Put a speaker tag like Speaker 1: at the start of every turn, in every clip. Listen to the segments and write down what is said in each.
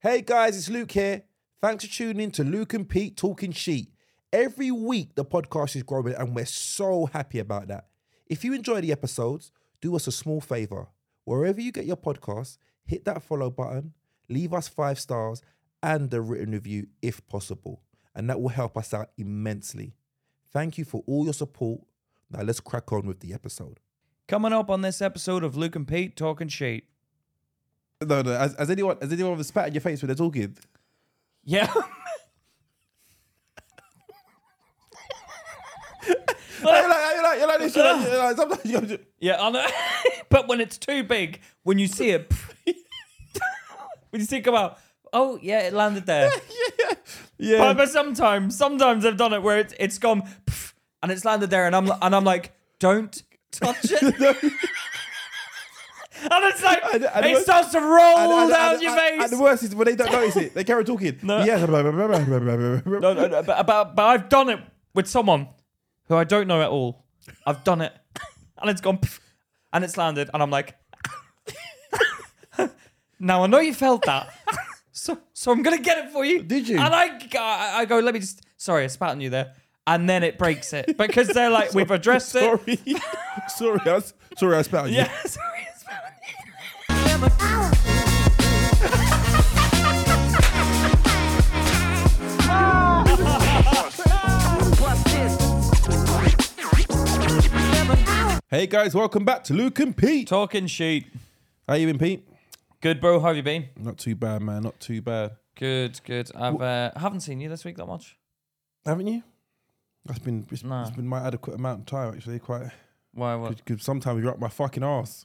Speaker 1: Hey guys, it's Luke here. Thanks for tuning in to Luke and Pete Talking Sheet. Every week, the podcast is growing and we're so happy about that. If you enjoy the episodes, do us a small favor. Wherever you get your podcasts, hit that follow button, leave us five stars and a written review if possible. And that will help us out immensely. Thank you for all your support. Now let's crack on with the episode.
Speaker 2: Coming up on this episode of Luke and Pete Talking Sheet.
Speaker 3: No, no. Has, has anyone has anyone ever spat in your face when they're talking?
Speaker 2: Yeah. Well,
Speaker 3: You're like, you're like, you're like this. You're like, you're like, sometimes you gotta do-
Speaker 2: yeah, I know. but when it's too big, when you see it, when you see it come out, oh yeah, it landed there.
Speaker 3: yeah.
Speaker 2: But, but sometimes, sometimes I've done it where it's it's gone pff, and it's landed there, and I'm and I'm like, don't touch it. and it's like
Speaker 3: And- and
Speaker 2: it
Speaker 3: what's-
Speaker 2: starts to roll
Speaker 3: And- and-
Speaker 2: down
Speaker 3: and-
Speaker 2: your
Speaker 3: and-
Speaker 2: face.
Speaker 3: And the worst is when they don't notice it, they carry on talking.
Speaker 2: No.
Speaker 3: Yeah. no,
Speaker 2: No, no, no, but, but, but I've done it with someone who I don't know at all. I've done it, and it's gone, pff, and it's landed, and I'm like, now I know you felt that, so so I'm gonna get it for you.
Speaker 3: Did you?
Speaker 2: And I, g- I- I go, let me just, sorry, I spat on you there, and then it breaks it because they're like, we've addressed it.
Speaker 3: Sorry. sorry, I was, sorry, I spat on you.
Speaker 2: Yeah, sorry, I spat on you.
Speaker 3: Hey guys, welcome back to Luke and Pete.
Speaker 2: Talking sheet.
Speaker 3: How you been, Pete?
Speaker 2: Good, bro. How have you been?
Speaker 3: Not too bad, man. Not too bad.
Speaker 2: Good, good. I've uh, haven't seen you this week that much.
Speaker 3: Haven't you? That's been it's,
Speaker 2: No.
Speaker 3: it's been my adequate amount of time actually. Quite
Speaker 2: Why? What?
Speaker 3: because sometimes you're up my fucking ass.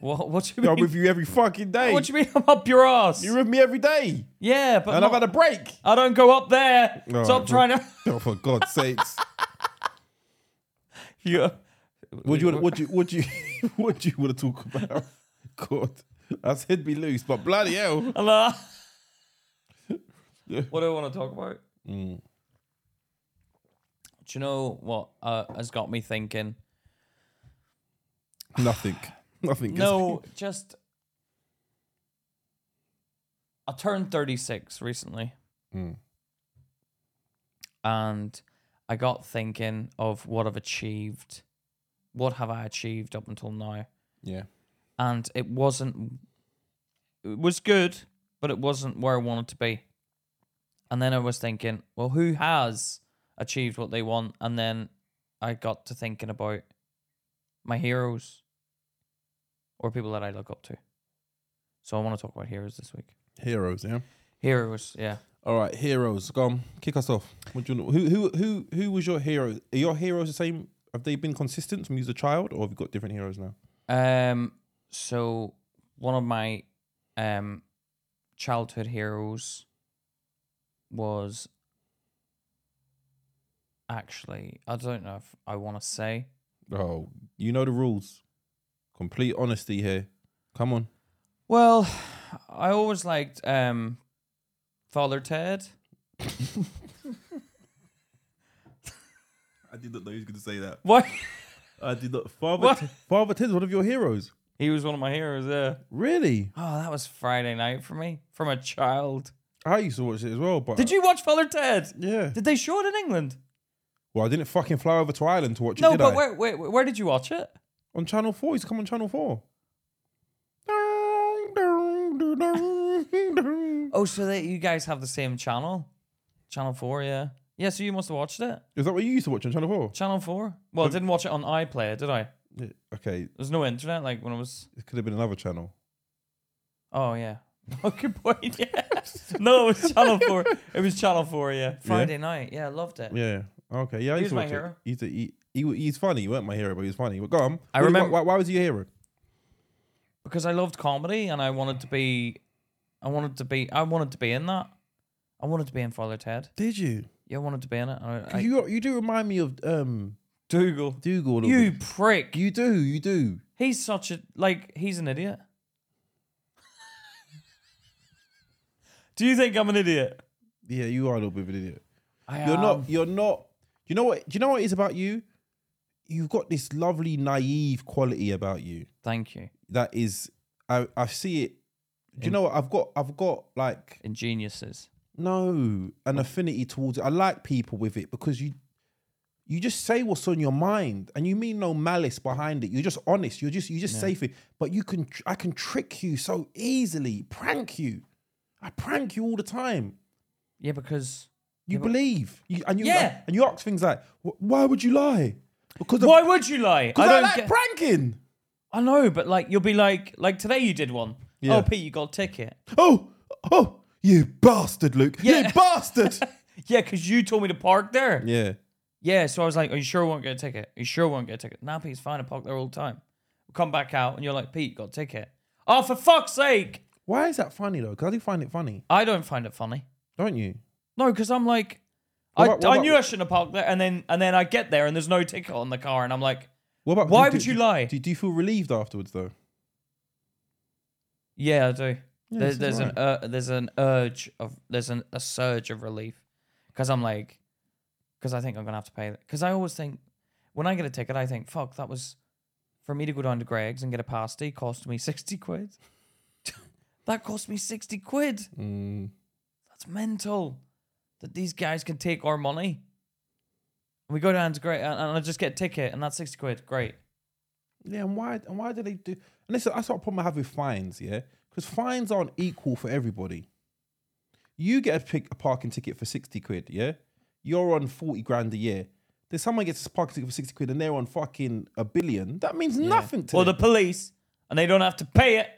Speaker 2: What? What do you mean?
Speaker 3: I'm with you every fucking day.
Speaker 2: What do you mean I'm up your ass?
Speaker 3: You're with me every day,
Speaker 2: yeah, but
Speaker 3: and
Speaker 2: not,
Speaker 3: I've had a break.
Speaker 2: I don't go up there.
Speaker 3: No,
Speaker 2: Stop
Speaker 3: I-
Speaker 2: trying to.
Speaker 3: Oh, for God's sakes!
Speaker 2: yeah.
Speaker 3: What do you what do you what do you what do you want to talk about? God, that's hit me loose, but bloody hell!
Speaker 2: Hello.
Speaker 3: Yeah.
Speaker 2: What do I want to talk about?
Speaker 3: Mm.
Speaker 2: Do you know what uh, has got me thinking?
Speaker 3: Nothing, nothing. is-
Speaker 2: No, just. I turned 36 recently.
Speaker 3: Mm.
Speaker 2: And I got thinking of what I've achieved. What have I achieved up until now?
Speaker 3: yeah,
Speaker 2: and it wasn't it was good but it wasn't where i wanted to be and then i was thinking well who has achieved what they want and then i got to thinking about my heroes or people that i look up to so i want to talk about heroes this week
Speaker 3: heroes. Yeah.
Speaker 2: heroes yeah
Speaker 3: All right, heroes. Go on, kick us off. What do you know? Who who who who was your hero? Are your heroes the same? Have they been consistent from you as a child, or have you got different heroes now?
Speaker 2: Um. So one of my um childhood heroes was actually I don't know if I want to say
Speaker 3: Oh, you know the rules. Complete honesty here. Come on.
Speaker 2: Well, I always liked um, Father Ted.
Speaker 3: I did not know he was going to say that.
Speaker 2: What?
Speaker 3: I did not. Father,
Speaker 2: What?
Speaker 3: Ted, Father Ted's one of your heroes.
Speaker 2: He was one of my heroes. Yeah.
Speaker 3: Really?
Speaker 2: Oh, that was Friday night for me from a child.
Speaker 3: I used to watch it as well, but
Speaker 2: Did you watch Father Ted?
Speaker 3: Yeah.
Speaker 2: Did they show it in England?
Speaker 3: Well, I didn't fucking fly over to Ireland to watch it.
Speaker 2: No,
Speaker 3: did
Speaker 2: but
Speaker 3: I?
Speaker 2: where, where where did you watch it?
Speaker 3: on Channel Four. He's come on Channel Four.
Speaker 2: Oh, so that you guys have the same channel, Channel Four, yeah, yeah. So you must have watched it,
Speaker 3: Is that what you used to watch on Channel Four?
Speaker 2: Channel Four. Well, I didn't watch it on iPlayer, did I?
Speaker 3: Yeah, Okay,
Speaker 2: There's no internet like when I was.
Speaker 3: it could have been another channel.
Speaker 2: Oh yeah. Oh, good point. Yeah. No, it was Channel Four. It was Channel Four. Yeah. Friday night. Yeah, I loved it.
Speaker 3: Yeah. Okay. Yeah. I
Speaker 2: He
Speaker 3: used to
Speaker 2: was my
Speaker 3: watch it.
Speaker 2: hero.
Speaker 3: He's, a, he, he w- he's funny. He weren't my hero, but he was funny. But go on.
Speaker 2: I
Speaker 3: Why-
Speaker 2: remember-
Speaker 3: Why, why was he a hero?
Speaker 2: because I loved comedy and I wanted to be. I wanted to be. I wanted to be in that. I wanted to be in Father Ted.
Speaker 3: Did you?
Speaker 2: Yeah, I wanted to be in it. I,
Speaker 3: 'Cause
Speaker 2: I,
Speaker 3: you you do remind me of um
Speaker 2: Dougal.
Speaker 3: Dougal. a little
Speaker 2: You
Speaker 3: bit.
Speaker 2: prick.
Speaker 3: you do you do.
Speaker 2: He's such a like. He's an idiot. Do you think I'm an idiot?
Speaker 3: Yeah, you are a little bit of an idiot.
Speaker 2: I
Speaker 3: You're
Speaker 2: am.
Speaker 3: not. You're not. You know what? Do you know what it is about you? You've got this lovely naive quality about you
Speaker 2: Thank you.
Speaker 3: that is. I I see it Do you know what? I've got I've got like
Speaker 2: ingeniouses.
Speaker 3: no an affinity towards it. I like people with it because you you just say what's on your mind and you mean no malice behind it. You're just honest. You're just you just say it. But you can tr- I can trick you so easily, prank you. I prank you all the time.
Speaker 2: Yeah, because
Speaker 3: You believe you, and you
Speaker 2: Yeah.
Speaker 3: and you ask things like, "Wh- "Why would you lie?" Because of,
Speaker 2: why would you lie?
Speaker 3: Because I, like
Speaker 2: get-
Speaker 3: pranking.
Speaker 2: I know, but like you'll be like like today you did one.
Speaker 3: Yeah.
Speaker 2: Oh, Pete, you got a ticket.
Speaker 3: Oh, oh, you bastard, Luke. You
Speaker 2: Yeah.
Speaker 3: bastard.
Speaker 2: Yeah, because you told me to park there. Yeah.
Speaker 3: yeah.
Speaker 2: so I was like, "Are you sure I won't get a ticket? Are you sure I won't get a ticket?" Now Pete's fine. I park there all the time. We come back out, and you're like, "Pete, you got a ticket." Oh, for fuck's sake!
Speaker 3: Why is that funny though? Because I do find it funny,
Speaker 2: I don't find it funny.
Speaker 3: don't you?
Speaker 2: No, because I'm like,
Speaker 3: What
Speaker 2: I,
Speaker 3: about- what
Speaker 2: I
Speaker 3: about-
Speaker 2: knew I shouldn't have parked there, and then and then I get there and there's no ticket on the car, and I'm like,
Speaker 3: What about
Speaker 2: Why
Speaker 3: do-
Speaker 2: would
Speaker 3: do-
Speaker 2: you lie?
Speaker 3: Do, do you feel relieved afterwards though?
Speaker 2: "Yeah, I do."
Speaker 3: Yeah,
Speaker 2: There-
Speaker 3: this is
Speaker 2: there's an
Speaker 3: alright.
Speaker 2: uh, there's an urge of there's an, a surge of relief because I'm like, because I think I'm gonna have to pay. Because I always think when I get a ticket, I think, "Fuck, that was for me to go down to Greg's and get a pasty cost me sixty quid." that cost me sixty quid.
Speaker 3: Mm,
Speaker 2: That's mental that these guys can take our money. We go down to great, and and I just get a ticket, and that's sixty quid. Great.
Speaker 3: yeah, and why and why do they do? And this, that's what problem I have with fines, yeah, because fines aren't equal for everybody. You get a, pick, a parking ticket for sixty quid, yeah. You're on forty grand a year. Then someone gets a parking ticket for sixty quid, and they're on fucking a billion. That means nothing to
Speaker 2: Or the
Speaker 3: them.
Speaker 2: police, and they don't have to pay it.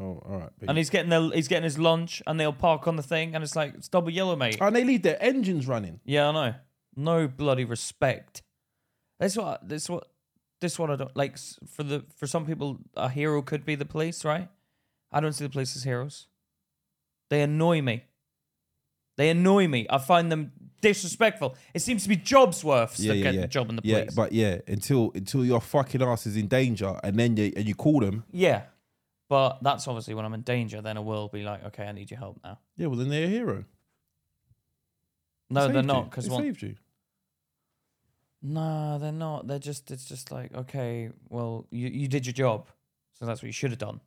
Speaker 3: oh, all right.
Speaker 2: And he's getting the, he's getting his lunch, and they'll park on the thing, and it's like it's double yellow, mate.
Speaker 3: and they leave their engines running.
Speaker 2: Yeah, I know. No bloody respect. That's what. That's what. This what I don't like. s- For the for some people, a hero could be the police, right? I don't see the police as heroes. They annoy me. They annoy me. I find them disrespectful. It seems to be jobs worths that get the job in the
Speaker 3: yeah,
Speaker 2: police.
Speaker 3: but yeah, until until your fucking ass is in danger, and then you and you call them.
Speaker 2: yeah, but that's obviously when I'm in danger. Then I will be like, okay, I need your help now.
Speaker 3: Yeah, well then they're a hero.
Speaker 2: No,
Speaker 3: Saved
Speaker 2: they're
Speaker 3: you.
Speaker 2: not because
Speaker 3: They
Speaker 2: one.
Speaker 3: saved you.
Speaker 2: No, they're not. They're just it's just like, okay, well, you, you did your job. So that's what you should have done.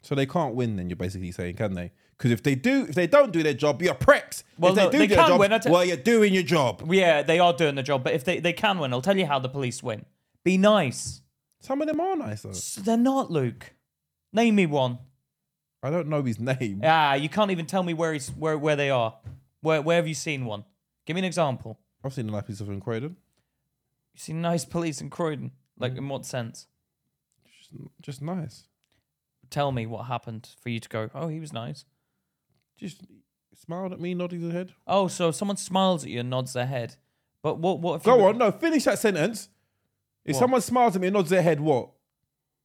Speaker 3: So they can't win. Then you're basically saying, can they? Because if they do, if they don't do their job, you're pricks.
Speaker 2: Well,
Speaker 3: if
Speaker 2: no,
Speaker 3: do
Speaker 2: they
Speaker 3: their
Speaker 2: can
Speaker 3: job,
Speaker 2: win, I tell-
Speaker 3: well, you're doing your job.
Speaker 2: Yeah, they are doing the job, but if they, they can win, I'll tell you how the police win. Be nice.
Speaker 3: Some of them are nice though.
Speaker 2: S- they're not, Luke. Name me one.
Speaker 3: I don't know his name.
Speaker 2: Ah, you can't even tell me where he's where where they are. Where where have you seen one? Give me an example.
Speaker 3: I've seen a nice piece of in Croydon.
Speaker 2: You see nice police in Croydon. Like in what sense?
Speaker 3: Just, just nice.
Speaker 2: Tell me what happened for you to go, Oh, he was nice.
Speaker 3: Just smiled at me, nodded his head.
Speaker 2: Oh, so if someone smiles at you and nods their head. But what what if you
Speaker 3: Go
Speaker 2: go-
Speaker 3: on, no, finish that sentence. If
Speaker 2: What?
Speaker 3: someone smiles at me and nods their head, what?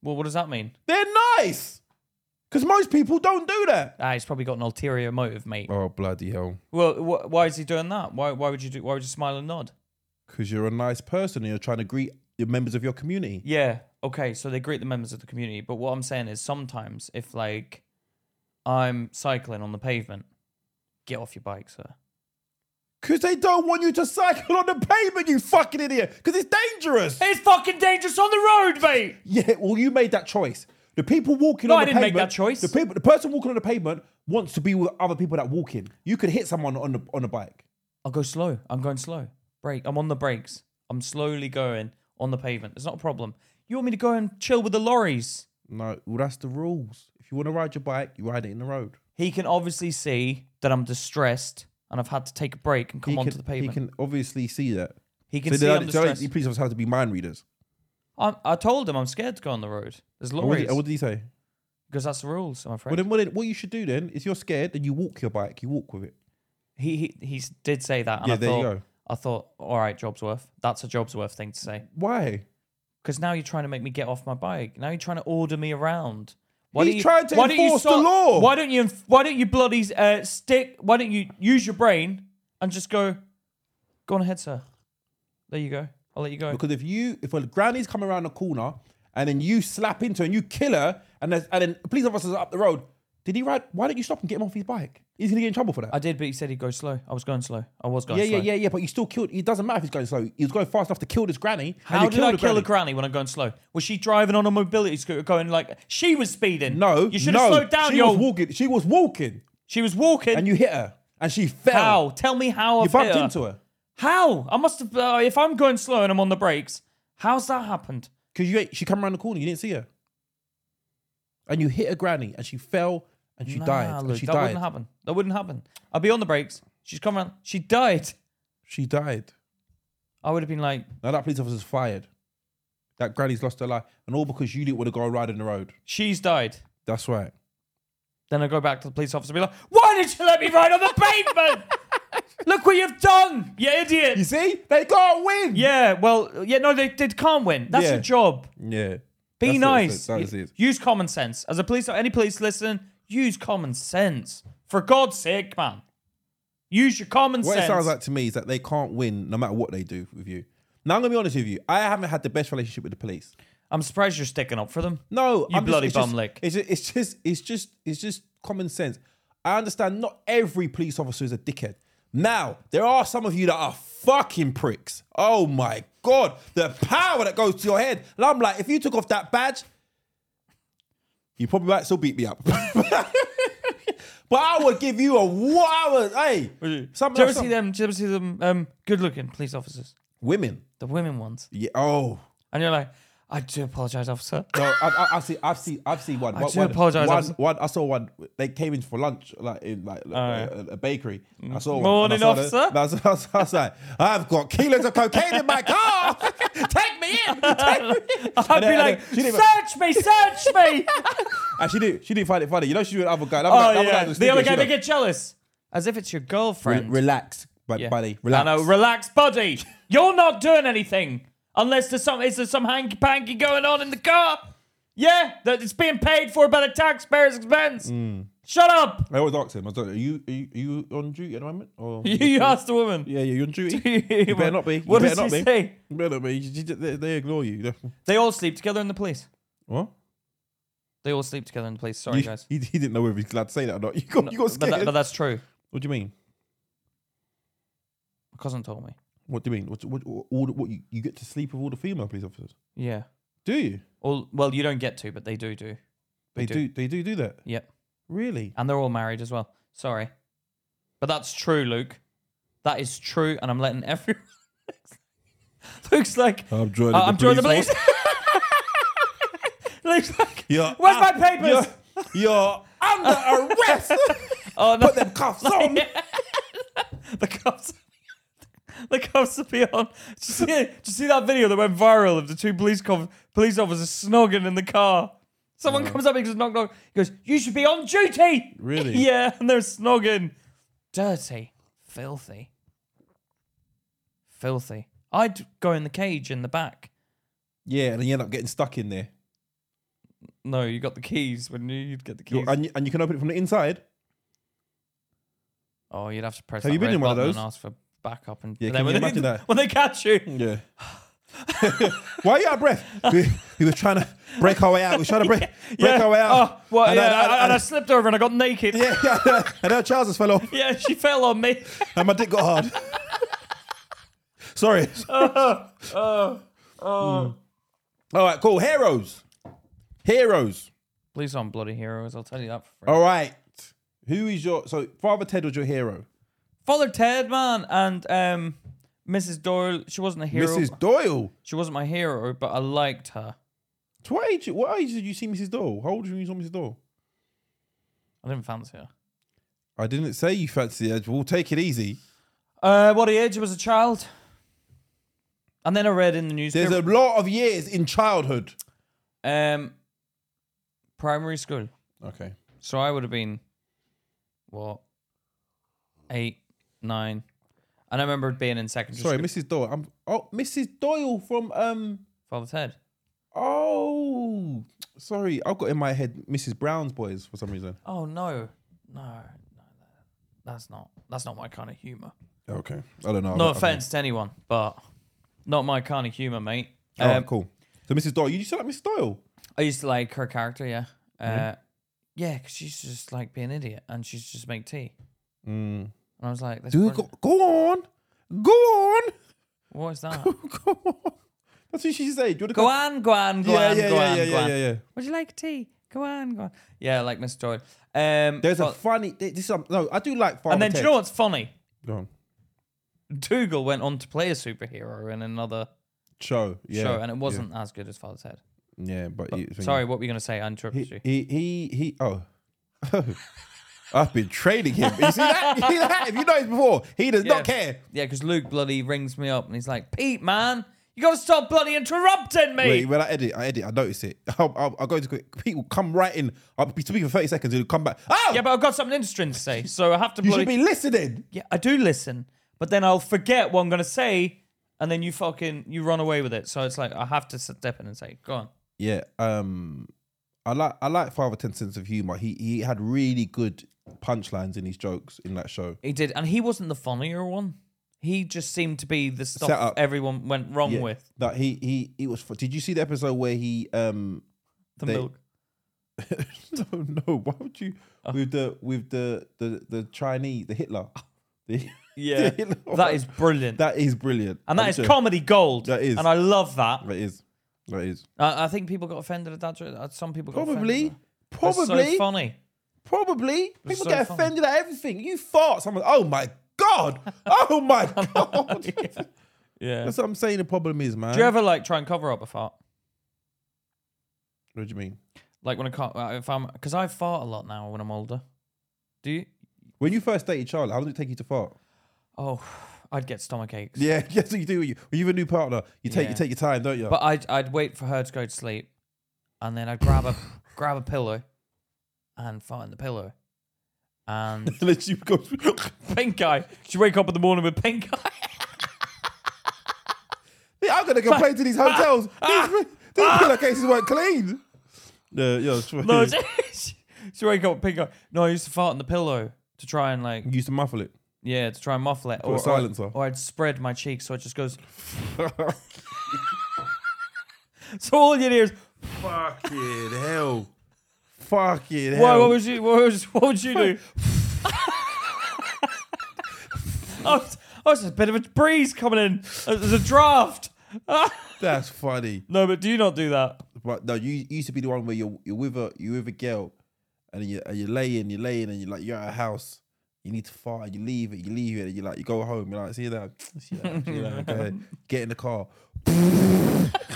Speaker 2: Well what does that mean?
Speaker 3: They're nice. Because most people don't do that.
Speaker 2: Ah, he's probably got an ulterior motive, mate.
Speaker 3: Oh bloody hell!
Speaker 2: Well, wh- why is he doing that? Why why would you do? Why would you smile and nod?
Speaker 3: Because you're a nice person and you're trying to greet the members of your community.
Speaker 2: Yeah. Okay. So they greet the members of the community. But what I'm saying is sometimes if like I'm cycling on the pavement, get off your bike, sir.
Speaker 3: Because they don't want you to cycle on the pavement, you fucking idiot. Because it's dangerous.
Speaker 2: It's fucking dangerous on the road, mate.
Speaker 3: Yeah, well, you made that choice. The people walking
Speaker 2: No,
Speaker 3: on
Speaker 2: I
Speaker 3: the
Speaker 2: didn't make
Speaker 3: pavement,
Speaker 2: that choice.
Speaker 3: The people, the person walking on the pavement wants to be with other people that walk in. You could hit someone on the on a bike.
Speaker 2: I'll go slow. I'm going slow. Brake. I'm on the brakes. I'm slowly going on the pavement. It's not a problem. You want me to go and chill with the lorries?
Speaker 3: No, well, that's the rules. If you want to ride your bike, you ride it in the road.
Speaker 2: He can obviously see that I'm distressed and I've had to take a break and come
Speaker 3: he
Speaker 2: onto
Speaker 3: can,
Speaker 2: the
Speaker 3: He
Speaker 2: pavement.
Speaker 3: can obviously see that.
Speaker 2: He can
Speaker 3: So
Speaker 2: see
Speaker 3: they-
Speaker 2: I'm
Speaker 3: so they-
Speaker 2: distressed.
Speaker 3: the police officers have to be mind readers.
Speaker 2: I, I told him I'm scared to go on the road. There's
Speaker 3: And What
Speaker 2: lorries.
Speaker 3: did, and what did he say?
Speaker 2: because that's the rules, I'm afraid.
Speaker 3: Well, then what, it- what you should do then is you're scared and you walk your bike, you walk with it.
Speaker 2: he, he he s- did say that. And
Speaker 3: Yeah,
Speaker 2: I
Speaker 3: there
Speaker 2: thought,
Speaker 3: you go.
Speaker 2: I thought, all right, job's worth. That's a job's worth thing to say.
Speaker 3: Why?
Speaker 2: Because now you're trying to make me get off my bike. Now you're trying to order me around. Why
Speaker 3: He's
Speaker 2: don't you,
Speaker 3: trying to
Speaker 2: why don't you
Speaker 3: enforce the
Speaker 2: stop-
Speaker 3: law.
Speaker 2: Why don't you? enf- Why don't you bloody uh, stick? Why don't you use your brain and just go? Go on ahead, sir. There you go. I'll let you go.
Speaker 3: Because if you, if a granny's come around the corner and then you slap into her and you kill her, and there's, and then police officers are up the road, Did he ride? Why don't you stop and get him off his bike? He's gonna get in trouble for that.
Speaker 2: I did, but he said he'd go slow. I was going slow. I was going
Speaker 3: yeah,
Speaker 2: slow.
Speaker 3: yeah, yeah, yeah. But you still killed. It doesn't matter if he's going slow. He was going fast enough to kill his granny. and
Speaker 2: How
Speaker 3: you
Speaker 2: did
Speaker 3: killed
Speaker 2: I
Speaker 3: the
Speaker 2: kill
Speaker 3: granny.
Speaker 2: a granny when I'm going slow? Was she driving on a mobility scooter going like she was speeding?
Speaker 3: No,
Speaker 2: You should
Speaker 3: no.
Speaker 2: have slowed down,
Speaker 3: She
Speaker 2: yo.
Speaker 3: was walking. She was walking,
Speaker 2: she was walking.
Speaker 3: and you hit her, and she fell.
Speaker 2: how? Tell me how
Speaker 3: You
Speaker 2: I've hit
Speaker 3: bumped
Speaker 2: her.
Speaker 3: into her
Speaker 2: How? I must have. Uh, if I'm going slow and I'm on the brakes, how's that happened?
Speaker 3: because you she come around the corner. You didn't see her, and you hit a granny, and she fell, and she
Speaker 2: Nah,
Speaker 3: died. and
Speaker 2: Luke,
Speaker 3: she
Speaker 2: that
Speaker 3: died.
Speaker 2: wouldn't happen. That wouldn't happen. I'd be on the brakes. She's come around. She died.
Speaker 3: She died.
Speaker 2: I would have been like,
Speaker 3: Now that police officer's fired. That granny's lost her life, and all because you didn't want to go and ride in the road.
Speaker 2: she's died.
Speaker 3: That's right.
Speaker 2: Then I go back to the police officer and be like, why did you let me ride on the pavement? Look what you've done, you idiot.
Speaker 3: You see, they can't win.
Speaker 2: yeah, well, yeah, no, they, they can't win. That's
Speaker 3: Yeah.
Speaker 2: your job.
Speaker 3: yeah. That's
Speaker 2: Be
Speaker 3: what it
Speaker 2: nice.
Speaker 3: says. That is it.
Speaker 2: Use common sense. As a police, any police listening, use common sense. For God's sake, man. Use your common
Speaker 3: What
Speaker 2: sense.
Speaker 3: it sounds like to me is that they can't win no matter what they do with you. Now I'm gonna be honest with you. I haven't had the best relationship with the police.
Speaker 2: I'm surprised you're sticking up for them.
Speaker 3: No,
Speaker 2: You
Speaker 3: I'm
Speaker 2: bloody
Speaker 3: just, it's just-
Speaker 2: bum lick.
Speaker 3: It's just, it's just, it's just, it's just common sense. I understand not every police officer is a dickhead. Now there are some of you that are fucking pricks. Oh my god, the power that goes to your head. And I'm like, if you took off that badge, you probably might still beat me up. but I would give you a what I was. Hey, some,
Speaker 2: do you ever
Speaker 3: some-
Speaker 2: see them? Do you ever see them? Um, good-looking police officers,
Speaker 3: women.
Speaker 2: the women ones,
Speaker 3: Yeah. Oh.
Speaker 2: and you're like, I do apologize, officer.
Speaker 3: No, I, I, I've seen, I've seen, I've seen one. I one,
Speaker 2: do
Speaker 3: one-
Speaker 2: apologise,
Speaker 3: One,
Speaker 2: I'm-
Speaker 3: one- I saw one. They came in for lunch, like in like a, a bakery. I saw one.
Speaker 2: Morning,
Speaker 3: and I saw the- and
Speaker 2: officer.
Speaker 3: I was, I, was, I was like, I've got kilos of cocaine in my car. Take me in. Take me in.
Speaker 2: I'd
Speaker 3: And
Speaker 2: be
Speaker 3: then-
Speaker 2: like,
Speaker 3: and then she didn't,
Speaker 2: search me, search me.
Speaker 3: and she didn't, she didn't find it funny. You know, she was the other guy.
Speaker 2: oh yeah, the other guy they get jealous, as if it's your girlfriend.
Speaker 3: relax, but
Speaker 2: Yeah.
Speaker 3: buddy,
Speaker 2: I
Speaker 3: relax.
Speaker 2: know, relax, buddy. You're not doing anything unless there's some is there some hanky panky going on in the car. Yeah, that it's being paid for by the taxpayer's expense.
Speaker 3: Mm.
Speaker 2: Shut up.
Speaker 3: I always ask him. I was like, are you, are you, are you on duty at the moment? Or
Speaker 2: You asked the woman.
Speaker 3: yeah, yeah, you're on duty. You better not be. You
Speaker 2: What
Speaker 3: better not
Speaker 2: does
Speaker 3: be.
Speaker 2: she say?
Speaker 3: You better not be. You- you- They, they ignore you.
Speaker 2: They all sleep together in the police.
Speaker 3: What?
Speaker 2: They all sleep together in the police. Sorry,
Speaker 3: You-
Speaker 2: guys.
Speaker 3: He, he didn't know whether he's glad to say that or not. You got, you got
Speaker 2: But,
Speaker 3: scared.
Speaker 2: that, but that's true.
Speaker 3: what do you mean?
Speaker 2: My cousin told me.
Speaker 3: What do you mean? What, what, all the, what you, you get to sleep with all the female police officers?
Speaker 2: Yeah.
Speaker 3: Do you?
Speaker 2: All, well, you don't get to, but they do do.
Speaker 3: They
Speaker 2: do.
Speaker 3: do. They do do that.
Speaker 2: Yep.
Speaker 3: Really?
Speaker 2: And they're all married as well. Sorry. But that's true, Luke. That is true, and I'm letting everyone. Looks like
Speaker 3: I'm joining.
Speaker 2: Uh, I'm joining the police. Looks like.
Speaker 3: You're
Speaker 2: Where's my
Speaker 3: un-
Speaker 2: papers?
Speaker 3: You're, you're under arrest.
Speaker 2: Oh no!
Speaker 3: Put them cuffs on.
Speaker 2: the cops. The cops are beyond. Did you see, did you see that video that went viral of the two police co- police officers snogging in the car? Someone comes up and goes, knock, knock. He goes, You should be on duty.
Speaker 3: Really?
Speaker 2: yeah, and they're snogging. Dirty. Filthy. Filthy. I'd go in the cage in the back.
Speaker 3: Yeah, and then you end up getting stuck in there,
Speaker 2: No, you got the keys when you- you'd get the
Speaker 3: You're-
Speaker 2: keys.
Speaker 3: and you, and you can open it from the inside.
Speaker 2: Oh, you'd have to press.
Speaker 3: Have
Speaker 2: that
Speaker 3: you been
Speaker 2: red
Speaker 3: in one of
Speaker 2: button
Speaker 3: those?
Speaker 2: And ask for backup and
Speaker 3: Yeah,
Speaker 2: and
Speaker 3: can
Speaker 2: when
Speaker 3: you
Speaker 2: they,
Speaker 3: imagine that?
Speaker 2: when they catch you?
Speaker 3: Yeah. Why are you out of breath? We, we were trying to break our way out. We were trying to break, break our way out.
Speaker 2: Oh, well,
Speaker 3: And
Speaker 2: yeah,
Speaker 3: I-
Speaker 2: and,
Speaker 3: I-
Speaker 2: I, and I slipped over and I got naked. Yeah,
Speaker 3: yeah, yeah, and her trousers fell off,
Speaker 2: she fell on me.
Speaker 3: and my dick got hard. Sorry. All right, cool. Heroes. Heroes.
Speaker 2: Police aren't bloody heroes. I'll tell you that for free.
Speaker 3: All right. Who is your so Father Ted was your hero?
Speaker 2: Father Ted, man, and um, Mrs. Doyle. She wasn't a hero.
Speaker 3: Mrs. Doyle.
Speaker 2: She wasn't my hero, but I liked her.
Speaker 3: To What age? What age did you see Mrs. Doyle? How old were you when you saw Mrs. Doyle?
Speaker 2: I didn't fancy her.
Speaker 3: I didn't say you fancy Ed. We'll take it easy.
Speaker 2: Uh, what age was a child? And then I read in the
Speaker 3: There's
Speaker 2: newspaper.
Speaker 3: a lot of years in childhood.
Speaker 2: um, primary school.
Speaker 3: Okay.
Speaker 2: So I would have been what eight, nine, and I remember being in secondary
Speaker 3: Sorry,
Speaker 2: school.
Speaker 3: Mrs. Doyle. I'm oh Mrs. Doyle from um
Speaker 2: Father Ted.
Speaker 3: oh sorry, I've got in my head Mrs. Brown's boys for some reason.
Speaker 2: Oh no, no, no, that's not that's not my kind of humor.
Speaker 3: Okay. I don't know.
Speaker 2: No
Speaker 3: I've- I've-
Speaker 2: offense to anyone, but not my kind of humor, mate.
Speaker 3: All
Speaker 2: Um,
Speaker 3: right, cool. So Mrs. Doyle, you just sound like Mrs. Doyle. Mm-hmm.
Speaker 2: I used to like her character, yeah. Uh, yeah, because she's just like being an idiot and she's just make tea.
Speaker 3: Mm.
Speaker 2: And I was like, this
Speaker 3: Do
Speaker 2: person-
Speaker 3: go, go on, go on,
Speaker 2: what is that?
Speaker 3: go on. That's what she said. Do you want to
Speaker 2: go on, go on, go
Speaker 3: yeah,
Speaker 2: on,
Speaker 3: yeah,
Speaker 2: go
Speaker 3: yeah,
Speaker 2: on,
Speaker 3: yeah,
Speaker 2: go
Speaker 3: yeah,
Speaker 2: on.
Speaker 3: yeah, yeah.
Speaker 2: Would you like tea? Go on, go on. Yeah, like Miss Joy. Um,
Speaker 3: There's a
Speaker 2: but-
Speaker 3: funny. This is, um, no, I do like. Father
Speaker 2: and then do you know what's funny?
Speaker 3: Go on.
Speaker 2: Dougal went on to play a superhero in another
Speaker 3: show? Yeah,
Speaker 2: show, and it wasn't as good as Father Ted.
Speaker 3: Yeah, yeah but, he-
Speaker 2: Sorry, what were you going to say? I
Speaker 3: He,
Speaker 2: interrupted you.
Speaker 3: he, he, he. Oh, I've been trading him. You see that? You see that? If you noticed before, he does
Speaker 2: Yeah.
Speaker 3: not care.
Speaker 2: Yeah, because Luke bloody rings me up and he's like, Pete, man, you got to stop bloody interrupting me.
Speaker 3: Wait, when I edit, I edit, I notice it. I'll, I'll, I'll go to quick. People come right in. I'll be speaking for 30 seconds. He'll come back. Oh,
Speaker 2: Yeah, but I've got something interesting to say, so I have to
Speaker 3: you
Speaker 2: bloody.
Speaker 3: should be listening.
Speaker 2: yeah, I do listen, but then I'll forget what I'm going to say, and then you fucking you run away with it. So it's like I have to step in and say, "Go on."
Speaker 3: Yeah. Um, I like I like Father Ten's sense of humor. He he had really good punchlines in his jokes in that show.
Speaker 2: He did, and he wasn't the funnier one. He just seemed to be the stuff
Speaker 3: Set up.
Speaker 2: everyone went wrong with.
Speaker 3: That he he he was. fu- Did you see the episode where he um
Speaker 2: The
Speaker 3: They-
Speaker 2: milk.
Speaker 3: no, no. Why would you
Speaker 2: Uh.
Speaker 3: with the with the the the Chinese the Hitler? The- the
Speaker 2: Yeah,
Speaker 3: Hitler-
Speaker 2: that is brilliant,
Speaker 3: that is brilliant,
Speaker 2: and that
Speaker 3: I'm
Speaker 2: is
Speaker 3: sure.
Speaker 2: comedy gold.
Speaker 3: That is.
Speaker 2: and I love that.
Speaker 3: That is that is
Speaker 2: I, I think people got offended at that. joke. Uh, Some people got
Speaker 3: probably
Speaker 2: offended. That's so
Speaker 3: probably
Speaker 2: funny.
Speaker 3: probably people
Speaker 2: so
Speaker 3: get
Speaker 2: funny.
Speaker 3: offended at everything. You fart, someone. Oh my god! Oh my god!
Speaker 2: Yeah.
Speaker 3: That's what I'm saying. The problem is, man.
Speaker 2: Do you ever like try and cover up a fart?
Speaker 3: what do you mean?
Speaker 2: Like when I can't, uh, if I'm, because I fart a lot now when I'm older. Do you?
Speaker 3: When you first dated Charlie, how long did it take you to fart?
Speaker 2: Oh, I'd get stomach aches.
Speaker 3: Yeah, that's what you do. When you when you have a new partner, you take
Speaker 2: Yeah.
Speaker 3: you take your time, don't you?
Speaker 2: But I'd I'd wait for her to go to sleep, and then I'd grab a grab a pillow, and fart in the pillow, and
Speaker 3: Unless you go,
Speaker 2: pink eye. She wake up in the morning with pink eye.
Speaker 3: Yeah, I'm gonna complain to these hotels. these these pillowcases weren't clean. Yeah, yeah. ah. it's-
Speaker 2: No, she, she wake up with pink eye. No, I used to fart in the pillow to try and like
Speaker 3: You used to muffle it.
Speaker 2: yeah to try and muffle it.
Speaker 3: a silencer.
Speaker 2: Or I'd spread my cheeks so it just goes. so all you hear is
Speaker 3: Fucking hell. Fucking hell.
Speaker 2: Why, what would you? What would, what would you do? I, was, I was a bit of a breeze coming in. There's a draft.
Speaker 3: That's funny.
Speaker 2: No, but do you not do that?
Speaker 3: But no, you, you used to be the one where you're, you're with a you with a girl, and you and you're laying, you're laying, and you're like you're at a house. You need to fart. and You leave it. You leave it. And you like you go home. You're like see that. See that. See that. Okay. Get in the car.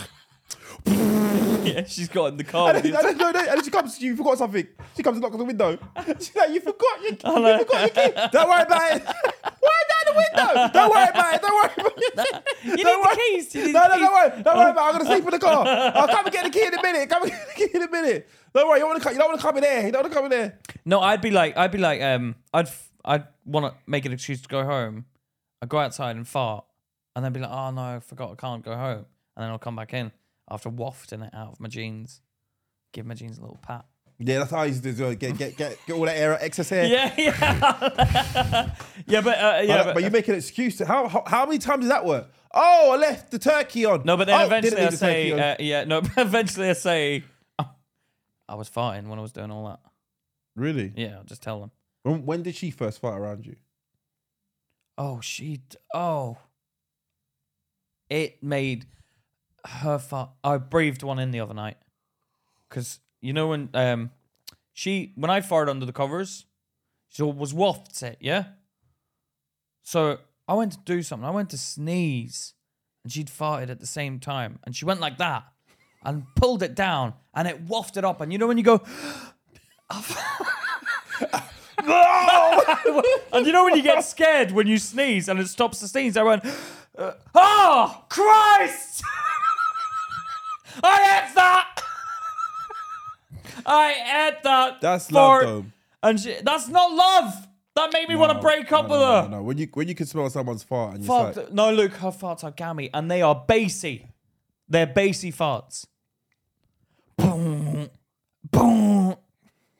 Speaker 2: Yeah, she's got in the car.
Speaker 3: And
Speaker 2: With
Speaker 3: then,
Speaker 2: you.
Speaker 3: and then- and then she comes, you forgot something. She comes and knocks on the window. She's like, you forgot your key. You forgot your key. Don't worry about it. Why down the window? Don't worry about it. Don't worry about it.
Speaker 2: You need
Speaker 3: Don't
Speaker 2: the
Speaker 3: worry.
Speaker 2: keys. You need
Speaker 3: No,
Speaker 2: the
Speaker 3: no,
Speaker 2: keys.
Speaker 3: don't worry. Don't worry about it. I'm going to sleep in the car. I'll come and get the key in a minute. Come and get the key in a minute. Don't worry. You, wanna, co- you don't want to come in there. You don't want to come in there.
Speaker 2: No, I'd be like, I'd be like, um, I'd, f- I'd want to make an excuse to go home. I'd go outside and fart, and then be like, oh no, I forgot, I can't go home, and then I'll come back in after wafting it out of my jeans, give my jeans a little pat.
Speaker 3: Yeah, that's how I used to do it. Get, get, get, get all that air, excess air.
Speaker 2: Yeah, yeah, yeah, but uh, yeah,
Speaker 3: But, but you make an excuse. To, how, how how many times does that work? Oh, I left the turkey on.
Speaker 2: No, but then
Speaker 3: Oh,
Speaker 2: eventually
Speaker 3: didn't
Speaker 2: I
Speaker 3: leave the turkey
Speaker 2: say,
Speaker 3: on.
Speaker 2: uh, yeah, no, but eventually I say, "Oh, I was farting when I was doing all that.
Speaker 3: really?
Speaker 2: Yeah, I'll just tell them.
Speaker 3: When, when did she first fight around you?
Speaker 2: Oh, she, d- oh. It made her fart. I breathed one in the other night. Because, you know, when um, she, when I farted under the covers, she was wafts it, yeah? So I went to do something. I went to sneeze, and she'd farted at the same time, and she went like that, and pulled it down, and it wafted up. And you know when you go, and you know when you get scared when you sneeze and it stops the sneeze. I went, uh, oh Christ! I ate that. I ate that.
Speaker 3: That's
Speaker 2: fart.
Speaker 3: love, though.
Speaker 2: And she, that's not love. That made me want to
Speaker 3: No,
Speaker 2: break up
Speaker 3: no,
Speaker 2: with
Speaker 3: no,
Speaker 2: her.
Speaker 3: No, no, when you when you can smell someone's fart and you're
Speaker 2: Fuck.
Speaker 3: just like,
Speaker 2: th- no, look, her farts are gammy and they are bassy. They're bassy farts. Boom. Boom.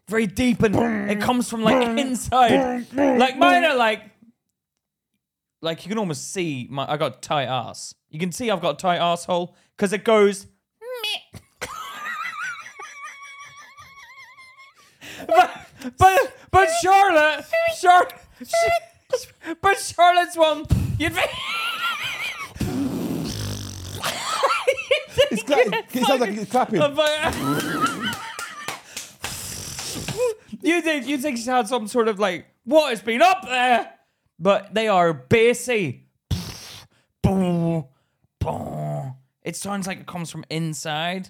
Speaker 2: Very deep and it comes from like inside. Like mine are like like you can almost see my I got a tight ass. You can see I've got a tight asshole because it goes meh. But but Charlotte, Charlotte, but Charlotte's one. You'd be.
Speaker 3: It's cla- it sounds like it's clapping.
Speaker 2: I'm like- you think you think she's had some sort of like what has been up there? But they are bassy. Boom, boom. It sounds like it comes from inside.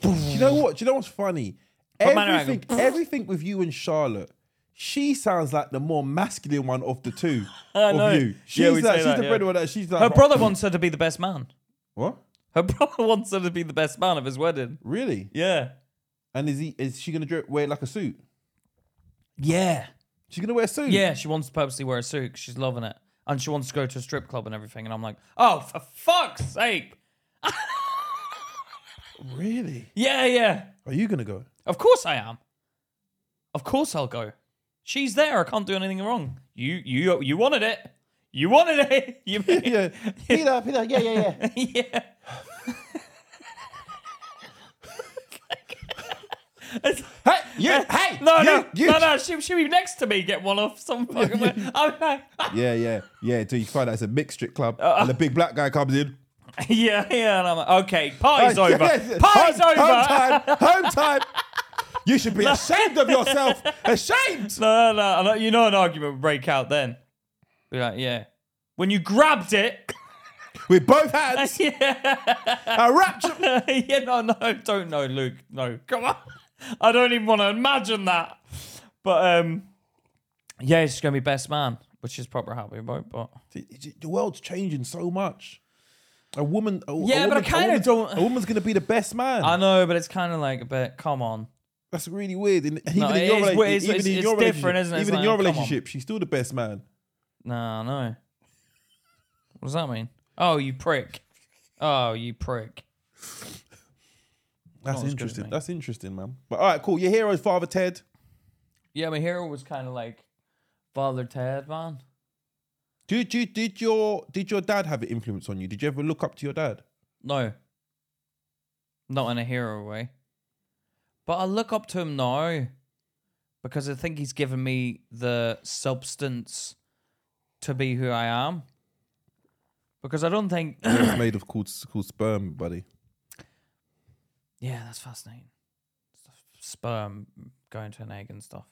Speaker 3: Do you know what? Do you know what's funny?
Speaker 2: man, I
Speaker 3: Everything, everything with you and Charlotte, she sounds like the more masculine one of the two of
Speaker 2: know.
Speaker 3: you. She's
Speaker 2: Yeah, we
Speaker 3: like,
Speaker 2: say
Speaker 3: she's
Speaker 2: that,
Speaker 3: the
Speaker 2: yeah.
Speaker 3: breadwinner. That she's like
Speaker 2: Her brother wants her to be the best man.
Speaker 3: What?
Speaker 2: Her brother wants her to be the best man of his wedding.
Speaker 3: Really?
Speaker 2: Yeah.
Speaker 3: And is he? Is she gonna dre- wear like a suit?
Speaker 2: Yeah.
Speaker 3: She's gonna wear a suit.
Speaker 2: Yeah, she wants to purposely wear a suit 'cause she's loving it. And she wants to go to a strip club and everything. And I'm like, oh, for fuck's sake.
Speaker 3: Really?
Speaker 2: Yeah, yeah.
Speaker 3: Are you gonna go?
Speaker 2: Of course I am. Of course I'll go. She's there. I can't do anything wrong. You you you wanted it. You wanted it. You
Speaker 3: Yeah. Peter, Peter. Yeah, yeah, yeah.
Speaker 2: yeah. It's- uh,
Speaker 3: hey, you. Hey.
Speaker 2: no,
Speaker 3: you,
Speaker 2: no,
Speaker 3: you.
Speaker 2: no, no. She she be next to me. Get one off some fucking way. I'm like,
Speaker 3: Yeah, yeah, yeah. Until you find out it's a mixed strip club,
Speaker 2: Uh,
Speaker 3: and the big black guy comes in.
Speaker 2: yeah, yeah. And I'm like, okay, party's
Speaker 3: Hey,
Speaker 2: over.
Speaker 3: Oh, yes,
Speaker 2: Party's
Speaker 3: home,
Speaker 2: over.
Speaker 3: Home time. Home time. You should be ashamed of yourself. Ashamed.
Speaker 2: No, no, no. You know an argument would break out then. Be like, yeah. When you grabbed it,
Speaker 3: With both hands.
Speaker 2: yeah.
Speaker 3: I wrapped you.
Speaker 2: yeah, no, no, don't know, Luke. No, come on. I don't even want to imagine that. But um, yeah, she's gonna be best man, which she's proper happy about. But
Speaker 3: The- the- the world's changing so much. A woman, a, a
Speaker 2: Yeah,
Speaker 3: woman-
Speaker 2: but I
Speaker 3: a
Speaker 2: kinda
Speaker 3: woman-
Speaker 2: don't-
Speaker 3: A woman's gonna be the best man.
Speaker 2: I know, but it's kind of like a bit. Come on.
Speaker 3: That's really weird. And even
Speaker 2: No,
Speaker 3: in
Speaker 2: it
Speaker 3: your,
Speaker 2: is
Speaker 3: rela-
Speaker 2: weird. It's-
Speaker 3: even
Speaker 2: it's-
Speaker 3: in
Speaker 2: it's
Speaker 3: your
Speaker 2: different,
Speaker 3: relationship,
Speaker 2: isn't it? It's
Speaker 3: even in
Speaker 2: like,
Speaker 3: your
Speaker 2: come on.
Speaker 3: relationship, she's still the best man.
Speaker 2: No, no. What does that mean? Oh, you prick. Oh, you prick.
Speaker 3: That's
Speaker 2: as good as
Speaker 3: interesting.
Speaker 2: me.
Speaker 3: That's interesting, man. But all right, cool. Your hero's father Ted.
Speaker 2: Yeah, my hero was kind of like Father Ted, man.
Speaker 3: Did you did your did your dad have an influence on you? Did you ever look up to your dad?
Speaker 2: No. Not in a hero way. But I look up to him now because I think he's given me the substance to be who I am. Because I don't think.
Speaker 3: it's made of called called sperm, buddy.
Speaker 2: yeah, that's fascinating. Stuff- Sperm going to an egg and stuff.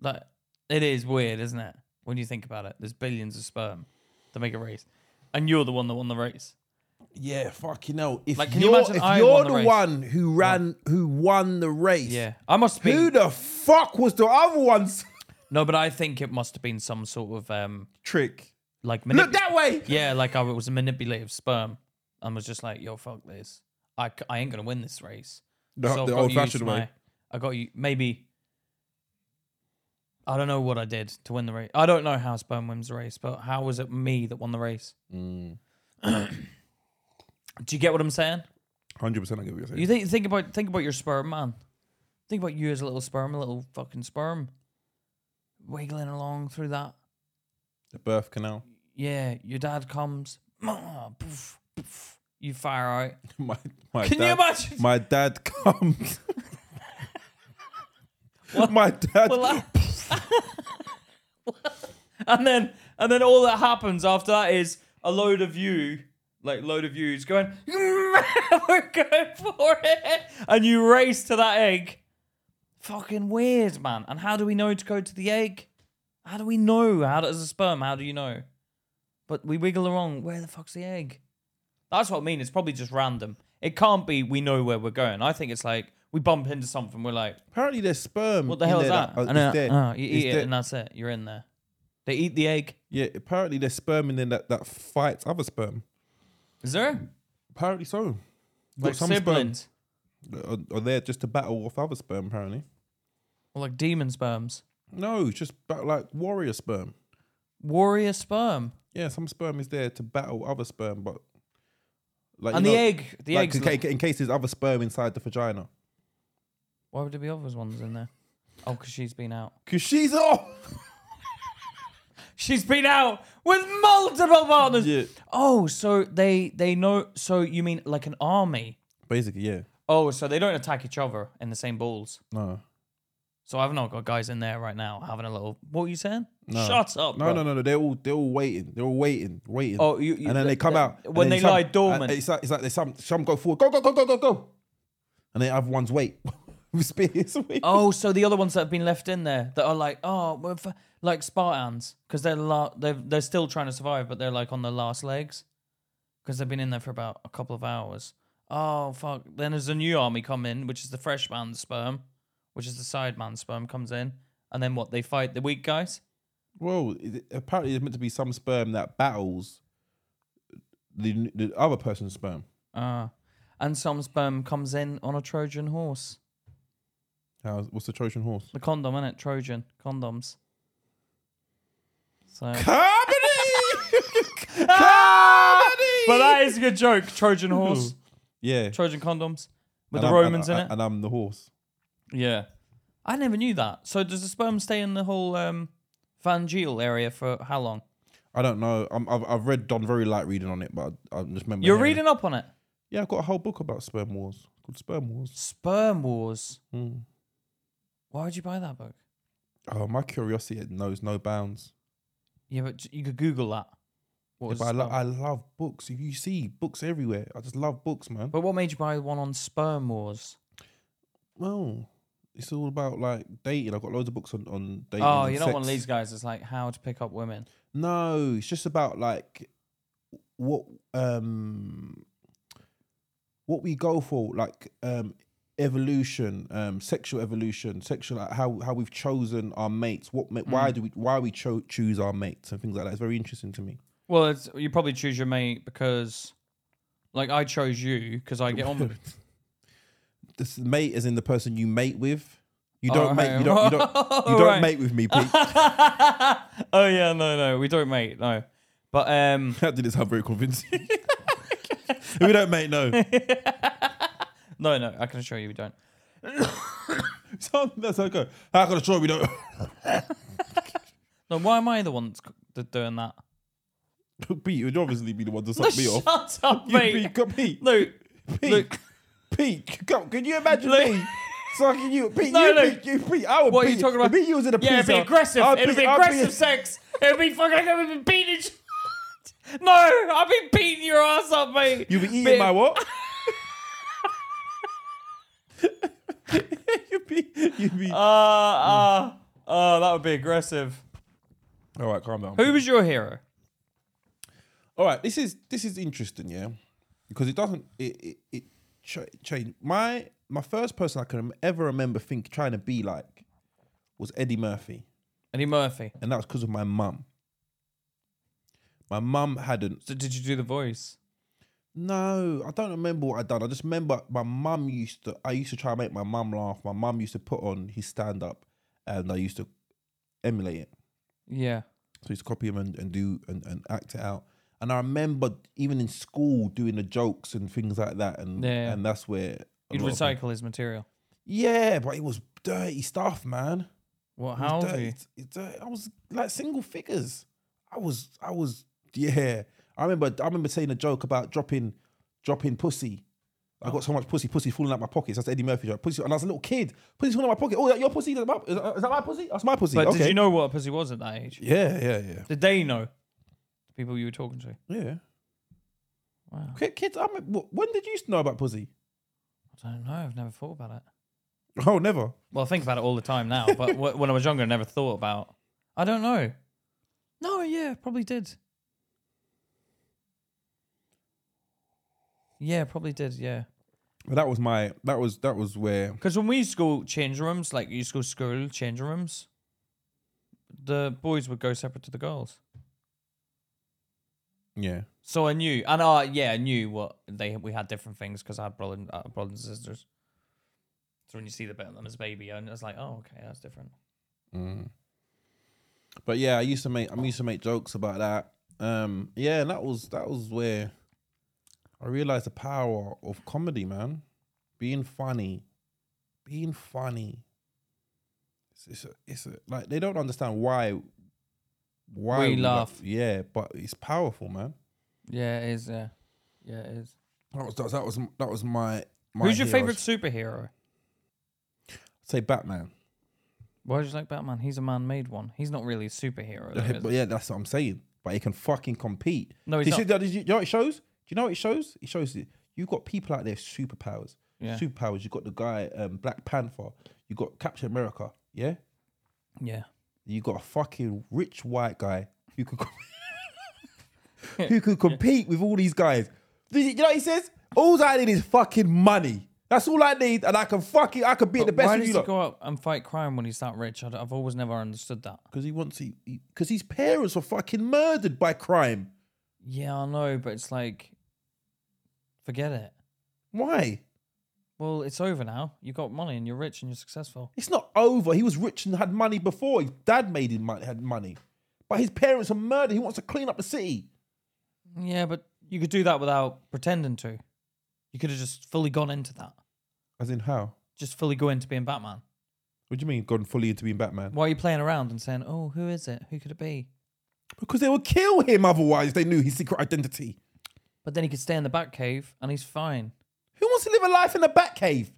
Speaker 2: Like, it is weird, isn't it? When you think about it, there's billions of sperm to make a race. And you're the one that won the race.
Speaker 3: Yeah, fucking hell. If
Speaker 2: Like, can you
Speaker 3: you're,
Speaker 2: imagine
Speaker 3: if
Speaker 2: I
Speaker 3: you're
Speaker 2: won the
Speaker 3: the,
Speaker 2: race?
Speaker 3: one who ran, who won the race,
Speaker 2: Yeah. I must be.
Speaker 3: who the fuck was the other one's
Speaker 2: No, but I think it must have been some sort of um,
Speaker 3: trick?
Speaker 2: like
Speaker 3: Look that way.
Speaker 2: Yeah, like I was a manipulative sperm and was just like, yo, fuck this. I, c- I ain't going to win this race.
Speaker 3: The-
Speaker 2: I've
Speaker 3: the
Speaker 2: got to use
Speaker 3: old-fashioned way.
Speaker 2: my- I got you. Maybe. I don't know what I did to win the race. I don't know how sperm wins the race, but how was it me that won the race?
Speaker 3: Mm.
Speaker 2: Do you get what I'm saying?
Speaker 3: Hundred percent, I get what you're saying.
Speaker 2: You think think about think about your sperm, man. Think about you as a little sperm, a little fucking sperm, wiggling along through that.
Speaker 3: the birth canal.
Speaker 2: Yeah, your dad comes. poof, poof, you fire out.
Speaker 3: My, my
Speaker 2: Can you
Speaker 3: dad,
Speaker 2: imagine?
Speaker 3: My dad comes. my dad.
Speaker 2: Well, and then and then all that happens after that is a load of you, like load of yous going, we're going for it, and you race to that egg. Fucking weird, man. And how do we know to go to the egg? How do we know? How does a sperm? How do you know? But we wiggle along. Where the fuck's the egg? That's what I mean. It's probably just random. It can't be. We know where we're going. I think it's like we bump into something. We're like,
Speaker 3: apparently, there's sperm.
Speaker 2: what the hell
Speaker 3: in
Speaker 2: is
Speaker 3: there
Speaker 2: that?
Speaker 3: uh,
Speaker 2: And then-
Speaker 3: is there-
Speaker 2: oh, you
Speaker 3: is
Speaker 2: eat it
Speaker 3: there-
Speaker 2: and that's it. You're in there. They eat the egg.
Speaker 3: yeah, apparently there's sperm in there that, that fights other sperm.
Speaker 2: Is there?
Speaker 3: Apparently so. Got
Speaker 2: Like
Speaker 3: some
Speaker 2: siblings.
Speaker 3: sperm are, are there just to battle off other sperm. Apparently,
Speaker 2: Or like demon sperms.
Speaker 3: no, it's just about like warrior sperm.
Speaker 2: Warrior sperm.
Speaker 3: Yeah, some sperm is there to battle other sperm, but like
Speaker 2: and
Speaker 3: you
Speaker 2: the
Speaker 3: know,
Speaker 2: egg. The
Speaker 3: like,
Speaker 2: eggs.
Speaker 3: in,
Speaker 2: like-
Speaker 3: ca- in case there's other sperm inside the vagina,
Speaker 2: Why would there be other ones in there? Oh, because she's been out.
Speaker 3: cause she's off.
Speaker 2: She's been out with multiple partners.
Speaker 3: Yeah.
Speaker 2: Oh, so they they know. So you mean like an army?
Speaker 3: Basically, yeah.
Speaker 2: Oh, so they don't attack each other in the same balls.
Speaker 3: No,
Speaker 2: So I've not got guys in there right now having a little. What are you saying? Shut up.
Speaker 3: No,
Speaker 2: bro.
Speaker 3: no, no, no. They're all they're all waiting. They're all waiting, waiting.
Speaker 2: Oh, you- you-
Speaker 3: and then they come
Speaker 2: the-
Speaker 3: out and
Speaker 2: when
Speaker 3: then
Speaker 2: they lie
Speaker 3: and uh,
Speaker 2: dormant.
Speaker 3: It's like, it's like there's some some go forward, go go go go go go, and then other ones wait with spears.
Speaker 2: Oh, so the other ones that have been left in there that are like, oh, we're f-, like Spartans, because they're la- they're they're still trying to survive, but they're like on their last legs, because they've been in there for about a couple of hours. Oh fuck! Then there's a new army come in, which is the fresh man's sperm, which is the side man's sperm comes in, and then what? They fight the weak guys.
Speaker 3: Well, it- apparently there's meant to be some sperm that battles the the other person's sperm.
Speaker 2: Uh, and some sperm comes in on a Trojan horse.
Speaker 3: How's, what's the Trojan horse?
Speaker 2: The condom, innit? Trojan condoms. So.
Speaker 3: Comedy.
Speaker 2: Ah! But that is a good joke. Trojan horse.
Speaker 3: yeah,
Speaker 2: Trojan condoms
Speaker 3: And
Speaker 2: with the
Speaker 3: I'm-
Speaker 2: Romans
Speaker 3: and,
Speaker 2: in it.
Speaker 3: and I'm the horse.
Speaker 2: yeah, I never knew that. So does the sperm stay in the whole um, Van Giel area for how long?
Speaker 3: I don't know. I'm, I've I've read done very light reading on it, but I, I just remember
Speaker 2: You're
Speaker 3: hearing-
Speaker 2: reading up on it.
Speaker 3: Yeah, I've got a whole book about sperm wars called Sperm Wars.
Speaker 2: Sperm Wars.
Speaker 3: Mm.
Speaker 2: Why would you buy that book?
Speaker 3: Oh, my curiosity knows no bounds.
Speaker 2: Yeah, but j- you could Google that. What
Speaker 3: Yeah,
Speaker 2: was
Speaker 3: but I,
Speaker 2: sperm-
Speaker 3: lo- I love books. If you see books everywhere, I just love books, man.
Speaker 2: but what made you buy one on Sperm Wars?
Speaker 3: Well, it's all about like dating. I've got loads of books on on dating.
Speaker 2: Oh,
Speaker 3: and
Speaker 2: you're not one of
Speaker 3: sex.
Speaker 2: these guys. It's like how to pick up women.
Speaker 3: No, it's just about like what um what we go for, like um evolution, um sexual evolution, sexual like how how we've chosen our mates. What ma- why
Speaker 2: Mm.
Speaker 3: do we why we cho- choose our mates and things like that? It's very interesting to me.
Speaker 2: Well, it's, you probably choose your mate because, like, I chose you because I get on with.
Speaker 3: This mate is in the person you mate with. You
Speaker 2: Oh,
Speaker 3: don't mate. You don't. You don't, you don't
Speaker 2: right.
Speaker 3: mate with me, Pete.
Speaker 2: oh yeah, no, no, we don't, mate. No, but um,
Speaker 3: that didn't sound very convincing. we don't mate. No,
Speaker 2: no, no, I can assure you we don't.
Speaker 3: So, that's how I go. How can I try? We don't.
Speaker 2: No, why am I the one that's c- that's doing that?
Speaker 3: Pete, you'd obviously be the one to
Speaker 2: No,
Speaker 3: suck me off.
Speaker 2: shut up,
Speaker 3: You
Speaker 2: mate.
Speaker 3: Pete, come, Pete,
Speaker 2: Luke,
Speaker 3: Pete,
Speaker 2: Luke.
Speaker 3: Pete, come. Can you imagine
Speaker 2: Luke.
Speaker 3: me sucking you, Pete?
Speaker 2: No,
Speaker 3: you,
Speaker 2: Luke.
Speaker 3: Pete, you, Pete. I would
Speaker 2: What are
Speaker 3: beat,
Speaker 2: you talking about?
Speaker 3: Pete, you was in a
Speaker 2: yeah, it'd be
Speaker 3: pizza.
Speaker 2: aggressive.
Speaker 3: I'd
Speaker 2: It'd be
Speaker 3: I'd
Speaker 2: aggressive sex. It'd be fucking like I've been beating. sh- no, I've been beating your ass up, mate.
Speaker 3: You'd be eating
Speaker 2: Bit-
Speaker 3: my what? you'd be, you'd be.
Speaker 2: Uh, uh, uh, that would be aggressive.
Speaker 3: All right, calm down.
Speaker 2: Who was your hero?
Speaker 3: All right, this is this is interesting, yeah, because it doesn't it it, it ch- change my my first person I can ever remember think trying to be like was Eddie Murphy,
Speaker 2: Eddie Murphy.
Speaker 3: and that was because of my mum. My mum hadn't.
Speaker 2: So did you do the voice?
Speaker 3: No, I don't remember what I done. I just remember my mum used to. I used to try and make my mum laugh. My mum used to put on his stand up, and I used to emulate it.
Speaker 2: Yeah.
Speaker 3: So he's copy him and, and do and, and act it out. And I remember even in school doing the jokes and things like that. And
Speaker 2: Yeah.
Speaker 3: and that's where a
Speaker 2: You'd
Speaker 3: lot of people-
Speaker 2: recycle his material.
Speaker 3: Yeah, but it was dirty stuff, man.
Speaker 2: What?
Speaker 3: It was
Speaker 2: How old were
Speaker 3: dirty,
Speaker 2: you?
Speaker 3: it's- it's dirty. I was like single figures. I was I was yeah. I remember I remember saying a joke about dropping dropping pussy. I got so much pussy, pussy falling out my pockets. That's the Eddie Murphy joke. Pussy, and I was a little kid. Pussy falling out my pocket. Oh, that your pussy? Is that my, is that- is that my pussy? That's my pussy.
Speaker 2: But
Speaker 3: okay.
Speaker 2: did you know what a pussy was at that age?
Speaker 3: Yeah, yeah, yeah,
Speaker 2: Did they know? The people you were talking to.
Speaker 3: yeah.
Speaker 2: Wow.
Speaker 3: Ki- Kids, I mean, wh- when did you know about pussy?
Speaker 2: I don't know. I've never thought about it.
Speaker 3: Oh, never.
Speaker 2: Well, I think about it all the time now, but wh- when I was younger, I never thought about. I don't know. No, yeah, probably did. Yeah, probably did. Yeah,
Speaker 3: But that was my. That was that was where.
Speaker 2: because when we used to go change rooms, like you used to go to school change rooms, the boys would go separate to the girls.
Speaker 3: Yeah.
Speaker 2: So I knew, and uh, yeah, I knew what they we had different things because I had brother, uh, brothers and sisters. So when you see the bit of them as baby, and it's like, oh, okay, that's different.
Speaker 3: Mm. But yeah, I used to make. I used to make jokes about that. Um. Yeah, and that was that was where I realized the power of comedy, man. Being funny, being funny. It's, it's a, it's a, like they don't understand why. Why
Speaker 2: We laugh.
Speaker 3: yeah, but it's powerful, man.
Speaker 2: Yeah, it is. Yeah, yeah, it is.
Speaker 3: That was that was that was, that was my. my
Speaker 2: Who's your
Speaker 3: heroes.
Speaker 2: favorite superhero?
Speaker 3: Say Batman.
Speaker 2: Why do you like Batman? He's a man-made one. He's not really a superhero. Though, is
Speaker 3: but
Speaker 2: he?
Speaker 3: yeah, that's what I'm saying. But he can fucking compete.
Speaker 2: No, he's
Speaker 3: Do you, see
Speaker 2: not.
Speaker 3: that, do you know what it shows? Do you know what it shows? It shows that you've got people out there, superpowers.
Speaker 2: Yeah.
Speaker 3: Superpowers. You've got the guy, um, Black Panther. You've got Captain America. Yeah?
Speaker 2: Yeah.
Speaker 3: you got a fucking rich white guy who could com- who could compete with all these guys. Do You you know what he says? All I need is fucking money. That's all I need, and I can fucking I could be the
Speaker 2: But
Speaker 3: best
Speaker 2: Why
Speaker 3: of
Speaker 2: does
Speaker 3: you.
Speaker 2: he
Speaker 3: Because
Speaker 2: go out and fight crime when he's that rich? I d- I've always never understood that.
Speaker 3: he wants to, because his parents were fucking murdered by crime.
Speaker 2: Yeah, I know, but it's like, forget it.
Speaker 3: Why?
Speaker 2: Well, it's over now. You got money and you're rich and you're successful.
Speaker 3: It's not over. He was rich and had money before. His dad made him money, had money, but his parents were murdered. He wants to clean up the city.
Speaker 2: Yeah, but you could do that without pretending to. You could have just fully gone into that.
Speaker 3: As in how?
Speaker 2: Just fully go into being Batman.
Speaker 3: What do you mean? Gone fully into being Batman?
Speaker 2: Why are you playing around and saying, "Oh, who is it? Who could it be?"
Speaker 3: Because they would kill him otherwise. They knew his secret identity.
Speaker 2: But then he could stay in the Batcave and he's fine.
Speaker 3: Who wants to live a life in a bat cave?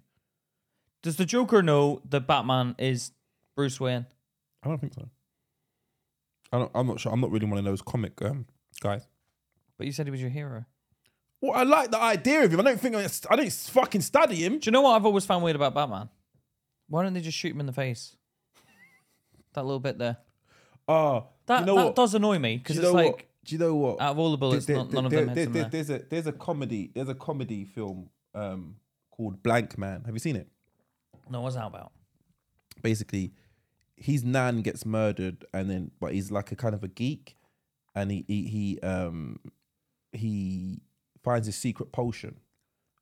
Speaker 2: Does the Joker know that Batman is Bruce Wayne?
Speaker 3: I don't think so. I don't, I'm not sure. I'm not really one of those comic um, guys.
Speaker 2: But you said he was your hero.
Speaker 3: Well, I like the idea of him. I don't think I, I don't fucking study him.
Speaker 2: Do you know what I've always found weird about Batman? Why don't they just shoot him in the face? That little bit there.
Speaker 3: Oh,
Speaker 2: That
Speaker 3: you know
Speaker 2: that
Speaker 3: what?
Speaker 2: does annoy me
Speaker 3: do
Speaker 2: because
Speaker 3: you
Speaker 2: it's
Speaker 3: know
Speaker 2: like
Speaker 3: what? Do you know what?
Speaker 2: out of all the bullets,
Speaker 3: There-
Speaker 2: none,
Speaker 3: there-
Speaker 2: none of
Speaker 3: there-
Speaker 2: them hits
Speaker 3: there-
Speaker 2: him.
Speaker 3: there-
Speaker 2: there.
Speaker 3: There's a there's a comedy there's a comedy film um, called Blank Man. Have you seen it?
Speaker 2: No, what's that about?
Speaker 3: basically his nan gets murdered and then but he's like a kind of a geek and he he, he um he finds his secret potion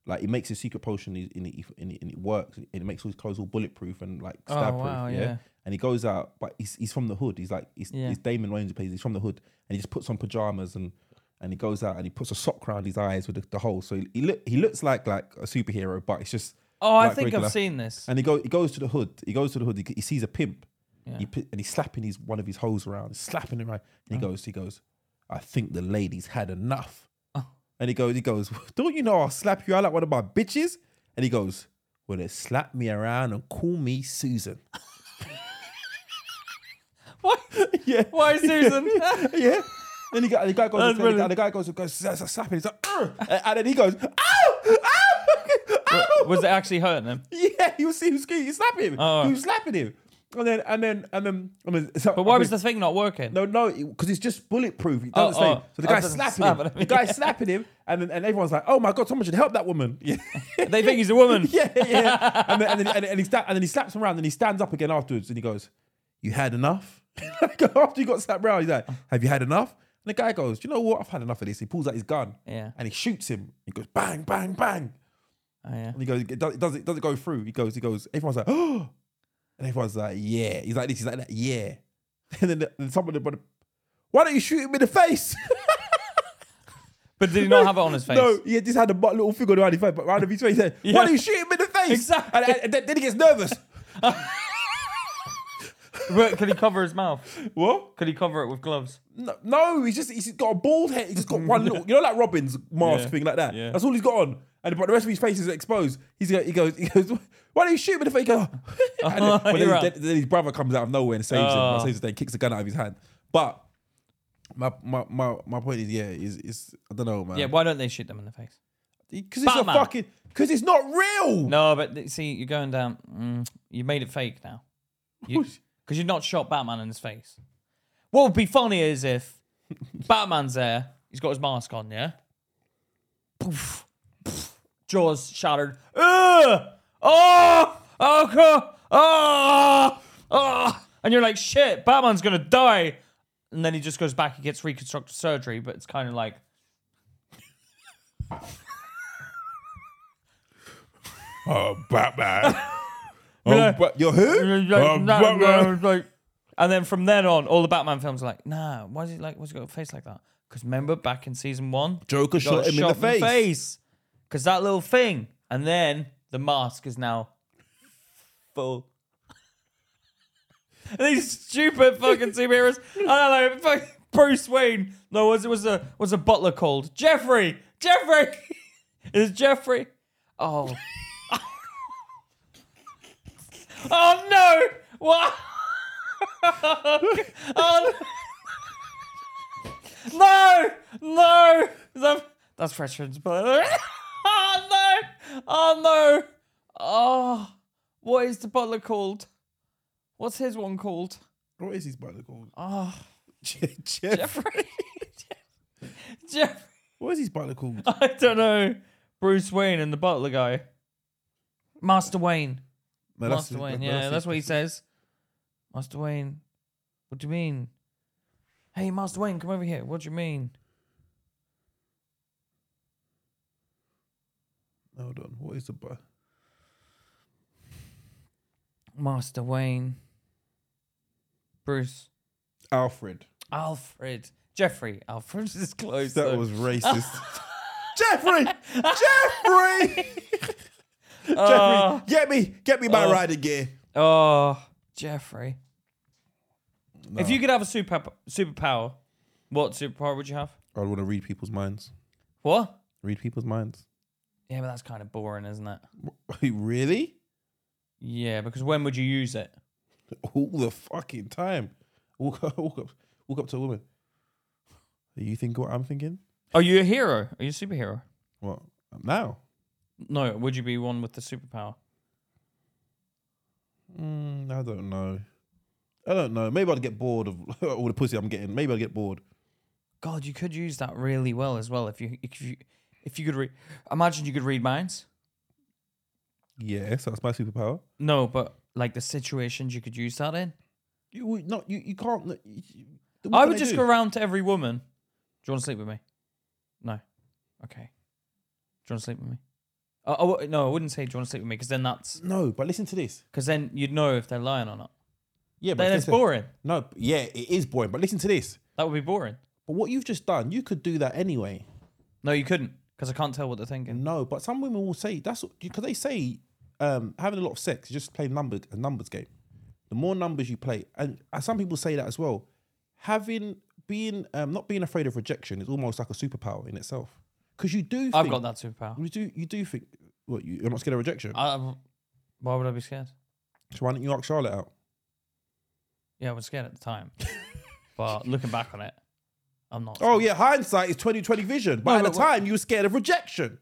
Speaker 3: like he makes his secret potion and, he- and, he- and, he- and it works and it makes all his clothes all bulletproof and like
Speaker 2: Oh,
Speaker 3: stab proof
Speaker 2: wow,
Speaker 3: yeah?
Speaker 2: yeah.
Speaker 3: and he goes out but he's, he's from the hood he's like he's,
Speaker 2: Yeah.
Speaker 3: he's Damon Wayans who plays he's from the hood and he just puts on pajamas and and he goes out and he puts a sock around his eyes with the, the hole so he, he look he looks like like a superhero but it's just
Speaker 2: Oh, I
Speaker 3: like
Speaker 2: think
Speaker 3: regular.
Speaker 2: I've seen this.
Speaker 3: and he go he goes to the hood. He goes to the hood. He, he sees a pimp.
Speaker 2: Yeah.
Speaker 3: He pi- and he's slapping his one of his hoes around, slapping him around. And
Speaker 2: Uh-huh.
Speaker 3: he goes, he goes, I think the ladies had enough.
Speaker 2: Oh.
Speaker 3: And he goes, he goes, don't you know I'll slap you out like one of my bitches? And he goes, well, they slap me around and call me Susan.
Speaker 2: Why?
Speaker 3: yeah,
Speaker 2: Why, Susan?
Speaker 3: yeah. Then he go, and the guy goes, and
Speaker 2: That's
Speaker 3: the guy,
Speaker 2: brilliant.
Speaker 3: the guy goes, goes, that's a slapping. He's like, "Ugh." and, and then he goes, ow, ow, ow.
Speaker 2: Was it actually hurting him?
Speaker 3: Yeah, he was he was he slapping him.
Speaker 2: Oh.
Speaker 3: He was slapping him. And then and then and then I mean, so,
Speaker 2: But why was the thing not working?
Speaker 3: no no because it's just bulletproof. It doesn't
Speaker 2: Oh,
Speaker 3: say.
Speaker 2: oh.
Speaker 3: So the
Speaker 2: Oh,
Speaker 3: guy's
Speaker 2: doesn't
Speaker 3: slapping
Speaker 2: slap
Speaker 3: him.
Speaker 2: at him.
Speaker 3: The guy's
Speaker 2: Yeah.
Speaker 3: slapping him, and then and everyone's like, oh my god, someone should help that woman. Yeah,
Speaker 2: They think he's a woman.
Speaker 3: yeah, yeah. And then and then, and, and he sta- and then he slaps him around, and he stands up again afterwards, and he goes, "You had enough." Like, After you got slapped around, he's like, "Have you had enough?" And the guy goes, "You know what? I've had enough of this." He pulls out his gun,
Speaker 2: Yeah.
Speaker 3: and he shoots him. He goes, "Bang, bang, bang."
Speaker 2: Oh, yeah.
Speaker 3: And he goes, it does it does it does it go through? He goes, he goes. Everyone's like, oh, and everyone's like, yeah. He's like this, he's like that, yeah. And then, the, then someone, but why don't you shoot him in the face?
Speaker 2: But did he not have it on his face?
Speaker 3: no, he just had a bu- little thing on around his face, but around his face, he said, why don't you shoot him in the face?
Speaker 2: Exactly.
Speaker 3: And, and then, then he gets nervous.
Speaker 2: But could he cover his mouth?
Speaker 3: what?
Speaker 2: Could he cover it with gloves?
Speaker 3: No, no, he's just he's got a bald head. He's just got one little, you know, like Robin's mask
Speaker 2: Yeah,
Speaker 3: thing like that.
Speaker 2: yeah.
Speaker 3: That's all he's got on. And but the rest of his face is exposed. He's go- he goes he goes. Why don't you shoot him in the face? He goes, and then, but then,
Speaker 2: You're
Speaker 3: his-
Speaker 2: right.
Speaker 3: then- then his brother comes out of nowhere and saves him.
Speaker 2: Oh.
Speaker 3: Saves his day, kicks the gun out of his hand. But my my my, my point is, yeah, is is I don't know, man.
Speaker 2: Yeah, why don't they shoot them in the face?
Speaker 3: because it's
Speaker 2: Batman.
Speaker 3: a fucking because it's not real.
Speaker 2: No, but th- see, you're going down. Mm, you made it fake now. Because you, have not shot Batman in his face. What would be funny is if Batman's there, he's got his mask on, yeah? Poof, poof, jaws shattered. Ugh! Oh! Oh! co- Oh! Oh! And you're like, shit, Batman's gonna die. And then he just goes back, he gets reconstructive surgery, but it's kind of like,
Speaker 3: Oh, Batman. oh, but you're who?
Speaker 2: And you're like,
Speaker 3: Oh,
Speaker 2: "Nah, nah,"
Speaker 3: Batman.
Speaker 2: it's like- Um, uh, and then from then on, all the Batman films are like, nah, why is he like, why's he got a face like that? Because remember back in season one,
Speaker 3: Joker
Speaker 2: he got
Speaker 3: shot him in the face.
Speaker 2: Because that little thing. And then the mask is now full. And These stupid fucking superheroes. I don't know. Fucking Bruce Wayne. No, was it was a was a butler called Jeffrey? Jeffrey is Jeffrey. Oh. oh no! What? Oh, no! No! That- That's Freshman's Butler. oh, no! Oh, no! Oh, what is the butler called? What's his one called?
Speaker 3: What is his brother called?
Speaker 2: Oh,
Speaker 3: Je- Jeff.
Speaker 2: Jeffrey. Jeffrey.
Speaker 3: What is his brother called?
Speaker 2: I don't know. Bruce Wayne and the butler guy. Master Wayne.
Speaker 3: No, that's-
Speaker 2: Master Wayne.
Speaker 3: that-
Speaker 2: Yeah, that's
Speaker 3: his-
Speaker 2: what he says. Master Wayne, what do you mean? Hey, Master Wayne, come over here. What do you mean?
Speaker 3: Hold on. What is the brother?
Speaker 2: Master Wayne. Bruce.
Speaker 3: Alfred.
Speaker 2: Alfred. Jeffrey. Alfred is close.
Speaker 3: That
Speaker 2: though.
Speaker 3: was racist. Jeffrey! Jeffrey!
Speaker 2: Oh,
Speaker 3: Jeffrey, get me, get me my
Speaker 2: Oh.
Speaker 3: rider gear.
Speaker 2: oh, Jeffrey.
Speaker 3: No.
Speaker 2: If you could have a super superpower, what superpower would you have?
Speaker 3: I want to read people's minds.
Speaker 2: What?
Speaker 3: Read people's minds.
Speaker 2: Yeah, but that's kind of boring, isn't it?
Speaker 3: Wait, really?
Speaker 2: Yeah, because when would you use it?
Speaker 3: All the fucking time. Walk up, walk up, walk up to a woman. Are you thinking what I'm thinking?
Speaker 2: Are you a hero? Are you a superhero?
Speaker 3: What? Now?
Speaker 2: No, would you be one with the superpower?
Speaker 3: Mm, I don't know. I don't know. Maybe I'd get bored of all the pussy I'm getting. Maybe I'd get bored.
Speaker 2: God, you could use that really well as well if you if you if you could read. Imagine you could read minds.
Speaker 3: Yes, that's my superpower.
Speaker 2: No, but like the situations you could use that in.
Speaker 3: You would not. You, you can't. You, you- what
Speaker 2: I
Speaker 3: can
Speaker 2: would
Speaker 3: they
Speaker 2: just
Speaker 3: do?
Speaker 2: go around to every woman. Do you want to sleep with me? No. Okay. Do you want to sleep with me? Uh, oh wait, no, I wouldn't say do you want to sleep with me because then that's
Speaker 3: No, but listen to this.
Speaker 2: because then you'd know if they're lying or not.
Speaker 3: Yeah, but
Speaker 2: Then it's
Speaker 3: listen-
Speaker 2: boring.
Speaker 3: No, but yeah, it is boring. But listen to this.
Speaker 2: That would be boring.
Speaker 3: But what you've just done, you could do that anyway.
Speaker 2: No, you couldn't because I can't tell what they're thinking.
Speaker 3: No, but some women will say that's because they say um, having a lot of sex is just playing numbers a numbers game. The more numbers you play, and uh, some people say that as well. Having being um, not being afraid of rejection is almost like a superpower in itself because you do.
Speaker 2: I've
Speaker 3: think-
Speaker 2: got that Uh, superpower.
Speaker 3: You do. You do think. What you, you're not scared of rejection?
Speaker 2: I, why would I be scared?
Speaker 3: so why don't you ask Charlotte out?
Speaker 2: Yeah, I was scared at the time. but looking back on it, I'm not.
Speaker 3: Oh yeah, hindsight is twenty twenty vision. But
Speaker 2: No,
Speaker 3: at
Speaker 2: but
Speaker 3: the
Speaker 2: what-
Speaker 3: time, you were scared of rejection.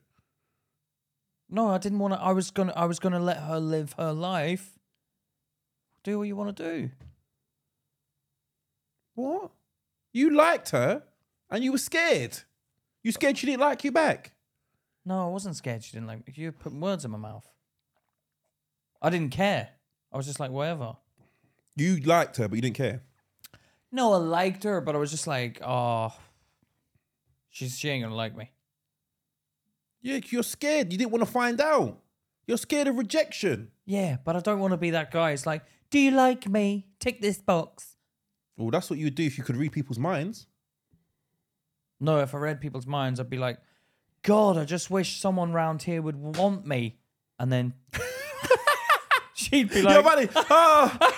Speaker 2: No, I didn't want to. I was gonna. I was gonna let her live her life. Do what you want to do.
Speaker 3: What? You liked her, and you were scared. You scared she didn't like you back.
Speaker 2: No, I wasn't scared. She didn't like me. You were putting words in my mouth. I didn't care. I was just like whatever.
Speaker 3: You liked her, but you didn't care.
Speaker 2: No, I liked her, but I was just like, oh, she's she ain't gonna like me.
Speaker 3: Yeah, 'cause you're scared. You didn't want to find out. You're scared of rejection.
Speaker 2: Yeah, but I don't want to be that guy. It's like, do you like me? Tick this box.
Speaker 3: Well, that's what you would do if you could read people's minds.
Speaker 2: No, if I read people's minds, I'd be like, God, I just wish someone round here would want me. And then she'd be
Speaker 3: Yo,
Speaker 2: like,
Speaker 3: buddy. ah.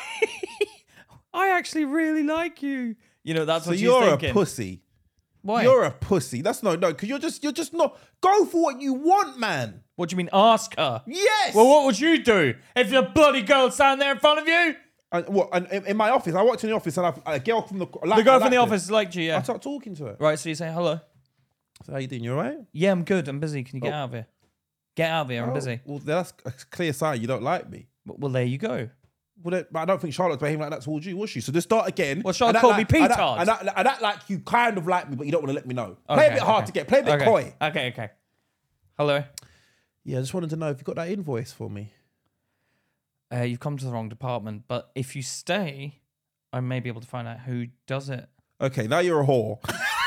Speaker 2: I actually really like you. You know, that's
Speaker 3: so
Speaker 2: what she's
Speaker 3: you're
Speaker 2: thinking.
Speaker 3: a pussy.
Speaker 2: Why?
Speaker 3: You're a pussy. That's no, no, because you're just, you're just not. Go for what you want, man.
Speaker 2: what do you mean, ask her?
Speaker 3: Yes.
Speaker 2: Well, what would you do if the bloody girl standing there in front of you?
Speaker 3: And, what? And in, in my office, I worked in the office, and I, a girl from the
Speaker 2: The girl from
Speaker 3: office.
Speaker 2: the office is like,
Speaker 3: I
Speaker 2: yeah.
Speaker 3: start talking to her.
Speaker 2: Right, so you say hello.
Speaker 3: So how you doing? You alright?
Speaker 2: Yeah, I'm good. I'm busy. Can you get
Speaker 3: Oh.
Speaker 2: out of here? Get out of here. I'm busy.
Speaker 3: Well, that's a clear sign you don't like me.
Speaker 2: W- Well, there you go.
Speaker 3: Well, then- but I don't think Charlotte's behaving like that towards you, was she? So just start again.
Speaker 2: Well, Charlotte
Speaker 3: And act
Speaker 2: called me
Speaker 3: like- and act-
Speaker 2: petard.
Speaker 3: And act, and act like you kind of like me, but you don't want to let me know. play a
Speaker 2: Okay,
Speaker 3: bit hard
Speaker 2: okay.
Speaker 3: to get. Play a bit
Speaker 2: okay.
Speaker 3: coy.
Speaker 2: Okay, okay. Hello.
Speaker 3: Yeah, I just wanted to know if you got that invoice for me.
Speaker 2: uh, you've come to the wrong department. But if you stay, I may be able to find out who does it.
Speaker 3: Okay, now you're a whore.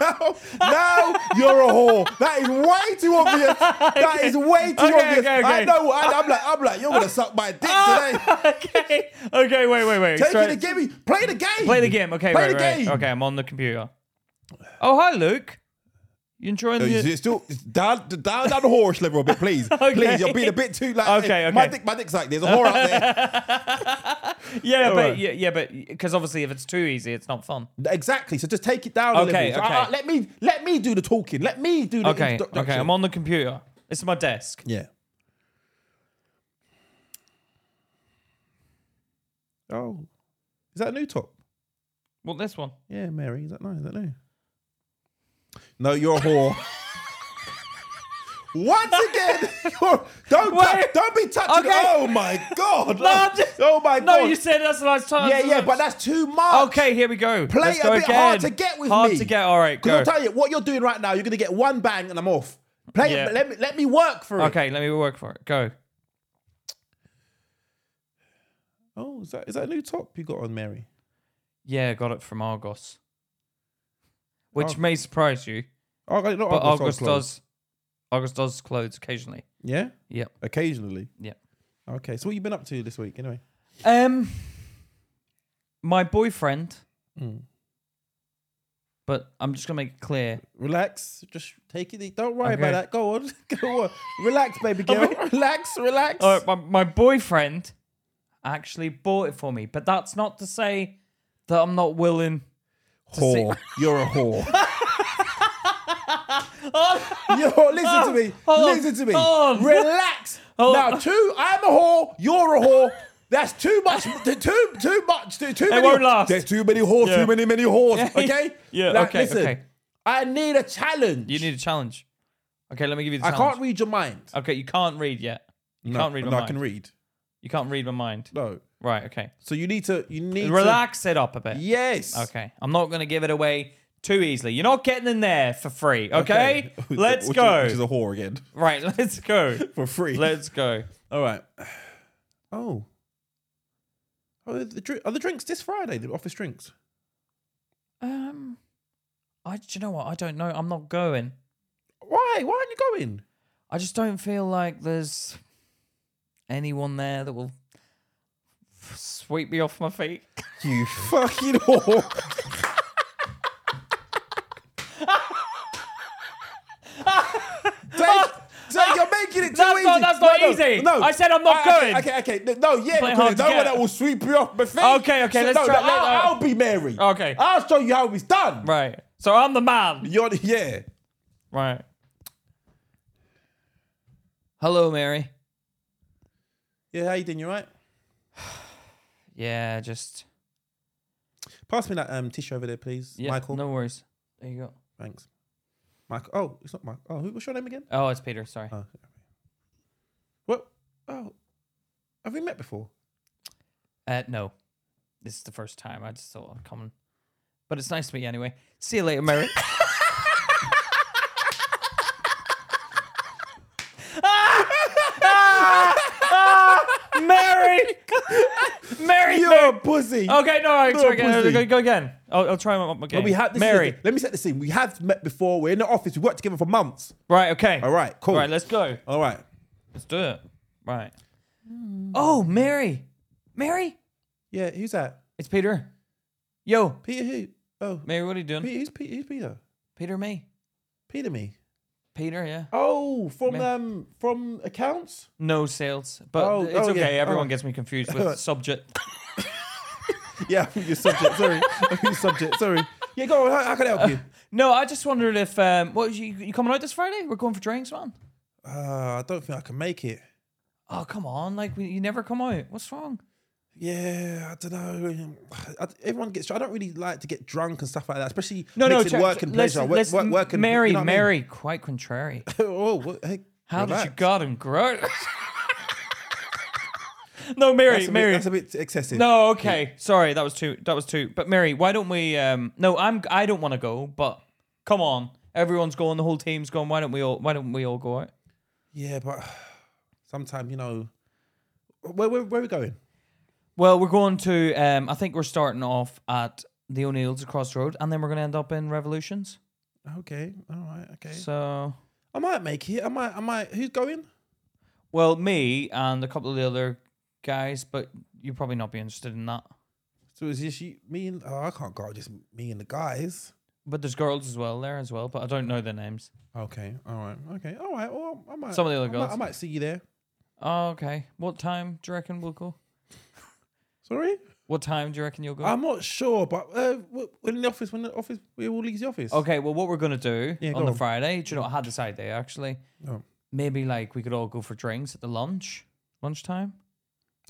Speaker 3: now, now you're a whore. That is way too obvious. That is way too
Speaker 2: Okay,
Speaker 3: obvious.
Speaker 2: okay, okay. Ah!
Speaker 3: I know. I, I'm like, I'm like, you're gonna suck my dick today.
Speaker 2: okay. Okay. Wait. Wait. Wait.
Speaker 3: Take
Speaker 2: Sorry.
Speaker 3: it and give me. Play the game.
Speaker 2: Play the game. Okay.
Speaker 3: Play
Speaker 2: right,
Speaker 3: the
Speaker 2: right.
Speaker 3: game.
Speaker 2: Okay. I'm on the computer. Oh, hi, Luke. You enjoying
Speaker 3: No,
Speaker 2: the?
Speaker 3: it's still it's down, down, down the horse level a bit, please.
Speaker 2: Okay.
Speaker 3: Please, you're being a bit too like.
Speaker 2: Okay,
Speaker 3: My
Speaker 2: okay.
Speaker 3: dick, my dick's like there's a whore out there.
Speaker 2: yeah, but
Speaker 3: right.
Speaker 2: yeah, yeah, but because obviously if it's too easy, it's not fun.
Speaker 3: exactly. So just take it down. a
Speaker 2: Okay,
Speaker 3: level. So,
Speaker 2: okay.
Speaker 3: uh, let me let me do the talking. Let me do the
Speaker 2: Okay. Okay.
Speaker 3: introduction.
Speaker 2: I'm on the computer. This is my desk.
Speaker 3: Yeah. Oh, is that a new top?
Speaker 2: Well, this one.
Speaker 3: Yeah, Mary. Is that no? Is that new? No, you're a whore. Once again, you're, don't
Speaker 2: Wait.
Speaker 3: tou- don't be touching.
Speaker 2: Okay.
Speaker 3: Oh my god!
Speaker 2: No, I'm just-
Speaker 3: oh my
Speaker 2: No,
Speaker 3: god!
Speaker 2: you said that's the last time.
Speaker 3: yeah, yeah, but that's too much.
Speaker 2: Okay, here we go.
Speaker 3: play
Speaker 2: Let's
Speaker 3: a
Speaker 2: go
Speaker 3: bit
Speaker 2: again.
Speaker 3: hard to get with
Speaker 2: hard
Speaker 3: me.
Speaker 2: to get. All right,
Speaker 3: Because
Speaker 2: go.
Speaker 3: I'm telling you, what you're doing right now, you're gonna get one bang and I'm off. Play
Speaker 2: Yeah.
Speaker 3: it. Let me let me work for it.
Speaker 2: Okay, let me work for it. Go.
Speaker 3: Oh, is that is that a new top you got on Mary?
Speaker 2: Yeah, got it from Argos, which
Speaker 3: Ar-
Speaker 2: may surprise you,
Speaker 3: Oh, no, not
Speaker 2: but
Speaker 3: Argos,
Speaker 2: Argos,
Speaker 3: Argos.
Speaker 2: does. Argos does clothes occasionally.
Speaker 3: Yeah,
Speaker 2: Yep.
Speaker 3: occasionally.
Speaker 2: Yep.
Speaker 3: Okay, so what you been up to this week anyway?
Speaker 2: Um, my boyfriend,
Speaker 3: Mm.
Speaker 2: but I'm just gonna make it clear.
Speaker 3: Relax. Just take it. e- Don't worry
Speaker 2: Okay.
Speaker 3: about that. Go on. Go on. Relax, baby girl. relax. Relax.
Speaker 2: Uh, my, my boyfriend actually bought it for me, but that's not to say that I'm not willing.
Speaker 3: whore. You're a whore.
Speaker 2: Oh,
Speaker 3: You're, listen to me.
Speaker 2: Hold on.
Speaker 3: listen to me.
Speaker 2: Hold on.
Speaker 3: Relax.
Speaker 2: Hold
Speaker 3: now,
Speaker 2: on.
Speaker 3: two. I'm a whore. You're a whore. That's too much. Too too much. Too, too many.
Speaker 2: won't last.
Speaker 3: There's too many whores.
Speaker 2: Yeah.
Speaker 3: Too many many whores.
Speaker 2: Yeah.
Speaker 3: Okay.
Speaker 2: Yeah, okay,
Speaker 3: Listen,
Speaker 2: okay.
Speaker 3: I need a challenge.
Speaker 2: you need a challenge. Okay, let me give you the
Speaker 3: I
Speaker 2: challenge.
Speaker 3: can't read your mind.
Speaker 2: Okay, you can't read yet. You
Speaker 3: no,
Speaker 2: can't read my
Speaker 3: no, I
Speaker 2: mind.
Speaker 3: can read.
Speaker 2: you can't read my mind.
Speaker 3: No.
Speaker 2: Right. Okay.
Speaker 3: So you need to. You need to-
Speaker 2: Relax it up a bit.
Speaker 3: Yes.
Speaker 2: Okay. I'm not gonna give it away too easily. You're not getting in there for free. Okay. Let's
Speaker 3: Which is-
Speaker 2: go.
Speaker 3: Which is a whore again
Speaker 2: right. Let's go.
Speaker 3: for free.
Speaker 2: Let's go.
Speaker 3: All right. Oh. Oh, the dri- are the drinks this Friday? The office drinks.
Speaker 2: Um, I. Do you know what? I don't know. I'm not going.
Speaker 3: Why? Why aren't you going?
Speaker 2: I just don't feel like there's anyone there that will f- sweep me off my feet.
Speaker 3: You fucking whore. Dave, Dave, you're making it too
Speaker 2: That's
Speaker 3: easy.
Speaker 2: not- that's not easy. I said I'm not
Speaker 3: I-
Speaker 2: going.
Speaker 3: Okay, okay, okay. No, yeah,
Speaker 2: Play
Speaker 3: because
Speaker 2: hard to
Speaker 3: no
Speaker 2: get.
Speaker 3: one that will sweep you off my feet.
Speaker 2: Okay, okay, let's
Speaker 3: no, no,
Speaker 2: try-
Speaker 3: I'll,
Speaker 2: let- uh,
Speaker 3: I'll be Mary.
Speaker 2: Okay.
Speaker 3: I'll show you how it's done.
Speaker 2: Right. So I'm the man.
Speaker 3: You're the- yeah.
Speaker 2: Right. Hello, Mary.
Speaker 3: Yeah, how you doing? You right?
Speaker 2: Yeah, just
Speaker 3: Pass me that um tissue over there, please,
Speaker 2: yeah,
Speaker 3: Michael.
Speaker 2: No worries. There you go.
Speaker 3: Thanks, Michael. Oh, it's not Michael. Oh, who, what's your name again?
Speaker 2: Oh, it's Peter. Sorry.
Speaker 3: Oh, yeah. what? Oh, have we met before?
Speaker 2: Uh, no, this is the first time. I just thought I'd come, and- but it's nice to meet you anyway. See you later, Mary. Mary, Mary,
Speaker 3: You're a pussy.
Speaker 2: Okay, no, all right,
Speaker 3: You're
Speaker 2: sorry,
Speaker 3: a
Speaker 2: go,
Speaker 3: pussy.
Speaker 2: go, go again. I'll, I'll try my, my game.
Speaker 3: But we have this is the
Speaker 2: Mary.
Speaker 3: thing. let me set the scene. We have met before. We're in the office. We worked together for months.
Speaker 2: Right. Okay.
Speaker 3: All right, cool.
Speaker 2: All right. Let's go.
Speaker 3: All right.
Speaker 2: Let's do it. Right. Oh, Mary, Mary.
Speaker 3: Yeah, who's that?
Speaker 2: It's Peter. Yo,
Speaker 3: Peter who? Oh,
Speaker 2: Mary, what are you doing?
Speaker 3: Peter, who's Peter? Who's Peter?
Speaker 2: Peter, me.
Speaker 3: Peter me.
Speaker 2: Peter, yeah.
Speaker 3: Oh, from
Speaker 2: Me.
Speaker 3: um from accounts.
Speaker 2: No sales, but
Speaker 3: Oh,
Speaker 2: it's
Speaker 3: oh,
Speaker 2: okay.
Speaker 3: yeah,
Speaker 2: Everyone
Speaker 3: alright.
Speaker 2: gets me confused with subject.
Speaker 3: Yeah, I'm your subject. Sorry, I'm your subject. Sorry. Yeah, go on. How, how can I help you?
Speaker 2: No, I just wondered if um, what you you coming out this Friday? We're going for drinks, man.
Speaker 3: Uh, I don't think I can make it.
Speaker 2: Oh, come on! Like we, you never come out. What's wrong?
Speaker 3: Yeah, I don't know. I, everyone gets. I don't really like to get drunk and stuff like that, especially
Speaker 2: No, no.
Speaker 3: mixing
Speaker 2: check-
Speaker 3: work and pleasure.
Speaker 2: listen-
Speaker 3: work,
Speaker 2: listen,
Speaker 3: work, work and
Speaker 2: Mary,
Speaker 3: you know what I mean?
Speaker 2: Mary, quite contrary.
Speaker 3: oh, what, hey,
Speaker 2: How did you
Speaker 3: relax.
Speaker 2: God and grow? no, Mary,
Speaker 3: That's a, Bit,
Speaker 2: Mary.
Speaker 3: that's a bit excessive.
Speaker 2: no, okay. Sorry, that was too. That was too. But Mary, why don't we? Um, no, I'm. I don't want to go. But come on, everyone's going. The whole team's going. Why don't we all? Why don't we all go out?
Speaker 3: Yeah, but sometimes you know. Where where, where are we going?
Speaker 2: Well, we're going to. Um, I think we're starting off at the O'Neills across the road, and then we're going to end up in Revolutions.
Speaker 3: Okay, all right, okay.
Speaker 2: So,
Speaker 3: I might make it. I might. I might. Who's going?
Speaker 2: well, me and a couple of the other guys, but you'll probably not be interested in that.
Speaker 3: So it's just you, me and oh, I can't go. Just me and the guys.
Speaker 2: But there's girls as well there as well, but I don't know their names.
Speaker 3: Okay, all right, okay, all right. Well, I might.
Speaker 2: Some of the other
Speaker 3: I might-
Speaker 2: girls.
Speaker 3: I might see you there.
Speaker 2: Oh, okay. What time do you reckon we'll go?
Speaker 3: Sorry.
Speaker 2: What time do you reckon you'll go?
Speaker 3: I'm not sure, but uh, w- when the office, when the office, we all leave the office.
Speaker 2: okay, well, what we're going to do
Speaker 3: Yeah,
Speaker 2: on
Speaker 3: go
Speaker 2: the
Speaker 3: on.
Speaker 2: Friday, do you know, I had this idea actually.
Speaker 3: Oh.
Speaker 2: Maybe like we could all go for drinks at the lunch, lunchtime.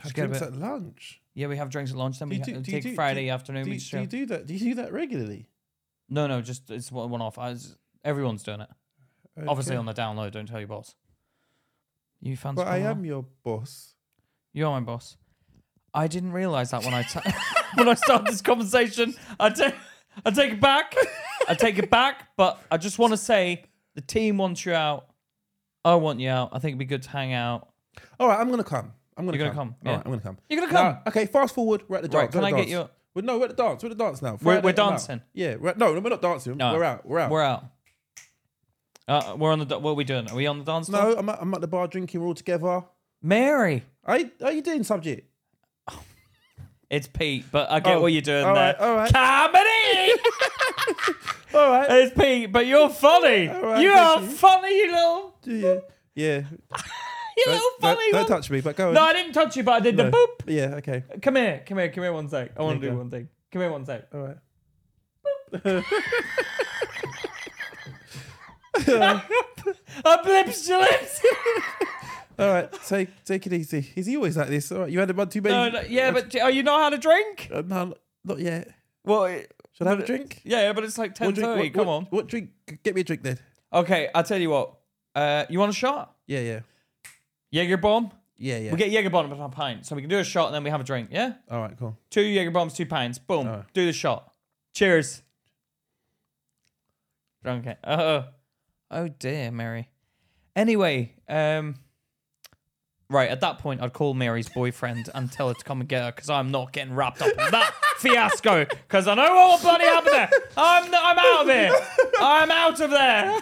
Speaker 3: Have
Speaker 2: Just get a
Speaker 3: drinks
Speaker 2: bit-
Speaker 3: at lunch.
Speaker 2: Yeah, we have drinks at lunch. Then
Speaker 3: Do
Speaker 2: we
Speaker 3: you
Speaker 2: ha-
Speaker 3: do- do you
Speaker 2: take
Speaker 3: do-
Speaker 2: Friday
Speaker 3: do-
Speaker 2: afternoon.
Speaker 3: Do
Speaker 2: we
Speaker 3: you,
Speaker 2: just
Speaker 3: do you do that? Do you do that regularly?
Speaker 2: No, no, just it's one one off. I was, everyone's doing it. Obviously
Speaker 3: Okay.
Speaker 2: on the down low. Don't tell your boss. You fancy?
Speaker 3: But I
Speaker 2: one off?
Speaker 3: am your boss.
Speaker 2: You're my boss. I didn't realize that when I ta- when I started this conversation. I take I take it back. I take it back. But I just want to say the team wants you out. I want you out. I think it'd be good to hang out.
Speaker 3: All right, I'm gonna come. I'm gonna
Speaker 2: You're
Speaker 3: come.
Speaker 2: gonna come,
Speaker 3: All
Speaker 2: yeah.
Speaker 3: right, I'm gonna come.
Speaker 2: You're gonna come.
Speaker 3: Now, okay, fast forward. We're at the dance.
Speaker 2: Right, can
Speaker 3: we're at
Speaker 2: I
Speaker 3: the
Speaker 2: get
Speaker 3: dance.
Speaker 2: your-
Speaker 3: We're, no, we're at the dance. We're at the dance now.
Speaker 2: We're-
Speaker 3: Friday,
Speaker 2: we're
Speaker 3: I'm out.
Speaker 2: dancing.
Speaker 3: Yeah. We're, no, no, we're not dancing.
Speaker 2: No.
Speaker 3: We're out. We're out.
Speaker 2: We're out. Uh, we're on the. da- What are we doing? Are we on the dance floor?
Speaker 3: no, I'm at, I'm at the bar drinking. We're all together.
Speaker 2: Mary.
Speaker 3: Are you, are you doing subject?
Speaker 2: It's Pete, but I get
Speaker 3: Oh,
Speaker 2: what you're doing
Speaker 3: all
Speaker 2: there.
Speaker 3: right, all right.
Speaker 2: Comedy.
Speaker 3: All right.
Speaker 2: it's Pete, but you're funny.
Speaker 3: right,
Speaker 2: you
Speaker 3: thank
Speaker 2: are
Speaker 3: you.
Speaker 2: funny, you little,
Speaker 3: Do you? Yeah.
Speaker 2: you
Speaker 3: Don't,
Speaker 2: little
Speaker 3: don't-
Speaker 2: funny.
Speaker 3: don't
Speaker 2: one.
Speaker 3: touch me. But go. on.
Speaker 2: No, I didn't touch you, but I did
Speaker 3: No.
Speaker 2: the boop.
Speaker 3: Yeah. Okay.
Speaker 2: Come here, come here, come here one sec. I want to do
Speaker 3: go.
Speaker 2: one thing. Come here one sec.
Speaker 3: All right.
Speaker 2: Up lips to lips.
Speaker 3: All right. Take take it easy. Is he always like this? All right. You had about too many.
Speaker 2: no, no, yeah, but are you know how to drink?
Speaker 3: Uh, no, not yet.
Speaker 2: Well, it-
Speaker 3: Should I have a
Speaker 2: but-
Speaker 3: drink?
Speaker 2: Yeah, but it's like ten
Speaker 3: What drink-
Speaker 2: thirty.
Speaker 3: what-
Speaker 2: Come
Speaker 3: what-
Speaker 2: on.
Speaker 3: What drink? Get me a drink then.
Speaker 2: Okay, I'll tell you what. Uh, you want a shot?
Speaker 3: Yeah. Yeah.
Speaker 2: Jaeger bomb.
Speaker 3: Yeah. Yeah.
Speaker 2: We get Jaeger bomb and a pint, so we can do a shot and then we have a drink. Yeah,
Speaker 3: All right. Cool.
Speaker 2: two Jaeger bombs, two pints. Boom.
Speaker 3: Alright.
Speaker 2: Do the shot. Cheers. Drunk it. Oh, oh dear, Mary. Anyway, um, right at that point, I'd call Mary's boyfriend and tell her to come and get her because I'm not getting wrapped up in that fiasco because I know what bloody happened there. I'm n- I'm out of here. I'm out of there.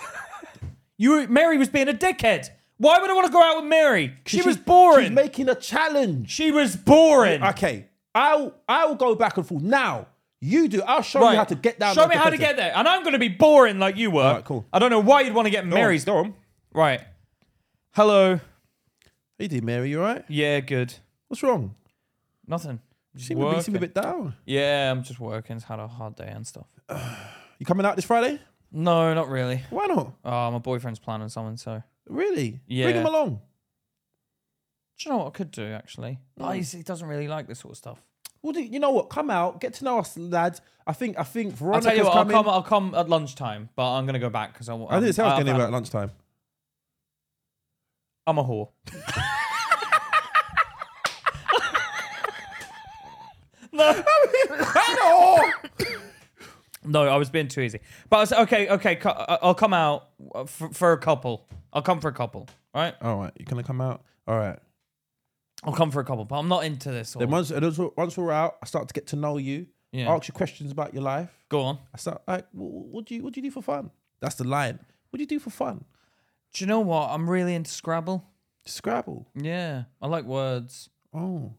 Speaker 2: You, Mary was being a dickhead. Why would I want to go out with Mary? She was
Speaker 1: She's
Speaker 2: boring.
Speaker 1: making a challenge.
Speaker 2: She was boring.
Speaker 1: Okay, I'll I'll go back and forth now. You do. I'll show you how to get down.
Speaker 2: Show
Speaker 1: like
Speaker 2: me
Speaker 1: a
Speaker 2: how to
Speaker 1: peasant.
Speaker 2: get there. And I'm going to be boring like you were.
Speaker 3: right, cool.
Speaker 2: I don't know why you'd want to get Mary's.
Speaker 3: Go on. How
Speaker 2: Right. Hello.
Speaker 3: you doing, Mary? You all right?
Speaker 2: Yeah, good.
Speaker 3: What's wrong?
Speaker 2: Nothing. Just
Speaker 3: Seem a bit- seem
Speaker 2: working.
Speaker 3: a bit down.
Speaker 2: Yeah, I'm just working. It's had a hard day and stuff.
Speaker 3: You coming out this Friday?
Speaker 2: No, not really.
Speaker 3: Why not?
Speaker 2: Oh, my boyfriend's planning something, so.
Speaker 3: Really?
Speaker 2: Yeah.
Speaker 3: Bring him along.
Speaker 2: Do you know what I could do, actually?
Speaker 3: Hmm.
Speaker 2: Oh, he's, he doesn't really like this sort of stuff.
Speaker 1: Well, do- you know what? Come out, get to know us, lads. I think I think
Speaker 2: I'll
Speaker 1: Veronica's
Speaker 2: tell you what, I'll
Speaker 1: coming.
Speaker 2: come, I'll come at lunchtime, but I'm going to go back because I want.
Speaker 3: I didn't say I was
Speaker 2: I'm,
Speaker 3: getting him out at lunchtime.
Speaker 2: I'm a whore. no. No, I was being too easy. But I was okay. Okay, co- I- I'll come out uh, for, for a couple. I'll come for a couple. Right,
Speaker 3: All right. You gonna come out? All right.
Speaker 2: I'll come for a couple. But I'm not into this. All.
Speaker 3: Then once and also- once we're out, I start to get to know you.
Speaker 2: Yeah.
Speaker 3: Ask you questions about your life.
Speaker 2: Go on.
Speaker 3: I start like, wh- wh- what do you what do you do for fun? That's the line. What do you do for fun?
Speaker 2: Do you know what? I'm really into Scrabble.
Speaker 3: Scrabble.
Speaker 2: Yeah, I like words.
Speaker 3: Oh.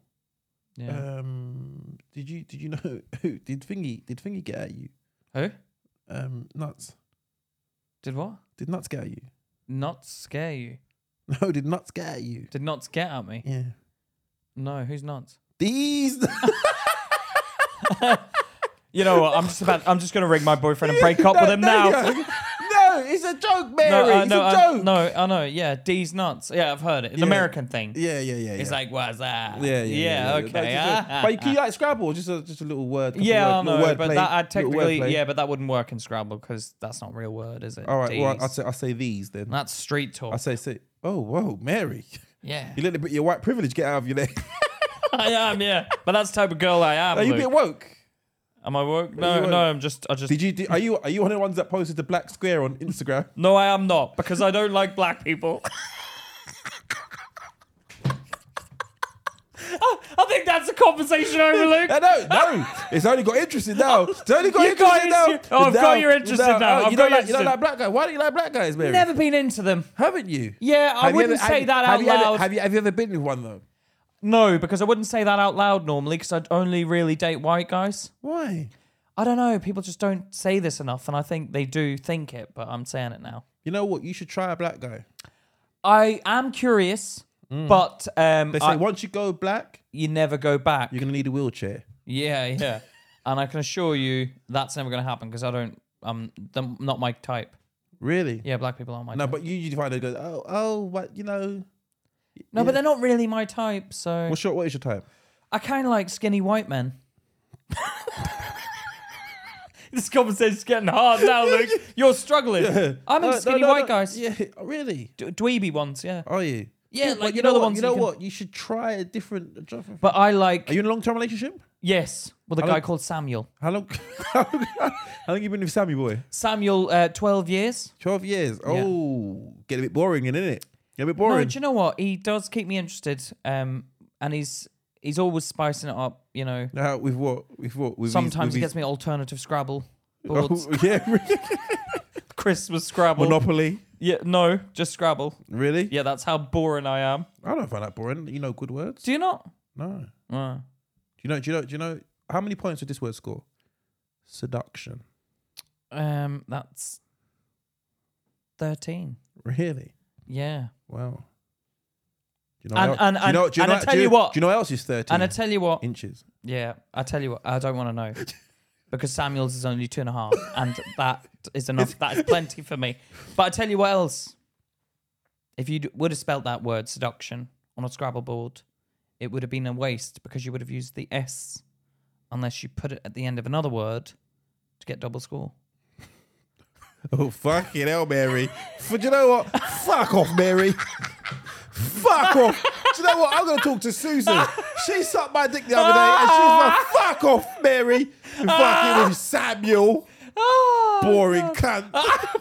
Speaker 2: Yeah.
Speaker 3: Um. Did you did you know who did Thingy did Thingy get at you?
Speaker 2: Who
Speaker 3: Um. Nuts.
Speaker 2: did what?
Speaker 3: Did nuts get at you?
Speaker 2: Not scare you?
Speaker 3: No. Did nuts get at you?
Speaker 2: Did not get at me?
Speaker 3: Yeah.
Speaker 2: No, who's nuts?
Speaker 3: These.
Speaker 2: You know what? I'm just about. I'm just gonna ring my boyfriend and break up with
Speaker 3: No,
Speaker 2: him
Speaker 3: no,
Speaker 2: now.
Speaker 3: No, No, it's a joke, Mary.
Speaker 2: I
Speaker 3: it's
Speaker 2: know,
Speaker 3: a
Speaker 2: I-
Speaker 3: joke.
Speaker 2: no, I know. Yeah, D's nuts. Yeah, I've heard it. It's an
Speaker 3: Yeah.
Speaker 2: American thing.
Speaker 3: Yeah, yeah, yeah.
Speaker 2: It's
Speaker 3: yeah.
Speaker 2: like, what's that?
Speaker 3: Yeah, yeah, yeah, yeah, yeah.
Speaker 2: okay.
Speaker 3: No, just a-
Speaker 2: ah,
Speaker 3: but you,
Speaker 2: ah,
Speaker 3: can you like Scrabble, just a just a little word. couple word,
Speaker 2: Yeah, I
Speaker 3: little
Speaker 2: know,
Speaker 3: word
Speaker 2: but
Speaker 3: play,
Speaker 2: that I
Speaker 3: little word
Speaker 2: technically,
Speaker 3: play.
Speaker 2: yeah, but that wouldn't work in Scrabble because that's not a real word, is it?
Speaker 3: All right, well,
Speaker 2: D's.
Speaker 3: I say I say these then.
Speaker 2: that's street talk.
Speaker 3: I say say. Oh, whoa, Mary,
Speaker 2: yeah,
Speaker 3: you let a bit of your white privilege get out of you there.
Speaker 2: I am. Yeah, but that's the type of girl I am.
Speaker 3: Are you a
Speaker 2: Luke.
Speaker 3: bit woke?
Speaker 2: am I woke? No,
Speaker 3: woke?
Speaker 2: no, I'm just, I just,
Speaker 3: Did you? Did, are you? Are you one of the ones that posted the black square on Instagram?
Speaker 2: no, I am not because I don't like black people. I, I think that's a conversation over, Luke.
Speaker 3: No, no, no. It's only got interested now. It's only got
Speaker 2: You got
Speaker 3: interested now.
Speaker 2: inter- Oh, I've got you interested now.
Speaker 3: Oh,
Speaker 2: I've
Speaker 3: you don't like you
Speaker 2: got you
Speaker 3: don't
Speaker 2: interested.
Speaker 3: like black guys. Why do you like black guys, Mary?
Speaker 2: Never been into them.
Speaker 3: Haven't you?
Speaker 2: Yeah, I
Speaker 3: Have you
Speaker 2: wouldn't
Speaker 3: ever-
Speaker 2: say
Speaker 3: have-
Speaker 2: that
Speaker 3: have
Speaker 2: out
Speaker 3: you ever-
Speaker 2: loud.
Speaker 3: have you have you ever been with one though?
Speaker 2: No, because I wouldn't say that out loud normally because I only really date white guys.
Speaker 3: Why?
Speaker 2: I don't know. People just don't say this enough, and I think they do think it, but I'm saying it now.
Speaker 3: You know what? You should try a black guy.
Speaker 2: I am curious, but um,
Speaker 3: Mm. They say
Speaker 2: I-
Speaker 3: once you go black,
Speaker 2: you never go back.
Speaker 3: you're gonna need a wheelchair.
Speaker 2: Yeah, yeah. and I can assure you that's never going to happen because I don't. I'm I'm not my type.
Speaker 3: Really?
Speaker 2: Yeah, black people aren't my
Speaker 3: No,
Speaker 2: type.
Speaker 3: but you usually find they go, oh, oh, what you know,
Speaker 2: No, but they're not really my type, so
Speaker 3: What's your, what is your type?
Speaker 2: I kind of like skinny white men. this conversation's getting hard now, Luke. You're struggling. I'm
Speaker 3: No,
Speaker 2: into
Speaker 3: no,
Speaker 2: skinny
Speaker 3: Uh, no,
Speaker 2: white
Speaker 3: no.
Speaker 2: guys.
Speaker 3: Yeah, oh, really?
Speaker 2: D- dweeby ones, yeah.
Speaker 3: Are you?
Speaker 2: Yeah,
Speaker 3: but
Speaker 2: like,
Speaker 3: you
Speaker 2: you know the
Speaker 3: what?
Speaker 2: ones
Speaker 3: You
Speaker 2: that
Speaker 3: know
Speaker 2: you can-
Speaker 3: what? You should try a different job.
Speaker 2: But I like,
Speaker 3: Are you in a long-term relationship?
Speaker 2: yes, with a
Speaker 3: I
Speaker 2: guy
Speaker 3: like-
Speaker 2: called Samuel.
Speaker 3: How long? how long you been with Sammy boy?
Speaker 2: Samuel, uh, 12 years.
Speaker 3: Twelve years. Oh, get a bit boring, isn't it? Get a bit boring.
Speaker 2: No, Oh, do you know what? He does keep me interested, um, and he's he's always spicing it up, you know.
Speaker 3: Now, with what? With what? With
Speaker 2: Sometimes he gets me alternative Scrabble boards,
Speaker 3: Oh, yeah, really?
Speaker 2: Christmas Scrabble.
Speaker 3: Monopoly.
Speaker 2: Yeah, no, just Scrabble.
Speaker 3: Really?
Speaker 2: Yeah, that's how boring I am.
Speaker 3: I don't find that boring. You know good words?
Speaker 2: Do you not?
Speaker 3: No.
Speaker 2: Uh,
Speaker 3: Do you know? Do you know? Do you know? How many points did this word score? Seduction.
Speaker 2: um, that's thirteen.
Speaker 3: Really?
Speaker 2: Yeah,
Speaker 3: Wow. Do you know?
Speaker 2: And-
Speaker 3: what
Speaker 2: and-
Speaker 3: else- do you know,
Speaker 2: and-
Speaker 3: do you
Speaker 2: and
Speaker 3: know,
Speaker 2: I tell
Speaker 3: do
Speaker 2: you what-
Speaker 3: Do you know what else is thirteen
Speaker 2: and I tell you what.
Speaker 3: inches?
Speaker 2: Yeah, I tell you what. I don't want to know because Samuel's is only two and a half, and that is enough. That is plenty for me. But I tell you what else. If you would have spelt that word seduction on a Scrabble board, it would have been a waste because you would have used the S, unless you put it at the end of another word to get double score.
Speaker 3: Oh fucking hell, Mary! For do you know what? Fuck off, Mary! Fuck off! Do you know what? I'm gonna talk to Susan. She sucked my dick the other day, and she's like, "Fuck off, Mary!" And fucking with Samuel, Ah! boring cunt. fucking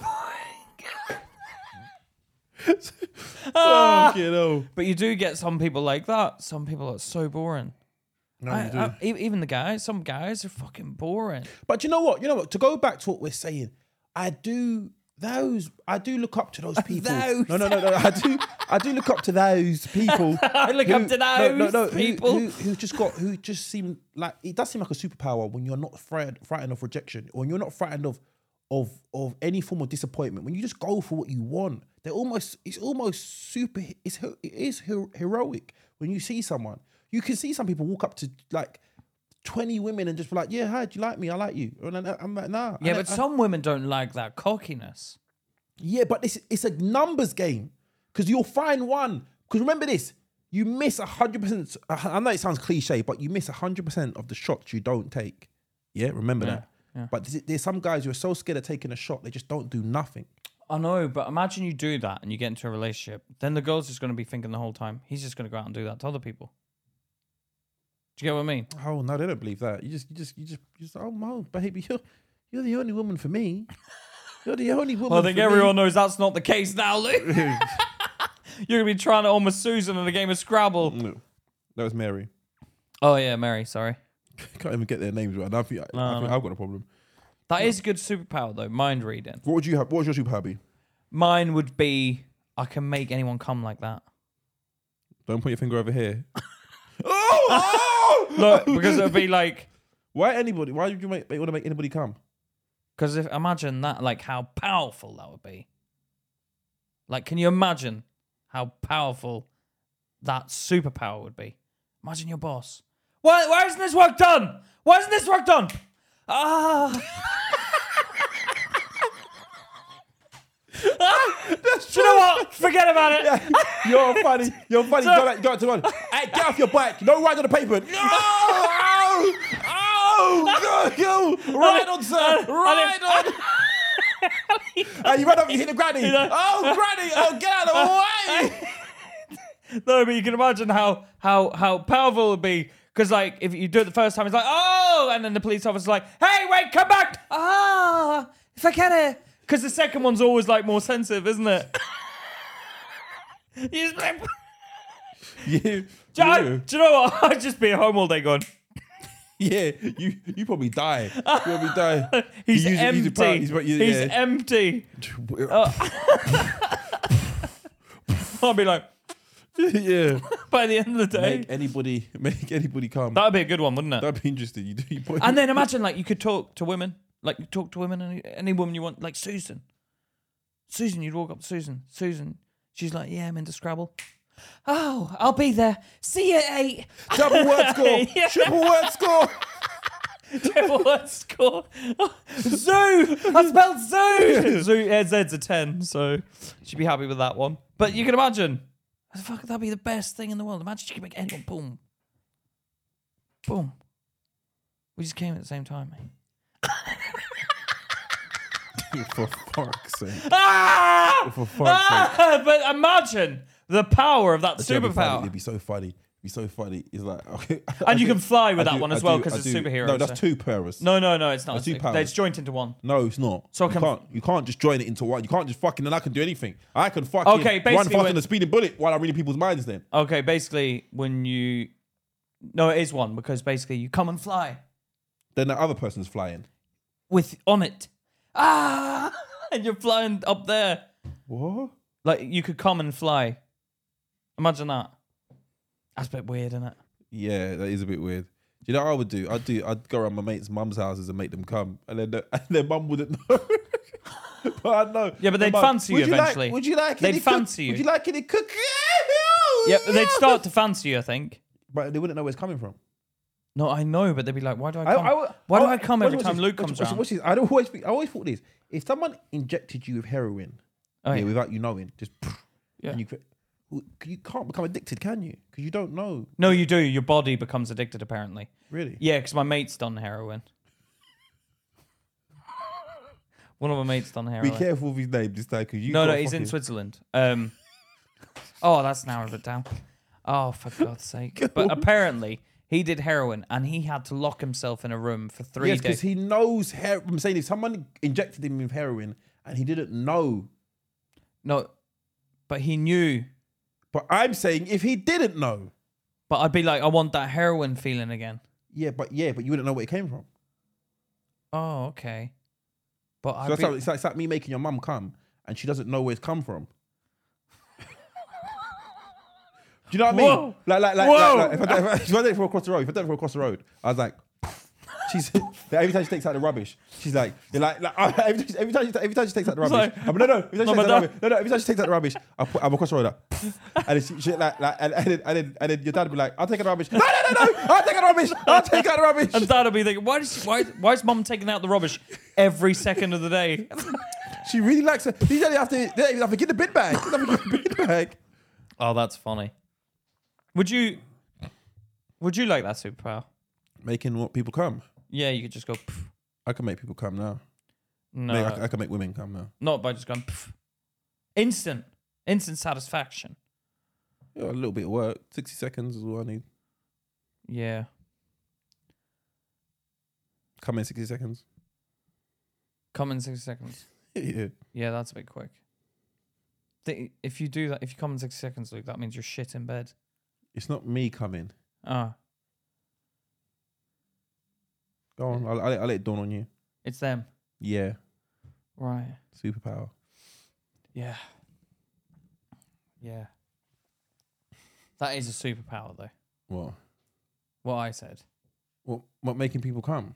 Speaker 3: hell!
Speaker 2: But you do get some people like that. Some people are so boring.
Speaker 3: No,
Speaker 2: I,
Speaker 3: you do.
Speaker 2: I- e- even the guys, some guys are fucking boring.
Speaker 3: But you know what? You know what? To go back to what we're saying, I do those. I do look up to those people.
Speaker 2: Those.
Speaker 3: No, no, no, no. I do. I do look up to those people.
Speaker 2: I look up to
Speaker 3: Ah, no, no,
Speaker 2: those
Speaker 3: no, who-
Speaker 2: people.
Speaker 3: who, who just got who just seem like it does seem like a superpower when you're not frightened frightened of rejection or when you're not frightened of of of any form of disappointment when you just go for what you want they're almost it's almost super it's he- it is he- heroic when you see someone you can see some people walk up to like 20 women and just be like yeah hi do you like me I like you and I, am like nah
Speaker 2: yeah,
Speaker 3: And
Speaker 2: but
Speaker 3: I-
Speaker 2: some women don't like that cockiness.
Speaker 3: yeah, but it's it's a numbers game because you'll find one. Because remember this, you miss hundred percent. I know it sounds cliche, but you miss hundred percent of the shots you don't take. Yeah, remember that. But there's, there's some guys who are so scared of taking a shot, they just don't do nothing.
Speaker 2: I know, but imagine you do that and you get into a relationship. Then the girl's just going to be thinking the whole time, he's just going to go out and do that to other people. Do you get what I mean?
Speaker 3: Oh no, they don't believe that. You just, you just, you just, you just oh no, baby, you're you're the only woman for me. You're the only woman.
Speaker 2: Well, I think
Speaker 3: for me."
Speaker 2: everyone knows that's not the case now, Luke. You're going to be trying to almost Susan in a game of Scrabble.
Speaker 3: No, that was Mary.
Speaker 2: Oh, yeah, Mary, sorry.
Speaker 3: Can't even get their names right. And I think, I, I think I've got a problem.
Speaker 2: That is a good superpower, though, mind reading.
Speaker 3: What would you have? What was your super hobby?
Speaker 2: Mine would be I can make anyone come like that.
Speaker 3: Don't put your finger over here. oh, oh!
Speaker 2: Look, because it would be like,
Speaker 3: Why anybody? Why would you make, want to make anybody come?
Speaker 2: because if imagine that, like how powerful that would be. Like, can you imagine how powerful that superpower would be? Imagine your boss. Why, why isn't this work done? Why isn't this work done? Ah. That's you know what? Forget about it.
Speaker 3: You're funny. You're funny. go back. Go back to one. Hey, get off your bike. No ride on the pavement. No. Oh, oh, go, go. Right on, sir. Right on. Hey, you ran up. You hit the granny. Oh, granny. Oh, get out of the way.
Speaker 2: No, but you can imagine how how how powerful it would be. Because like if you do it the first time, it's like oh, and then the police officer's like, hey, wait, come back. Ah, forget it. Because the second one's always like more sensitive, isn't it? you just like,
Speaker 3: You.
Speaker 2: John, do you know what? I'd just be at home all day going.
Speaker 3: Yeah. You. You probably die. You probably die.
Speaker 2: He's
Speaker 3: You use it- use
Speaker 2: empty.
Speaker 3: it proud-
Speaker 2: He's,
Speaker 3: he's- yeah.
Speaker 2: empty. I'd be like,
Speaker 3: yeah.
Speaker 2: by the end of the day,
Speaker 3: Make anybody. Make anybody come.
Speaker 2: that'd be a good one, wouldn't it?
Speaker 3: That'd be interesting. You do. You put,
Speaker 2: And then imagine like you could talk to women, like you talk to women, any, any woman you want, like Susan. Susan, you'd walk up to Susan. Susan, she's like, yeah, I'm into Scrabble. Oh, I'll be there. See you at eight.
Speaker 3: double word score.
Speaker 2: Yeah.
Speaker 3: Triple word score.
Speaker 2: What's score? zoo. I spelled zoo. zoo. Yeah, Z's a ten, so she'd be happy with that one. But you can imagine I said, Fuck, that'd be the best thing in the world. Imagine you could make anyone boom, boom. We just came at the same time, mate.
Speaker 3: For fuck's sake.
Speaker 2: Ah!
Speaker 3: For fuck's sake.
Speaker 2: ah! But imagine the power of that
Speaker 3: That'd be funny.
Speaker 2: superpower.
Speaker 3: It'd be so funny. It'd be so funny. It's like, okay. I
Speaker 2: And you
Speaker 3: do-
Speaker 2: can fly
Speaker 3: I
Speaker 2: with that
Speaker 3: do-
Speaker 2: one
Speaker 3: I
Speaker 2: as well
Speaker 3: do-
Speaker 2: because
Speaker 3: I
Speaker 2: it's
Speaker 3: do-
Speaker 2: superhero.
Speaker 3: No, that's
Speaker 2: so-
Speaker 3: two pairs.
Speaker 2: No, no, no, it's not.
Speaker 3: That's two
Speaker 2: It's-
Speaker 3: powers.
Speaker 2: It's joined into one.
Speaker 3: No, it's not.
Speaker 2: So
Speaker 3: you
Speaker 2: can-
Speaker 3: can't you can't just join it into one. You can't just fucking and I can do anything. I can fucking
Speaker 2: Okay,
Speaker 3: run
Speaker 2: basically
Speaker 3: faster
Speaker 2: when-
Speaker 3: than a speeding bullet while I'm reading people's minds. Then
Speaker 2: Okay, basically, when you. No, it is one because basically you come and fly
Speaker 3: then the other person's flying.
Speaker 2: with on it. Ah! And you're flying up there.
Speaker 3: What?
Speaker 2: Like you could come and fly. Imagine that. That's a bit weird, isn't it?
Speaker 3: Yeah, that is a bit weird. Do you know what I would do? I'd do. I'd go around my mates' mum's houses and make them come, and then the, and their mum wouldn't know. but I know.
Speaker 2: Yeah, but
Speaker 3: Their
Speaker 2: they'd
Speaker 3: mum,
Speaker 2: fancy you
Speaker 3: "Would like-
Speaker 2: eventually."
Speaker 3: would you like?
Speaker 2: They'd
Speaker 3: any cook-
Speaker 2: fancy you.
Speaker 3: Would you like any cookies?
Speaker 2: Yeah, but they'd start to fancy you, I think.
Speaker 3: but they wouldn't know where it's coming from.
Speaker 2: No, I know, but they'd be like, why do I come? why do I come every time Luke comes
Speaker 3: around?
Speaker 2: around?
Speaker 3: I don't always. think- I always thought this: if someone injected you with heroin,
Speaker 2: Oh,
Speaker 3: yeah,
Speaker 2: yeah.
Speaker 3: without you knowing, just
Speaker 2: Yeah.
Speaker 3: and you, cre- w- you can't become addicted, can you? Because you don't know
Speaker 2: No, you do. Your body becomes addicted, apparently.
Speaker 3: really.
Speaker 2: Yeah, because my mate's done heroin. One of my mates done heroin.
Speaker 3: Be careful with his name this time, because you.
Speaker 2: No, no,
Speaker 3: got
Speaker 2: he's in
Speaker 3: fucking-
Speaker 2: Switzerland. Um, oh, that's narrowed it down. Oh, for God's sake! But apparently, he did heroin, and he had to lock himself in a room for three
Speaker 3: Yes,
Speaker 2: days.
Speaker 3: because he knows. Her- I'm saying if someone injected him with heroin and he didn't know,
Speaker 2: no, but he knew.
Speaker 3: but I'm saying if he didn't know,
Speaker 2: But I'd be like, I want that heroin feeling again.
Speaker 3: yeah, but yeah, but you wouldn't know where it came from.
Speaker 2: Oh, okay. But
Speaker 3: So
Speaker 2: I'd
Speaker 3: that's
Speaker 2: be,
Speaker 3: how, it's, like, it's like me making your mum come and she doesn't know where it's come from. Do you know what I mean?
Speaker 2: Whoa.
Speaker 3: Like, like, like,
Speaker 2: Whoa.
Speaker 3: like, like, if I done- if I- if I did it from across the road, if I did it from across the road, I was like, she's every time she takes out the rubbish, she's like, you're like, like every, time, every time she every time she takes out the rubbish,
Speaker 2: Sorry.
Speaker 3: I'm, no, no, every time she
Speaker 2: No,
Speaker 3: takes out the
Speaker 2: madam.
Speaker 3: rubbish, no, no, every time she takes out the rubbish, I put, I'm across the road, like, and then she, she like, like, and, and, then, and then and then your dad would be like, I'll take out the rubbish. No, no, no, no, I'll take out the rubbish. I'll take out the rubbish.
Speaker 2: and Dad would be thinking, why does she, why why is Mum taking out the rubbish every second of the day?
Speaker 3: She really likes it. These don't have to. They don't even have to get the bin bag. They don't have to get the bin bag.
Speaker 2: oh, that's funny. Would you? Would you like that superpower?
Speaker 3: Making what people come.
Speaker 2: Yeah, you could just go. Pff.
Speaker 3: I can make people come now.
Speaker 2: No,
Speaker 3: Mate, I, can- I can make women come now.
Speaker 2: Not by just going pff. instant, instant satisfaction.
Speaker 3: Yeah, a little bit of work. Sixty seconds is all I need.
Speaker 2: Yeah.
Speaker 3: Come in sixty seconds.
Speaker 2: Come in sixty seconds.
Speaker 3: yeah.
Speaker 2: Yeah, that's a bit quick. Th- If you do that, if you come in sixty seconds, Luke, that means you're shit in bed.
Speaker 3: It's not me coming.
Speaker 2: Ah,
Speaker 3: Go on. I'll, I'll, let- I'll let it dawn on you.
Speaker 2: it's them.
Speaker 3: Yeah.
Speaker 2: Right.
Speaker 3: Superpower.
Speaker 2: Yeah. Yeah. That is a superpower, though.
Speaker 3: What?
Speaker 2: What I said.
Speaker 3: What? What? Making people come.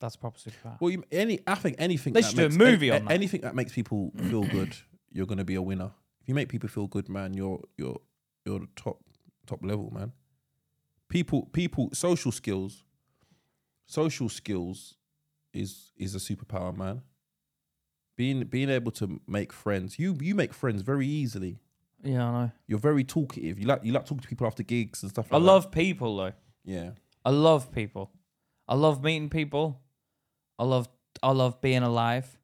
Speaker 2: That's a proper superpower.
Speaker 3: Well, you, any. I think anything.
Speaker 2: They
Speaker 3: that
Speaker 2: should do a
Speaker 3: makes-
Speaker 2: movie
Speaker 3: a-
Speaker 2: on
Speaker 3: a-
Speaker 2: that.
Speaker 3: Anything that makes people feel good, you're gonna be a winner. If you make people feel good, man, you're you're you're the top top level, man. People people social skills, social skills, is is a superpower, man. Being being able to make friends, you you make friends very easily.
Speaker 2: yeah, I know.
Speaker 3: You're very talkative. You like you like talking to people after gigs and stuff.
Speaker 2: I
Speaker 3: like that.
Speaker 2: love people, though.
Speaker 3: yeah.
Speaker 2: I love people. I love meeting people. I love I love being alive.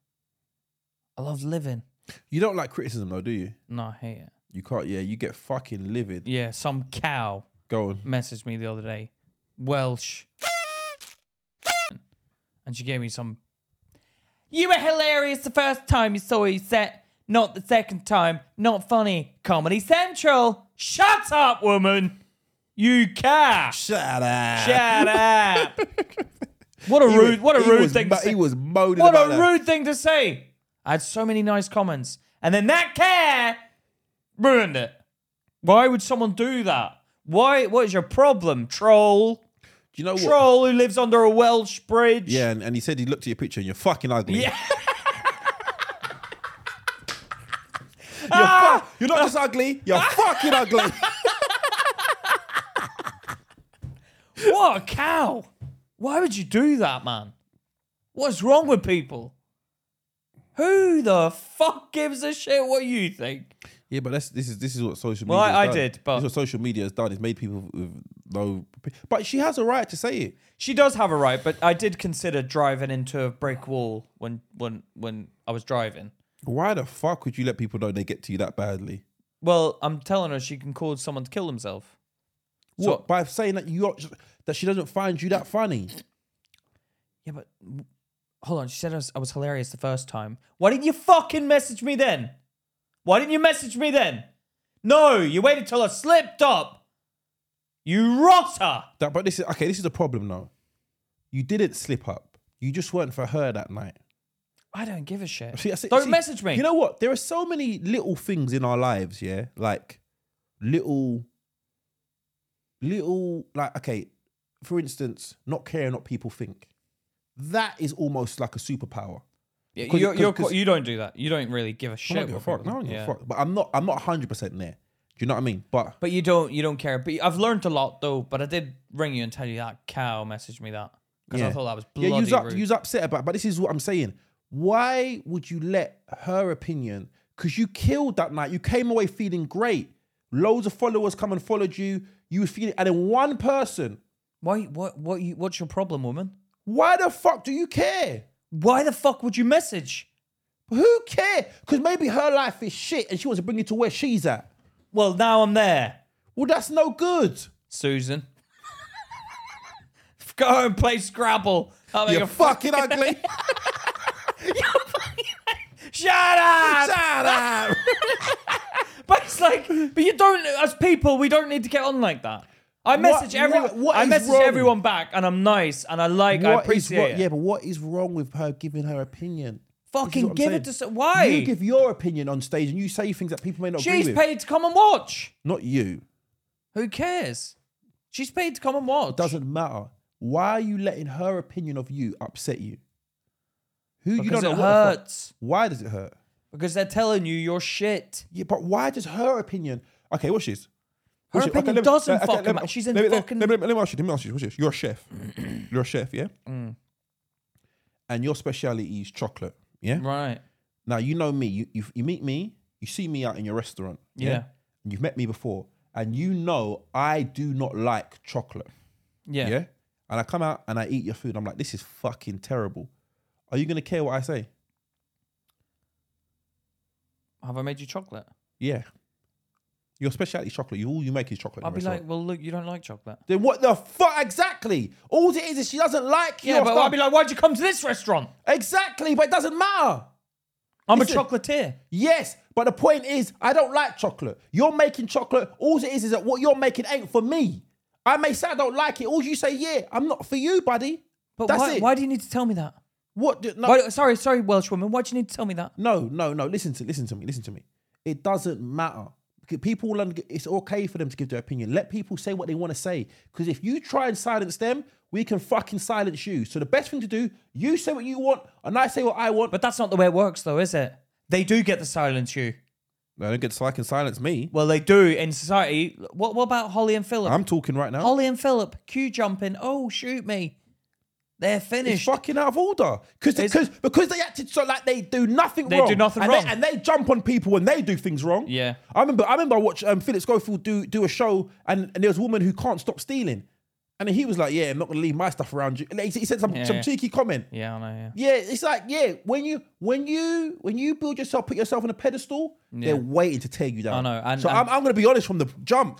Speaker 2: I love living.
Speaker 3: You don't like criticism though, do you?
Speaker 2: No, I hate it.
Speaker 3: You can't. Yeah, you get fucking livid.
Speaker 2: Yeah, some cow
Speaker 3: Go on.
Speaker 2: messaged me the other day, Welsh, and she gave me some. You were hilarious the first time you saw you set, not the second time. Not funny. Comedy Central. Shut up, woman. You cow.
Speaker 3: Shut up.
Speaker 2: Shut up. What a rude, what a
Speaker 3: He
Speaker 2: rude
Speaker 3: was
Speaker 2: thing.
Speaker 3: mo-
Speaker 2: to say.
Speaker 3: He was moaning
Speaker 2: What
Speaker 3: about
Speaker 2: a
Speaker 3: that.
Speaker 2: rude thing to say. I had so many nice comments. And then that cat ruined it. Why would someone do that? Why? What is your problem, troll?
Speaker 3: Do you know what?
Speaker 2: Troll who lives under a Welsh bridge.
Speaker 3: Yeah, and, and he said he looked at your picture and you're fucking ugly.
Speaker 2: Yeah.
Speaker 3: you're, fu- you're not just ugly, you're fucking ugly.
Speaker 2: What a cow. Why would you do that, man? What's wrong with people? Who the fuck gives a shit what you think?
Speaker 3: Yeah, but that's this is this is what social
Speaker 2: Well,
Speaker 3: media.
Speaker 2: I- I
Speaker 3: has done.
Speaker 2: did, but-
Speaker 3: this is what social media has done is made people with no. But she has a right to say it.
Speaker 2: She does have a right, but I did consider driving into a brick wall when when when I was driving.
Speaker 3: Why the fuck would you let people know they get to you that badly?
Speaker 2: Well, I'm telling her she can cause someone to kill themselves. So-
Speaker 3: What by saying that you are, that she doesn't find you that funny?
Speaker 2: Yeah, but hold on. She said I was, I was hilarious the first time. Why didn't you fucking message me then? Why didn't you message me then? No, you waited till I slipped up. You rotter.
Speaker 3: That, but this is okay. This is a problem now. You didn't slip up. You just weren't for her that night.
Speaker 2: I don't give a shit.
Speaker 3: See, I see-
Speaker 2: don't
Speaker 3: see,
Speaker 2: message me.
Speaker 3: You know what? There are so many little things in our lives, yeah? Like little little like okay, for instance, not caring what people think. That is almost like a superpower.
Speaker 2: Yeah,
Speaker 3: 'cause-
Speaker 2: you're, you're,
Speaker 3: 'cause-
Speaker 2: qu- you don't do that. You don't really give a
Speaker 3: I
Speaker 2: shit.
Speaker 3: don't give a
Speaker 2: what
Speaker 3: fuck.
Speaker 2: people-
Speaker 3: No, I don't give
Speaker 2: yeah.
Speaker 3: a fuck. But I'm not I'm not hundred percent there. Do you know what I mean? But
Speaker 2: But you don't you don't care. But I've learned a lot though. But I did ring you and tell you that cow messaged me that because I
Speaker 3: Yeah.
Speaker 2: thought that was bloody
Speaker 3: yeah, you's up
Speaker 2: rude.
Speaker 3: you's upset about it. but this is what I'm saying. Why would you let her opinion because you killed that night, you came away feeling great. Loads of followers come and followed you. You was feeling and then one person
Speaker 2: Why? What? What? You, what's your problem, woman?
Speaker 3: Why the fuck do you care?
Speaker 2: Why the fuck would you message?
Speaker 3: Who care? Because maybe her life is shit and she wants to bring you to where she's at.
Speaker 2: Well, now I'm there,
Speaker 3: Well, that's no good.
Speaker 2: Susan. Go and play Scrabble. I'll make
Speaker 3: You're
Speaker 2: a fuck.
Speaker 3: fucking ugly.
Speaker 2: Shut up.
Speaker 3: Shut up.
Speaker 2: But it's like, but you don't. As people, we don't need to get on like that. I message
Speaker 3: what-
Speaker 2: everyone.
Speaker 3: what
Speaker 2: I
Speaker 3: is
Speaker 2: message
Speaker 3: wrong?
Speaker 2: everyone back, and I'm nice, and I like. I
Speaker 3: What is
Speaker 2: appreciate
Speaker 3: wrong-
Speaker 2: it.
Speaker 3: Yeah, but what is wrong with her giving her opinion? This is
Speaker 2: Fucking
Speaker 3: what I'm
Speaker 2: give
Speaker 3: saying.
Speaker 2: it to. so- Why?
Speaker 3: You give your opinion on stage and you say things that people may not
Speaker 2: She's
Speaker 3: agree with.
Speaker 2: paid to come and watch.
Speaker 3: not you.
Speaker 2: Who cares? She's paid to come and watch.
Speaker 3: Doesn't matter. Why are you letting her opinion of you upset you? Who you
Speaker 2: because
Speaker 3: don't know
Speaker 2: it
Speaker 3: what the fuck-
Speaker 2: hurts.
Speaker 3: Why does it hurt?
Speaker 2: Because they're telling you you're shit.
Speaker 3: Yeah, but why does her opinion? Okay, what's this?
Speaker 2: Her
Speaker 3: What's this?
Speaker 2: opinion
Speaker 3: let me-
Speaker 2: doesn't
Speaker 3: okay,
Speaker 2: fucking
Speaker 3: let me-
Speaker 2: matter. She's in
Speaker 3: let me, let-
Speaker 2: fucking-
Speaker 3: Let me, let me ask you. Let me ask you. What's this? You're a chef. You're a chef, yeah.
Speaker 2: Mm.
Speaker 3: And your speciality is chocolate, yeah.
Speaker 2: Right.
Speaker 3: Now you know me. You, you you meet me. You see me out in your restaurant.
Speaker 2: Yeah.
Speaker 3: And You've met me before, and you know I do not like chocolate.
Speaker 2: Yeah.
Speaker 3: Yeah. And I come out and I eat your food. I'm like, this is fucking terrible. Are you gonna care what I say?
Speaker 2: Have I made you chocolate?
Speaker 3: Yeah. Your speciality is chocolate. You all you make is chocolate. in
Speaker 2: I'll
Speaker 3: the
Speaker 2: be
Speaker 3: restaurant.
Speaker 2: like, well, look, you don't like chocolate.
Speaker 3: Then what the fuck exactly? All it is is she doesn't like
Speaker 2: Yeah,
Speaker 3: your
Speaker 2: but
Speaker 3: stuff.
Speaker 2: I'll be like, why'd you come to this restaurant?
Speaker 3: exactly, but it doesn't matter.
Speaker 2: I'm
Speaker 3: Listen.
Speaker 2: a chocolatier.
Speaker 3: Yes, but the point is, I don't like chocolate. You're making chocolate. All it is is that what you're making ain't for me. I may say I don't like it. All you say, yeah, I'm not for you, buddy.
Speaker 2: But
Speaker 3: That's
Speaker 2: why,
Speaker 3: it.
Speaker 2: why do you need to tell me that?
Speaker 3: What? Do, no,
Speaker 2: Why, sorry, sorry, Welsh woman. Why'd you need to tell me that?
Speaker 3: no, no, no. Listen to listen to me. Listen to me. It doesn't matter. Because People, will under- it's okay for them to give their opinion. Let people say what they want to say. Because if you try and silence them, we can fucking silence you. So the best thing to do, you say what you want, and I say what I want.
Speaker 2: But that's not the way it works, though, is it? They do get to silence you.
Speaker 3: No, don't get so I can silence me.
Speaker 2: Well, they do in society. What, what about Holly and Philip?
Speaker 3: I'm talking right now.
Speaker 2: Holly and Philip, queue jumping. Oh, shoot me. They're
Speaker 3: it's
Speaker 2: finished.
Speaker 3: fucking out of order because because because they acted so like they do nothing
Speaker 2: They
Speaker 3: wrong.
Speaker 2: do nothing
Speaker 3: and
Speaker 2: wrong.
Speaker 3: they, and they jump on people when they do things wrong.
Speaker 2: Yeah.
Speaker 3: I remember I remember I watched um, Philip Schofield do do a show and, and there was a woman who can't stop stealing, and he was like, "Yeah, I'm not gonna leave my stuff around you." And he, he said some
Speaker 2: Yeah,
Speaker 3: some
Speaker 2: yeah.
Speaker 3: cheeky comment.
Speaker 2: Yeah, I know, yeah.
Speaker 3: Yeah, it's like yeah, when you when you when you build yourself, put yourself on a pedestal, they're waiting to tear you down.
Speaker 2: I know, and-
Speaker 3: so
Speaker 2: and-
Speaker 3: I'm, I'm gonna be honest from the jump.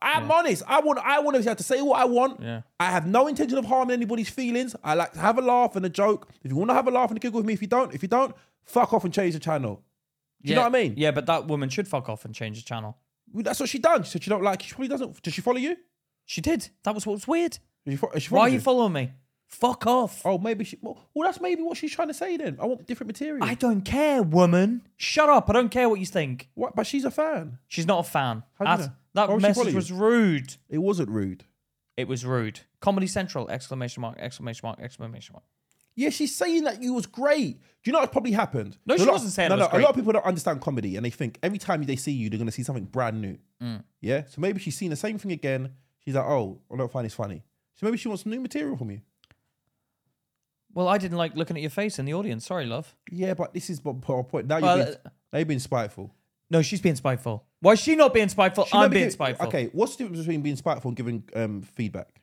Speaker 3: I'm honest. I want I want to be able to say what I want.
Speaker 2: Yeah.
Speaker 3: I have no intention of harming anybody's feelings. I like to have a laugh and a joke. If you want to have a laugh and a giggle with me, if you don't, if you don't, fuck off and change the channel. Do you know
Speaker 2: Yeah,
Speaker 3: what I mean?
Speaker 2: Yeah, but that woman should fuck off and change the channel.
Speaker 3: That's what she done. She said she don't like. She probably doesn't. Did she follow you?
Speaker 2: She did. That was what was weird.
Speaker 3: Did she fo- she
Speaker 2: Why are
Speaker 3: followed
Speaker 2: you following me? Fuck off.
Speaker 3: Oh, maybe she. Well, well, that's maybe what she's trying to say. Then I want different material.
Speaker 2: I don't care, woman. Shut up. I don't care what you think.
Speaker 3: what? But she's a fan.
Speaker 2: She's not a fan.
Speaker 3: How do you
Speaker 2: At-
Speaker 3: know?
Speaker 2: That
Speaker 3: Why would she follow
Speaker 2: message
Speaker 3: you?
Speaker 2: was rude.
Speaker 3: It wasn't rude.
Speaker 2: It was rude. Comedy Central! Exclamation mark! Exclamation mark! Exclamation mark!
Speaker 3: Yeah, she's saying that you was great. Do you know what's probably happened?
Speaker 2: No,
Speaker 3: A
Speaker 2: she
Speaker 3: lot-
Speaker 2: wasn't saying
Speaker 3: No,
Speaker 2: I
Speaker 3: no.
Speaker 2: was
Speaker 3: A
Speaker 2: great.
Speaker 3: lot of people don't understand comedy, and they think every time they see you, they're gonna see something brand new.
Speaker 2: Mm.
Speaker 3: Yeah. So maybe she's seen the same thing again. She's like, oh, I don't find this funny. So maybe she wants new material from you.
Speaker 2: Well, I didn't like looking at your face in the audience. Sorry, love.
Speaker 3: Yeah, but this is my my point. Now
Speaker 2: Well, uh,
Speaker 3: you've been, now you've been spiteful.
Speaker 2: No, she's being spiteful. Why is she not being spiteful?
Speaker 3: She
Speaker 2: I'm
Speaker 3: never
Speaker 2: being
Speaker 3: give-
Speaker 2: spiteful.
Speaker 3: Okay, what's the difference between being spiteful and giving um, feedback?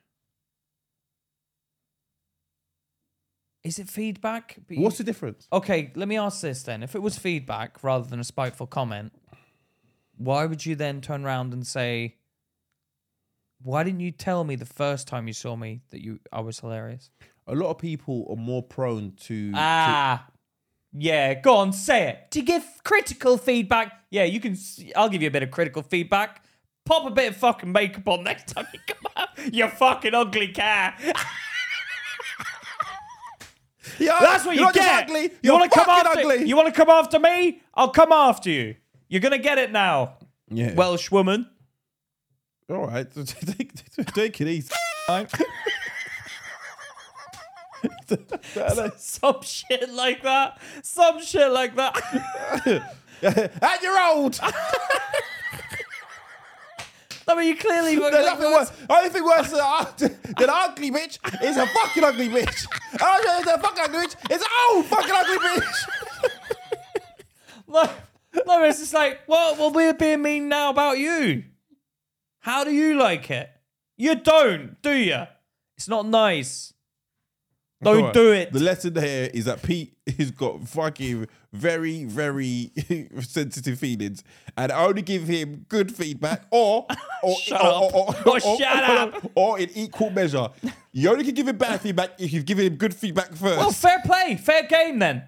Speaker 2: Is it feedback? But you-
Speaker 3: What's the difference?
Speaker 2: Okay, let me ask this then. If it was feedback rather than a spiteful comment, why would you then turn around and say, "Why didn't you tell me the first time you saw me that you I was hilarious?"
Speaker 3: A lot of people are more prone to.
Speaker 2: Ah, yeah. Go on, say it. To give critical feedback, yeah, you can. s- I'll give you a bit of critical feedback. Pop a bit of fucking makeup on next time you come out. You fucking ugly cat.
Speaker 1: Yeah,
Speaker 2: That's what you
Speaker 1: you're not just
Speaker 2: get.
Speaker 1: Ugly.
Speaker 2: You
Speaker 1: You're
Speaker 2: want to come
Speaker 1: fucking
Speaker 2: after?
Speaker 1: ugly.
Speaker 2: You want to come after me? I'll come after you. You're gonna get it now,
Speaker 3: to, yeah.
Speaker 2: Welsh woman.
Speaker 3: all right. take, take it easy.
Speaker 2: Some shit like that. Some shit like that.
Speaker 3: and you're old.
Speaker 2: I mean, you clearly.
Speaker 3: There's nothing worse. Only thing worse than, than ugly bitch is a fucking ugly bitch. Oh, no, it's a fucking ugly bitch. It's an old fucking ugly bitch.
Speaker 2: No, no, it's just like, well, well, we're being mean now about you. How do you like it? You don't, do you? It's not nice. Don't
Speaker 3: Alright,
Speaker 2: do it.
Speaker 3: The lesson there is that Pete has got fucking very, very sensitive feelings, and I only give him good feedback, or or
Speaker 2: Shut
Speaker 3: or,
Speaker 2: up. Or shut up.
Speaker 3: or in equal measure. You only can give him bad feedback if you've given him good feedback first.
Speaker 2: Well, "Oh, fair play, fair game then.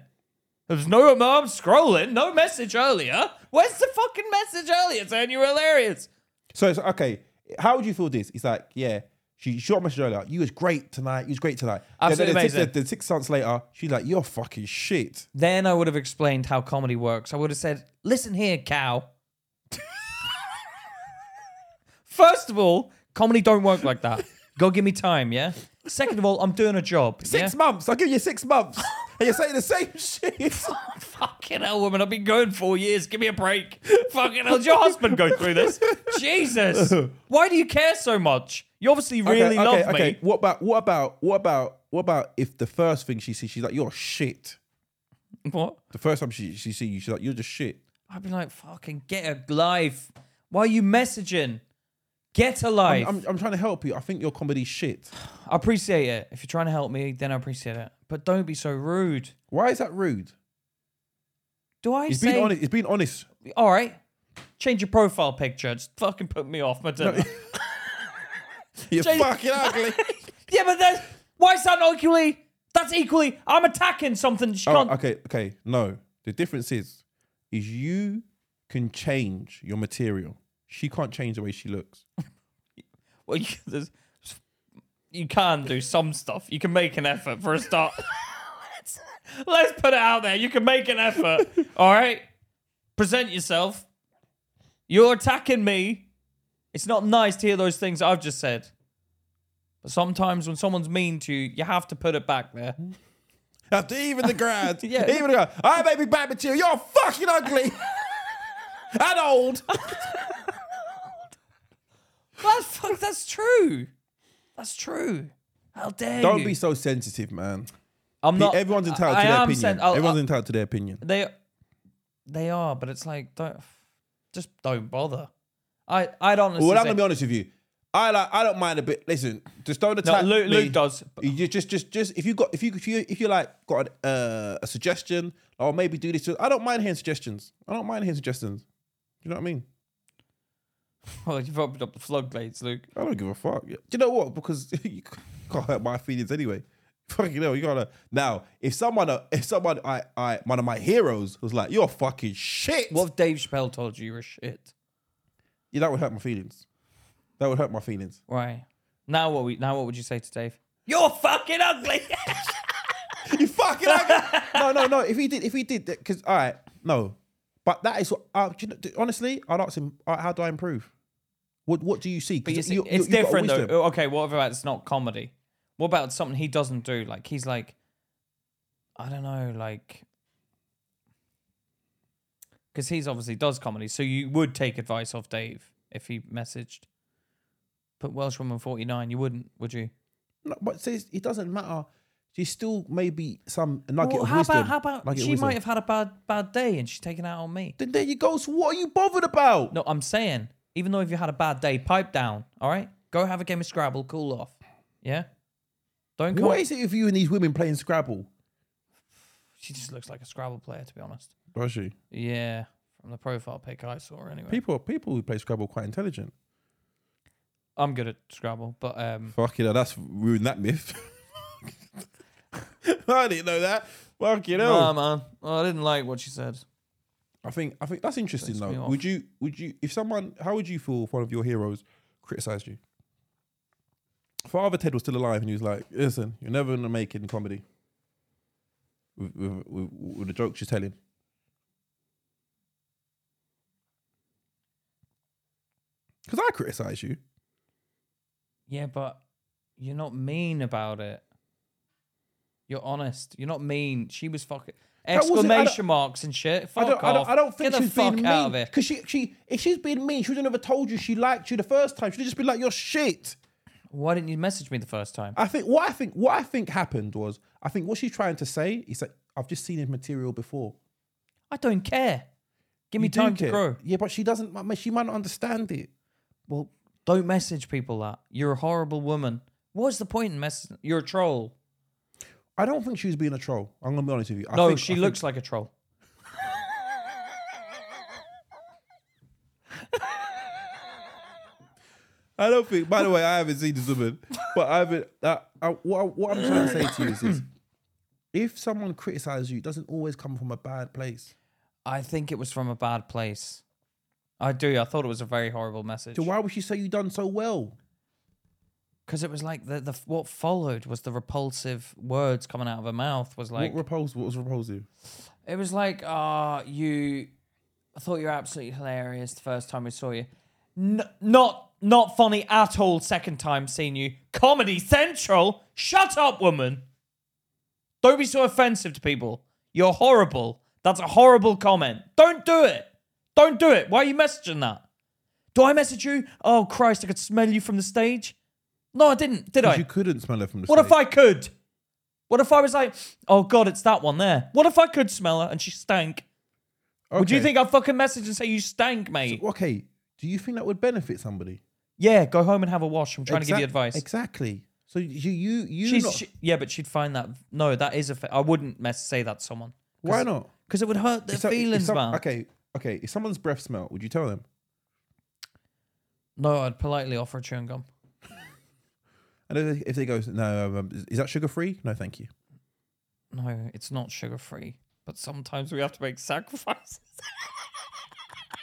Speaker 2: There's no mom scrolling, no message earlier. Where's the fucking message earlier saying you're hilarious?
Speaker 3: So it's okay. How would you feel this? It's like, yeah, she shot a message earlier. You was great tonight. You was great tonight. Then-
Speaker 2: Absolutely
Speaker 3: then, six-
Speaker 2: amazing.
Speaker 3: then six months later, she's like, you're fucking shit.
Speaker 2: Then I would have explained how comedy works. I would have said, listen here, cow. First of all, comedy don't work like that. Go give me time, yeah? Second of all, I'm doing a job.
Speaker 3: Six
Speaker 2: yeah?
Speaker 3: months. I'll give you six months. and you're saying the same shit.
Speaker 2: Fucking hell, woman, I've been going four years. Give me a break. Fucking hell, did your husband go through this? Jesus. Why do you care so much? You obviously
Speaker 3: okay,
Speaker 2: really love
Speaker 3: okay,
Speaker 2: me.
Speaker 3: okay. What about what about what about what about if the first thing she sees, she's like, you're shit.
Speaker 2: What?
Speaker 3: The first time she she sees you, she's like, you're just shit.
Speaker 2: I'd be like, fucking get a life. Why are you messaging? Get a life.
Speaker 3: I'm, I'm trying to help you. I think your comedy's shit.
Speaker 2: I appreciate it. If you're trying to help me, then I appreciate it. But don't be so rude.
Speaker 3: Why is that rude?
Speaker 2: Do I
Speaker 3: He's
Speaker 2: say
Speaker 3: being honest. He's being honest.
Speaker 2: all right? Change your profile picture. Just fucking put me off my dinner.
Speaker 3: You're
Speaker 2: Jay-
Speaker 3: fucking ugly.
Speaker 2: yeah, but that's why is that not equally? That's equally. I'm attacking something. She
Speaker 3: Oh,
Speaker 2: can't.
Speaker 3: okay, okay. No, the difference is, is you can change your material. She can't change the way she looks.
Speaker 2: Well, you, there's, you can do some stuff. You can make an effort for a start. let's, let's put it out there. You can make an effort. All right. Present yourself. You're attacking me. It's not nice to hear those things I've just said. But sometimes when someone's mean to you, you have to put it back there.
Speaker 3: After even the ground,
Speaker 2: Yeah.
Speaker 3: even the ground. I may be bad material. You're fucking ugly and old.
Speaker 2: That's, fuck, that's true. That's true. How dare
Speaker 3: Don't
Speaker 2: you?
Speaker 3: be so sensitive, man.
Speaker 2: I'm not.
Speaker 3: Everyone's entitled
Speaker 2: I-
Speaker 3: to
Speaker 2: I
Speaker 3: their
Speaker 2: am oh,
Speaker 3: opinion.
Speaker 2: sen- I'll-
Speaker 3: Everyone's
Speaker 2: I'll-
Speaker 3: entitled to their opinion.
Speaker 2: they they are, but it's like don't just don't bother. I I'd honestly
Speaker 3: Well, I'm
Speaker 2: say,
Speaker 3: gonna be honest with you. I like. I don't mind a bit. Listen, just don't
Speaker 2: no,
Speaker 3: attack.
Speaker 2: Luke,
Speaker 3: me.
Speaker 2: Luke does.
Speaker 3: You ju- just, just, just if you got, if you, if you, if you like got an, uh, a suggestion, or maybe do this. I don't mind hearing suggestions. I don't mind hearing suggestions. You know what I mean?
Speaker 2: Well, oh, you've opened up the floodgates, Luke.
Speaker 3: I don't give a fuck. Do you know what? Because you can't hurt my feelings anyway. Fucking hell, you gotta. Now, if someone, uh, if someone, I, I, one of my heroes was like, "You're fucking shit,"
Speaker 2: What if Dave Chappelle told you you were shit?
Speaker 3: yeah, that would hurt my feelings. That would hurt my feelings.
Speaker 2: Right. Now what we now what would you say to Dave? You're fucking ugly.
Speaker 3: You fucking ugly. no, no, no. If he did, if he did, because all right, no. But that is what. Uh, do you know, do- honestly, I'd ask him. Uh, how do I improve? What What do you see? 'Cause
Speaker 2: But you see,
Speaker 3: you- you-
Speaker 2: it's
Speaker 3: you've got a
Speaker 2: different though.
Speaker 3: wisdom.
Speaker 2: Oh, Okay, what about it's not comedy? What about something he doesn't do? Like he's like, I don't know, like, because he's obviously does comedy, so you would take advice off Dave if he messaged. But Welsh woman forty nine, you wouldn't, would you?
Speaker 3: No, but it says it doesn't matter. She's still maybe some nugget
Speaker 2: Well,
Speaker 3: of
Speaker 2: how
Speaker 3: wisdom.
Speaker 2: about how about
Speaker 3: Nugget of
Speaker 2: she
Speaker 3: wisdom.
Speaker 2: might have had a bad bad day and she's taken it out on me.
Speaker 3: Then there you go. So what are you bothered about?
Speaker 2: No, I'm saying even though if you had a bad day, pipe down. All right, go have a game of Scrabble, cool off. Yeah, don't come.
Speaker 3: What is it with you and these women playing Scrabble?
Speaker 2: She just looks like a Scrabble player, to be honest.
Speaker 3: Does she?
Speaker 2: Yeah, from the profile pic I saw, anyway.
Speaker 3: People, people who play Scrabble are quite intelligent.
Speaker 2: I'm good at Scrabble, but um,
Speaker 3: Fuck you know, that's ruined that myth. I didn't know that. Fuck you know.
Speaker 2: nah, man, I didn't like what she said.
Speaker 3: I think I think that's interesting
Speaker 2: Piss me
Speaker 3: though.
Speaker 2: off.
Speaker 3: Would you would you if someone how would you feel if one of your heroes criticized you? Father Ted was still alive and he was like, "Listen, you're never gonna make it in comedy." With, with, with, with the jokes you're telling, because I criticize you.
Speaker 2: Yeah, but you're not mean about it. You're honest. You're not mean. She was fucking
Speaker 3: wasn't- I don't-
Speaker 2: exclamation marks and shit. Fuck
Speaker 3: I don't,
Speaker 2: off.
Speaker 3: I don't. I don't think
Speaker 2: Get
Speaker 3: she's
Speaker 2: the fuck
Speaker 3: being
Speaker 2: out
Speaker 3: mean.
Speaker 2: of it.
Speaker 3: Because she, she, if she's being mean, she would have never told you she liked you the first time. She'd have just been like, "You're shit."
Speaker 2: Why didn't you message me the first time?
Speaker 3: I think what I think what I think happened was I think what she's trying to say is that I've just seen his material before.
Speaker 2: I don't care. Give me
Speaker 3: You do
Speaker 2: time to
Speaker 3: care.
Speaker 2: grow.
Speaker 3: Yeah, but she doesn't. I mean, She might not understand it.
Speaker 2: Well, don't message people that. You're a horrible woman. What's the point in messaging? You're a troll.
Speaker 3: I don't think she was being a troll. I'm gonna be honest with you. I
Speaker 2: no,
Speaker 3: think-
Speaker 2: she
Speaker 3: I think-
Speaker 2: looks like a troll.
Speaker 3: I don't think. By the way, I haven't seen this woman, but I haven't. Uh, I, what, I, what I'm trying to say to you is this: if someone criticizes you, it doesn't always come from a bad place.
Speaker 2: I think it was from a bad place. I do. I thought it was a very horrible message.
Speaker 3: So why would she say you done so well?
Speaker 2: Because it was like the, the what followed was the repulsive words coming out of her mouth was like
Speaker 3: what repulsive? What was repulsive?
Speaker 2: it was like ah you I thought you were absolutely hilarious the first time we saw you. N- not not funny at all second time seeing you. Comedy Central. Shut up, woman. Don't be so offensive to people. You're horrible. That's a horrible comment. Don't do it. Don't do it. Why are you messaging that? Do I message you? Oh Christ, I could smell you from the stage. No, I didn't, did I?
Speaker 3: You couldn't smell it from the.
Speaker 2: What if
Speaker 3: stage.
Speaker 2: I could? What if I was like, oh god, it's that one there? What if I could smell her and she stank? Would you
Speaker 3: Okay.
Speaker 2: think I'd fucking message and say you stank, mate?
Speaker 3: Okay. Do you think that would benefit somebody?
Speaker 2: yeah, go home and have a wash. I'm trying to give you
Speaker 3: Exact-
Speaker 2: advice.
Speaker 3: Exactly. So you you you
Speaker 2: She's,
Speaker 3: not,
Speaker 2: she- yeah, but she'd find that. No, that is a. Fa- I wouldn't mess- say that to someone.
Speaker 3: why not?
Speaker 2: Because it would hurt their
Speaker 3: If so- if
Speaker 2: feelings,
Speaker 3: some-
Speaker 2: man.
Speaker 3: Okay, okay. If someone's breath smelled, would you tell them?
Speaker 2: No, I'd politely offer a chewing gum.
Speaker 3: And if they, if they go, no, um, um, is- is that sugar free? No, thank you.
Speaker 2: No, it's not sugar free. But sometimes we have to make sacrifices.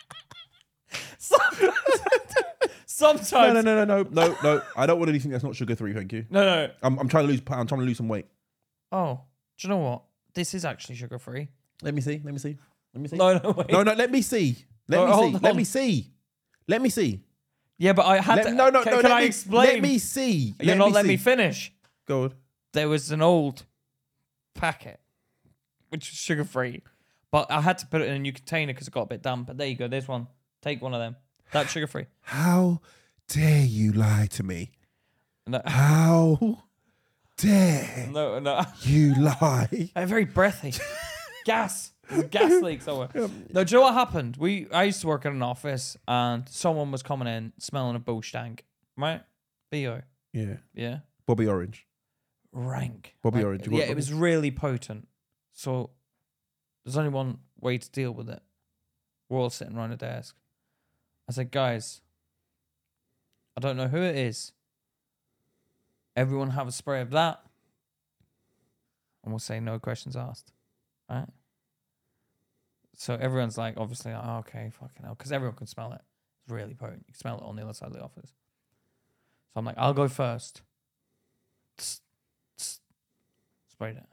Speaker 2: sometimes. sometimes.
Speaker 3: No, no, no, no, no, no, no. I don't want anything that's not sugar free. Thank you.
Speaker 2: no, no.
Speaker 3: I'm, I'm trying to lose. pound- I'm trying to lose some weight.
Speaker 2: Oh, do you know what? This is actually sugar free.
Speaker 3: Let me see. Let me see. Let me see.
Speaker 2: No, no, wait.
Speaker 3: no, no. Let me see. Let
Speaker 2: No,
Speaker 3: me see.
Speaker 2: hold
Speaker 3: Let
Speaker 2: on.
Speaker 3: me see. Let me see.
Speaker 2: Yeah, but I had
Speaker 3: Let,
Speaker 2: to.
Speaker 3: no, no,
Speaker 2: can,
Speaker 3: no.
Speaker 2: Can
Speaker 3: let
Speaker 2: I
Speaker 3: me,
Speaker 2: explain?
Speaker 3: Let me see.
Speaker 2: You're not letting me
Speaker 3: see.
Speaker 2: finish.
Speaker 3: Go on.
Speaker 2: There was an old packet, which was sugar free, but I had to put it in a new container because it got a bit damp. But there you go. There's one. Take one of them. That's sugar free.
Speaker 3: How dare you lie to me?
Speaker 2: No,
Speaker 3: How dare
Speaker 2: no, no.
Speaker 3: you lie?
Speaker 2: I'm very breathy. gas. There's a gas leak somewhere. No, do you know what happened? We I used to work in an office and someone was coming in smelling a bull stank, right? B.O.
Speaker 3: Yeah.
Speaker 2: Yeah.
Speaker 3: Bobby Orange.
Speaker 2: rank.
Speaker 3: Bobby
Speaker 2: Like,
Speaker 3: Orange, you
Speaker 2: Yeah,
Speaker 3: got
Speaker 2: it was really potent. So there's only one way to deal with it. We're all sitting around a desk. I said, guys, I don't know who it is. Everyone have a spray of that. And we'll say no questions asked. Right? So everyone's like, obviously, like, "Oh, okay, fucking hell. Because everyone can smell it. It's really potent. You can smell it on the other side of the office. So I'm like, I'll go first sprayed it.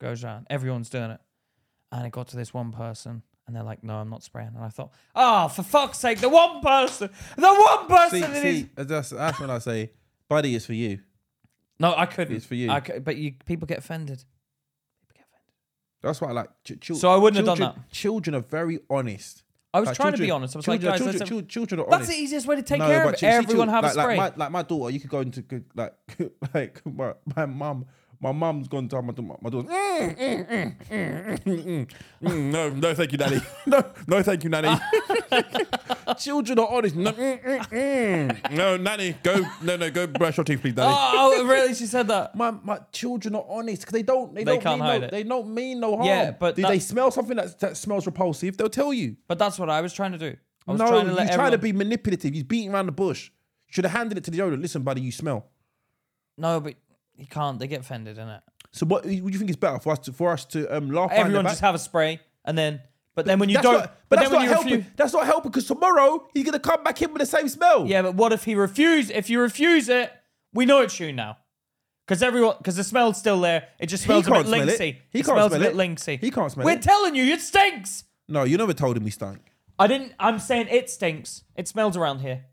Speaker 2: Goes round. Everyone's doing it. And it got to this one person, and they're like, no, I'm not spraying. And I thought, oh, for fuck's sake, the one person, the one person
Speaker 3: See,
Speaker 2: that is
Speaker 3: see that's, that's when I say, buddy, it's for you.
Speaker 2: No, I couldn't.
Speaker 3: It's for you.
Speaker 2: I cou- but you, people get offended. People get offended.
Speaker 3: That's why I like. Ch- chil-
Speaker 2: So I wouldn't have done
Speaker 3: children,
Speaker 2: that.
Speaker 3: Children are very honest.
Speaker 2: I was
Speaker 3: Like,
Speaker 2: trying to be
Speaker 3: children-
Speaker 2: honest. I was
Speaker 3: children,
Speaker 2: like, guys,
Speaker 3: children,
Speaker 2: listen,
Speaker 3: chil- children are
Speaker 2: that's
Speaker 3: honest.
Speaker 2: the easiest way to take
Speaker 3: No,
Speaker 2: care of
Speaker 3: but
Speaker 2: it.
Speaker 3: chi- see,
Speaker 2: Everyone
Speaker 3: chil-
Speaker 2: have a
Speaker 3: like,
Speaker 2: spray.
Speaker 3: Like my, like my daughter, you could go into good- like like my my mum My mum's gone down my door. My door's. Mm, mm, mm, mm, mm, mm, mm. No, no, thank you, nanny. No, no, thank you, nanny. Children are honest. No, mm, mm, mm. no, nanny, go. No, no, go brush your teeth, please, nanny.
Speaker 2: Oh, oh, really? She said that.
Speaker 3: My my children are honest because they don't they,
Speaker 2: They
Speaker 3: don't
Speaker 2: can't
Speaker 3: mean
Speaker 2: hide
Speaker 3: no,
Speaker 2: it.
Speaker 3: they don't mean no harm.
Speaker 2: Yeah, but
Speaker 3: Did
Speaker 2: that-
Speaker 3: they smell something that, that smells repulsive? They'll tell you.
Speaker 2: But that's what I was trying to do. I was
Speaker 3: no,
Speaker 2: trying to
Speaker 3: you're
Speaker 2: let
Speaker 3: trying to
Speaker 2: everyone-
Speaker 3: be manipulative. He's beating around the bush. Should have handed it to the owner. Listen, buddy, you smell.
Speaker 2: No, but you can't. They get offended in it.
Speaker 3: So what? What do you think is better for us to for us to um laugh? behind
Speaker 2: Everyone
Speaker 3: their
Speaker 2: just
Speaker 3: back?
Speaker 2: have a spray, and then. But then when you
Speaker 3: That's
Speaker 2: don't,
Speaker 3: not- but, that's
Speaker 2: then when
Speaker 3: not
Speaker 2: you
Speaker 3: helping.
Speaker 2: refuse,
Speaker 3: That's not helping because tomorrow he's gonna come back in with the same smell.
Speaker 2: yeah. But what if he refuse? If you refuse it, we know it's you now, because everyone, because the smell's still there. It just
Speaker 3: He
Speaker 2: smells a bit
Speaker 3: can't smell it. He
Speaker 2: linksy. It
Speaker 3: can't
Speaker 2: smells
Speaker 3: smell
Speaker 2: a bit
Speaker 3: it.
Speaker 2: linksy.
Speaker 3: He can't smell
Speaker 2: We're
Speaker 3: it.
Speaker 2: telling you, it stinks.
Speaker 3: No, you never told him he stunk.
Speaker 2: I didn't. I'm saying it stinks. It smells around here.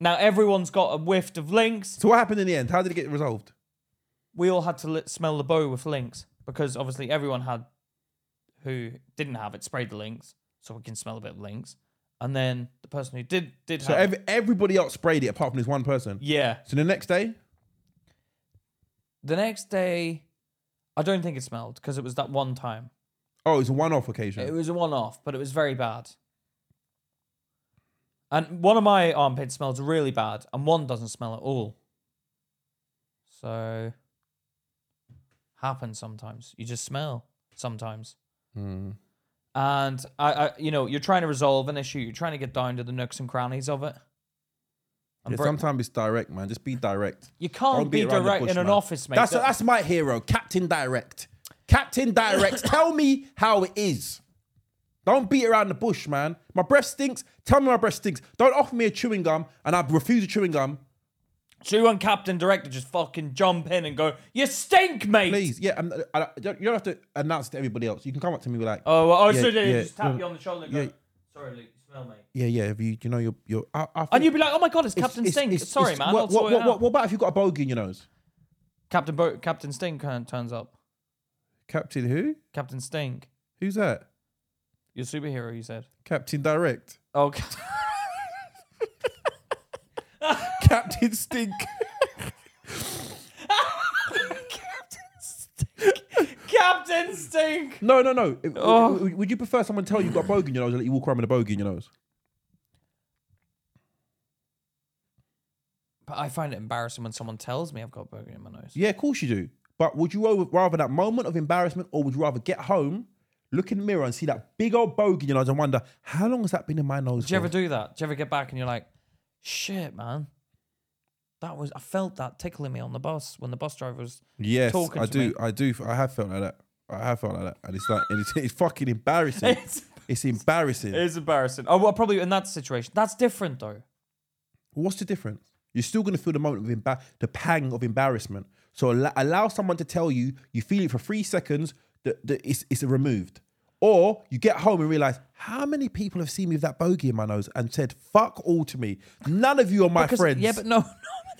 Speaker 2: Now everyone's got a whiff of links.
Speaker 3: So what happened in the end? How did it get resolved?
Speaker 2: We all had to li- smell the bow with links because obviously everyone had who didn't have it sprayed the links, so we can smell a bit of links. And then the person who did did
Speaker 3: So
Speaker 2: have
Speaker 3: ev- everybody else sprayed it apart from this one person.
Speaker 2: yeah.
Speaker 3: So the next day,
Speaker 2: The next day, I don't think it smelled because it was that one time.
Speaker 3: oh, it's a one-off
Speaker 2: It
Speaker 3: occasion.
Speaker 2: was a one-off, but it was very bad. And one of my armpits smells really bad, and one doesn't smell at all. So happens sometimes. You just smell sometimes.
Speaker 3: Hmm.
Speaker 2: And I, I, you know, you're trying to resolve an issue. You're trying to get down to the nooks and crannies of it. And
Speaker 3: Yeah,
Speaker 2: bro-
Speaker 3: sometimes it's direct, man. Just be direct.
Speaker 2: you can't
Speaker 3: Don't beat
Speaker 2: be
Speaker 3: around the
Speaker 2: direct
Speaker 3: bush,
Speaker 2: in an
Speaker 3: man.
Speaker 2: office, mate.
Speaker 3: That's
Speaker 2: That-
Speaker 3: that's my hero, Captain Direct. Captain Direct, tell me how it is. Don't beat around the bush, man. My breath stinks. Tell me my breath stinks. Don't offer me a chewing gum, and I refuse a chewing gum,
Speaker 2: So you want Captain Director just fucking jump in and go, you stink, mate.
Speaker 3: please. Yeah, and uh, I, I- you don't have to announce it to everybody else. You can come up to me with like,
Speaker 2: Oh, well, oh,
Speaker 3: Yeah,
Speaker 2: so they
Speaker 3: yeah,
Speaker 2: just tap
Speaker 3: no,
Speaker 2: you on the shoulder and go,
Speaker 3: yeah.
Speaker 2: sorry, Luke, you smell, mate.
Speaker 3: yeah, yeah. Have you, do you know, you're, you're. I, I
Speaker 2: And
Speaker 3: think
Speaker 2: you'd be like, oh my god, it's
Speaker 3: it's-
Speaker 2: Captain
Speaker 3: it's-
Speaker 2: Stink.
Speaker 3: it's-
Speaker 2: sorry,
Speaker 3: it's-
Speaker 2: man.
Speaker 3: What,
Speaker 2: I'll
Speaker 3: what,
Speaker 2: sort it
Speaker 3: what, what,
Speaker 2: out."
Speaker 3: what about if you got a bogey in your nose?
Speaker 2: Captain Bo- Captain Stink kind of turns up.
Speaker 3: Captain who?
Speaker 2: Captain Stink,
Speaker 3: Who's that?
Speaker 2: your superhero, you said.
Speaker 3: Captain Direct.
Speaker 2: Oh, ca-
Speaker 3: Captain Stink.
Speaker 2: Captain Stink.
Speaker 3: No, no, no. It-
Speaker 2: Oh.
Speaker 3: w- w- Would you prefer someone tell you you've got a bogey in your nose and let you walk around with a bogey in your nose?
Speaker 2: But I find it embarrassing when someone tells me I've got burger in my nose.
Speaker 3: Yeah, of course you do. But would you rather- rather that moment of embarrassment or would you rather get home, look in the mirror and see that big old bogey in your nose and wonder, how long has that been in my nose?
Speaker 2: Do you
Speaker 3: for?
Speaker 2: ever do that? Do you ever get back and you're like, shit, man? That was I felt that tickling me on the bus when the bus driver was
Speaker 3: yes,
Speaker 2: talking
Speaker 3: I
Speaker 2: to
Speaker 3: do.
Speaker 2: me.
Speaker 3: I do. I have felt like that. I have felt like that. And it's like, and it's, it's fucking embarrassing. It's embarrassing.
Speaker 2: It is embarrassing. Oh, well, probably in that situation. That's different, though.
Speaker 3: What's the difference? You're still going to feel the moment of embar- the pang of embarrassment. So al- allow someone to tell you you feel it for three seconds that, that it's, it's removed. Or you get home and realize how many people have seen me with that bogey in my nose and said fuck all to me. None of you are my
Speaker 2: 'Cause-
Speaker 3: friends.
Speaker 2: Yeah, but no. no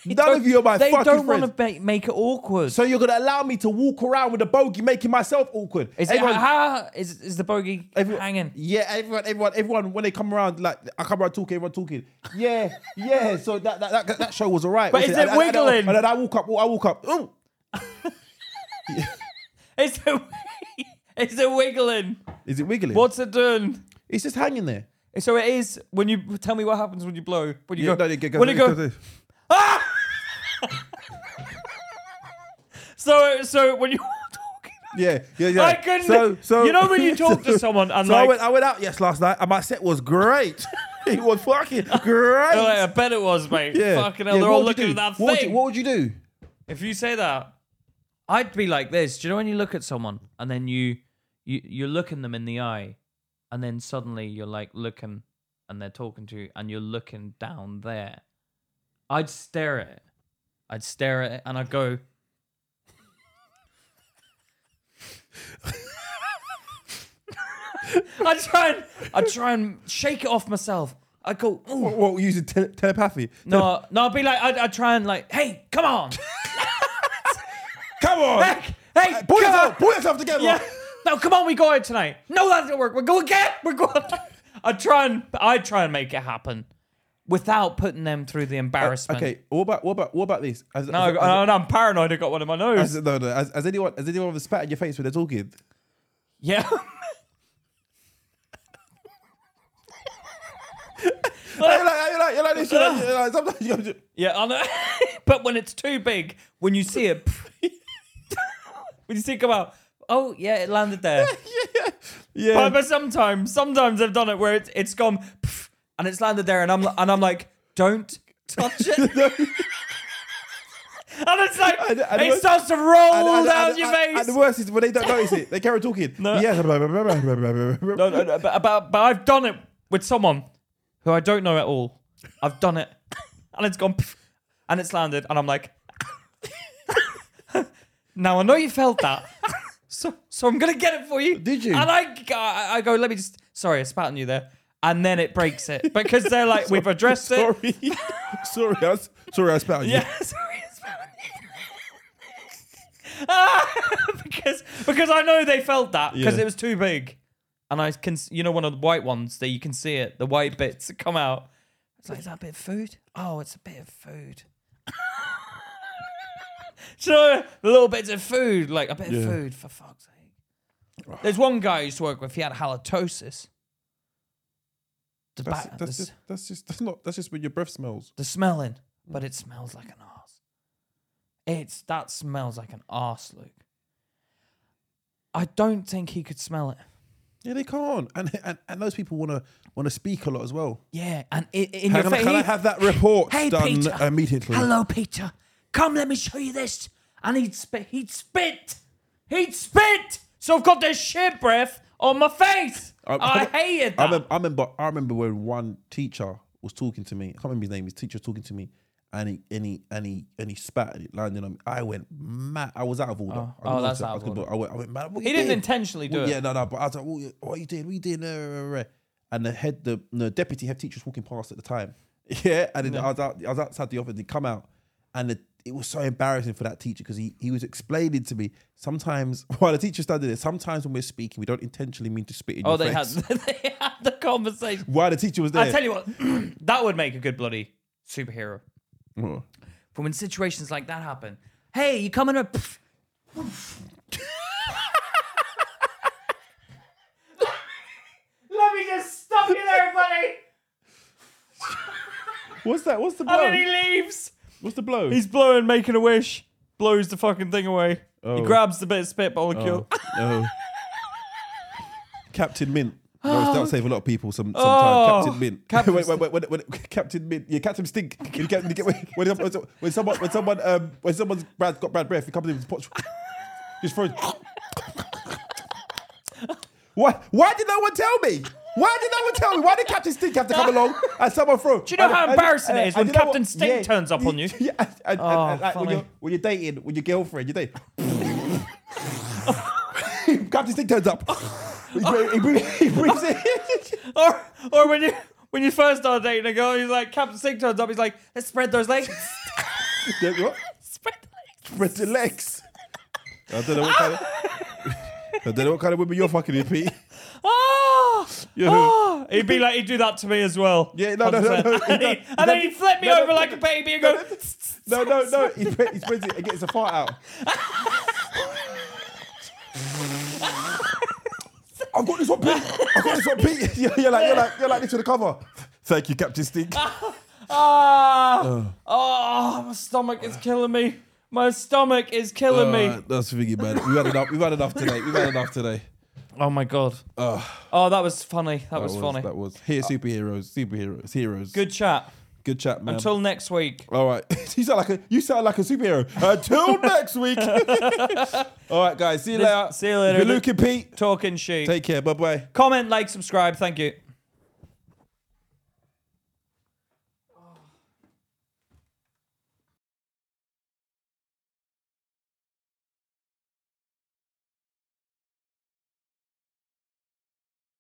Speaker 2: they
Speaker 3: None of
Speaker 2: don't-
Speaker 3: you are my
Speaker 2: They
Speaker 3: fucking
Speaker 2: don't want
Speaker 3: friends.
Speaker 2: to make, make it awkward.
Speaker 3: so you're going to allow me to walk around with a bogey, making myself awkward.
Speaker 2: is, it,
Speaker 3: Everyone-
Speaker 2: ha, is, is the bogey
Speaker 3: Everyone-
Speaker 2: hanging?
Speaker 3: Yeah, everyone, everyone, everyone. When they come around, like I come around talking, everyone talking. Yeah, yeah. So that that, that, that show was alright.
Speaker 2: But
Speaker 3: Was
Speaker 2: is it
Speaker 3: And- and- and-
Speaker 2: wiggling?
Speaker 3: And then I walk up. I walk up. Ooh.
Speaker 2: Is it, is it wiggling?
Speaker 3: Is it wiggling?
Speaker 2: What's it doing?
Speaker 3: It's just hanging there.
Speaker 2: So it is when you tell me what happens when you blow. When you
Speaker 3: Yeah,
Speaker 2: go,
Speaker 3: no, it goes-
Speaker 2: when you
Speaker 3: it
Speaker 2: go,
Speaker 3: goes this.
Speaker 2: so so when you're talking,
Speaker 3: Yeah, yeah, yeah.
Speaker 2: I couldn't.
Speaker 3: So, so
Speaker 2: you know when you talk to someone and
Speaker 3: so I
Speaker 2: like,
Speaker 3: went, I went out yes last night, and my set was great. it was fucking great.
Speaker 2: "Oh, yeah, I bet it was, mate.
Speaker 3: yeah,
Speaker 2: Fucking hell,
Speaker 3: yeah,
Speaker 2: they're
Speaker 3: what
Speaker 2: all
Speaker 3: would you
Speaker 2: looking
Speaker 3: do?
Speaker 2: at that
Speaker 3: what Would
Speaker 2: thing.
Speaker 3: you, what would you do?
Speaker 2: If you say that, I'd be like this. Do you know when you look at someone and then you you you're looking them in the eye, and then suddenly you're like looking, and they're talking to you, and you're looking down there. I'd stare at it. I'd stare at it, and I'd go. I try and I try and shake it off myself. I go, "Ooh,
Speaker 3: What, what using tele- telepathy?
Speaker 2: no, no, I'd be like, I'd, I'd try and like, hey, come on.
Speaker 3: Come on,
Speaker 2: Hey, hey,
Speaker 3: pull
Speaker 2: come
Speaker 3: yourself,
Speaker 2: on.
Speaker 3: pull yourself together.
Speaker 2: Yeah. No, come on, we go out tonight. No, that didn't work. We go again. We're going. I try and I try and make it happen. without putting them through the embarrassment.
Speaker 3: Okay, what about what about what about this? As,
Speaker 2: No,
Speaker 3: as,
Speaker 2: I got- no, no, I'm paranoid. I got one in my nose.
Speaker 3: as, as- no, no. As, as anyone, as anyone with spat in your face when they're talking.
Speaker 2: yeah. But-
Speaker 3: You're like, you're like, you're like this. You're like, you're like, sometimes you gotta do-
Speaker 2: yeah, I know. but when it's too big, when you see it, when you see it come out, oh yeah, it landed there.
Speaker 3: yeah.
Speaker 2: But, but sometimes, sometimes I've done it where it's it's gone pff, and it's landed there, and I'm and I'm like, don't touch it. and it's like
Speaker 3: And- and
Speaker 2: it
Speaker 3: what-
Speaker 2: starts to roll
Speaker 3: And- and-
Speaker 2: down
Speaker 3: and-
Speaker 2: your
Speaker 3: and-
Speaker 2: face.
Speaker 3: And the worst is when they don't notice it, they carry on talking.
Speaker 2: No.
Speaker 3: Yeah. blah, blah, blah, blah, blah, blah, blah,
Speaker 2: no,
Speaker 3: blah.
Speaker 2: Oh, no, no, but, but, but I've done it with someone who I don't know at all. I've done it, and it's gone, pff, and it's landed, and I'm like, now I know you felt that, so so I'm gonna get it for you.
Speaker 3: Did you?
Speaker 2: And I, g- I I go, let me just, sorry, I spat on you there, and then it breaks it because they're like, we've addressed it.
Speaker 3: Sorry, sorry, I was, sorry, I spat on you.
Speaker 2: Yeah, sorry, it's fine. Ah, because because I know they felt that because
Speaker 3: Yeah.
Speaker 2: it was too big, and I can s- you know one of the white ones that you can see it the white bits that come out. It's like is that a bit of food? Oh, it's a bit of food. so the little bits of food, like a bit
Speaker 3: Yeah.
Speaker 2: of food for fuck's sake. There's one guy I used to work with. He had halitosis. The,
Speaker 3: That's,
Speaker 2: ba-
Speaker 3: that's
Speaker 2: the s-
Speaker 3: just that's just that's not that's just when your breath smells.
Speaker 2: the smelling, but it smells like an arse. It's that smells like an arse, Luke. I don't think he could smell it.
Speaker 3: Yeah, they can't, and and, and those people want to want to speak a lot as well.
Speaker 2: Yeah, and it, in
Speaker 3: Can,
Speaker 2: your
Speaker 3: I-
Speaker 2: face.
Speaker 3: can I have that report
Speaker 2: Hey,
Speaker 3: done
Speaker 2: Peter.
Speaker 3: immediately?
Speaker 2: Hello, Peter. Come, let me show you this. And he'd spit. He'd spit. He'd spit. So I've got this shit breath on my face. i
Speaker 3: I'm-
Speaker 2: hated that.
Speaker 3: I remember, I remember I remember when one teacher was talking to me. I can't remember his name. His teacher was talking to me, and he and he and he and he spat and it landed on me. I went mad. I was out of order. I
Speaker 2: oh,
Speaker 3: was
Speaker 2: that's
Speaker 3: out
Speaker 2: out of
Speaker 3: I was gonna- I went, I went mad. What
Speaker 2: he
Speaker 3: you
Speaker 2: didn't
Speaker 3: doing?
Speaker 2: intentionally do
Speaker 3: Well,
Speaker 2: it.
Speaker 3: Yeah, no, no. But I was like, what, you- what are you doing? What are you doing? Uh, uh, uh, uh. And the head, the, the deputy head teacher was walking past at the time. Yeah, and then I was out, I was outside the office. and He come out, and the, it was so embarrassing for that teacher because he he was explaining to me sometimes while the teacher studied it. Sometimes when we're speaking, we don't intentionally mean to spit in
Speaker 2: Oh,
Speaker 3: your
Speaker 2: they had,
Speaker 3: face.
Speaker 2: they had the conversation.
Speaker 3: While the teacher was there,
Speaker 2: I tell you what, that would make a good bloody superhero. For when situations like that happen, hey, you coming up? Let me just stop you there, buddy.
Speaker 3: what's that? What's the
Speaker 2: And
Speaker 3: blow?
Speaker 2: then he leaves.
Speaker 3: What's the blow?
Speaker 2: He's blowing, making a wish, blows the fucking thing away. He
Speaker 3: Oh.
Speaker 2: grabs the bit of spit molecule.
Speaker 3: oh, oh. Captain Mint. No, that'll save a lot of people some, some
Speaker 2: Oh.
Speaker 3: time. Captain Mint.
Speaker 2: Captain
Speaker 3: wait, wait, wait, wait, wait, Captain Mint. Yeah, Captain Stink. When, Captain- when, when, when, when someone, when someone, um, when someone's bad, got bad breath, he comes in and pots. Just throws. Why? Why did no one tell me? Why did no one tell me? Why did Captain Stink have to come along and someone throw? Do
Speaker 2: you know how embarrassing it is when Captain Stink turns up on you?
Speaker 3: Yeah, and- and- and-
Speaker 2: Oh,
Speaker 3: and, like, when
Speaker 2: funny.
Speaker 3: you're when you're dating with your girlfriend, you date. Captain Stink turns up. he, breathes, he, breathes, he breathes in.
Speaker 2: Or, or when you when you first start dating a girl, he's like Captain Sink turns up. He's like, let's spread those legs.
Speaker 3: Yeah, you what?
Speaker 2: spread the legs.
Speaker 3: Spread the legs. I don't know what kind of. I don't know what kind of women you're fucking with, Pete.
Speaker 2: Oh,
Speaker 3: Yeah.
Speaker 2: oh. He'd be like, he'd do that to me as well.
Speaker 3: Yeah, no, no, no, no,
Speaker 2: 100%. and,
Speaker 3: no,
Speaker 2: he, and then
Speaker 3: no,
Speaker 2: he'd flip me
Speaker 3: no, no,
Speaker 2: over
Speaker 3: no,
Speaker 2: like a baby and go,
Speaker 3: No, no, no. He, spread- he spreads it and gets a fart out. I've got this one, Pete. I've got this one, Pete. You're, you're like, you're like, you're like this to the cover. Thank you, Captain Stink.
Speaker 2: ah, oh, my stomach is killing me. My stomach is killing me.
Speaker 3: Alright, Uh, that's thinking, man. We've had enough. We've had enough today. We've had enough today.
Speaker 2: Oh my god.
Speaker 3: Ugh.
Speaker 2: Oh, that was funny. That, was,
Speaker 3: That
Speaker 2: funny.
Speaker 3: That was here superheroes, superheroes, heroes.
Speaker 2: Good chat.
Speaker 3: good chat, man.
Speaker 2: Until next week.
Speaker 3: all right, you sound like a you sound like a superhero. Until next week. all right, guys. See you
Speaker 2: This-
Speaker 3: later.
Speaker 2: see you later.
Speaker 3: You're Luke and Pete.
Speaker 2: Talking sheep.
Speaker 3: Take care. Bye bye.
Speaker 2: Comment, like, subscribe. Thank you.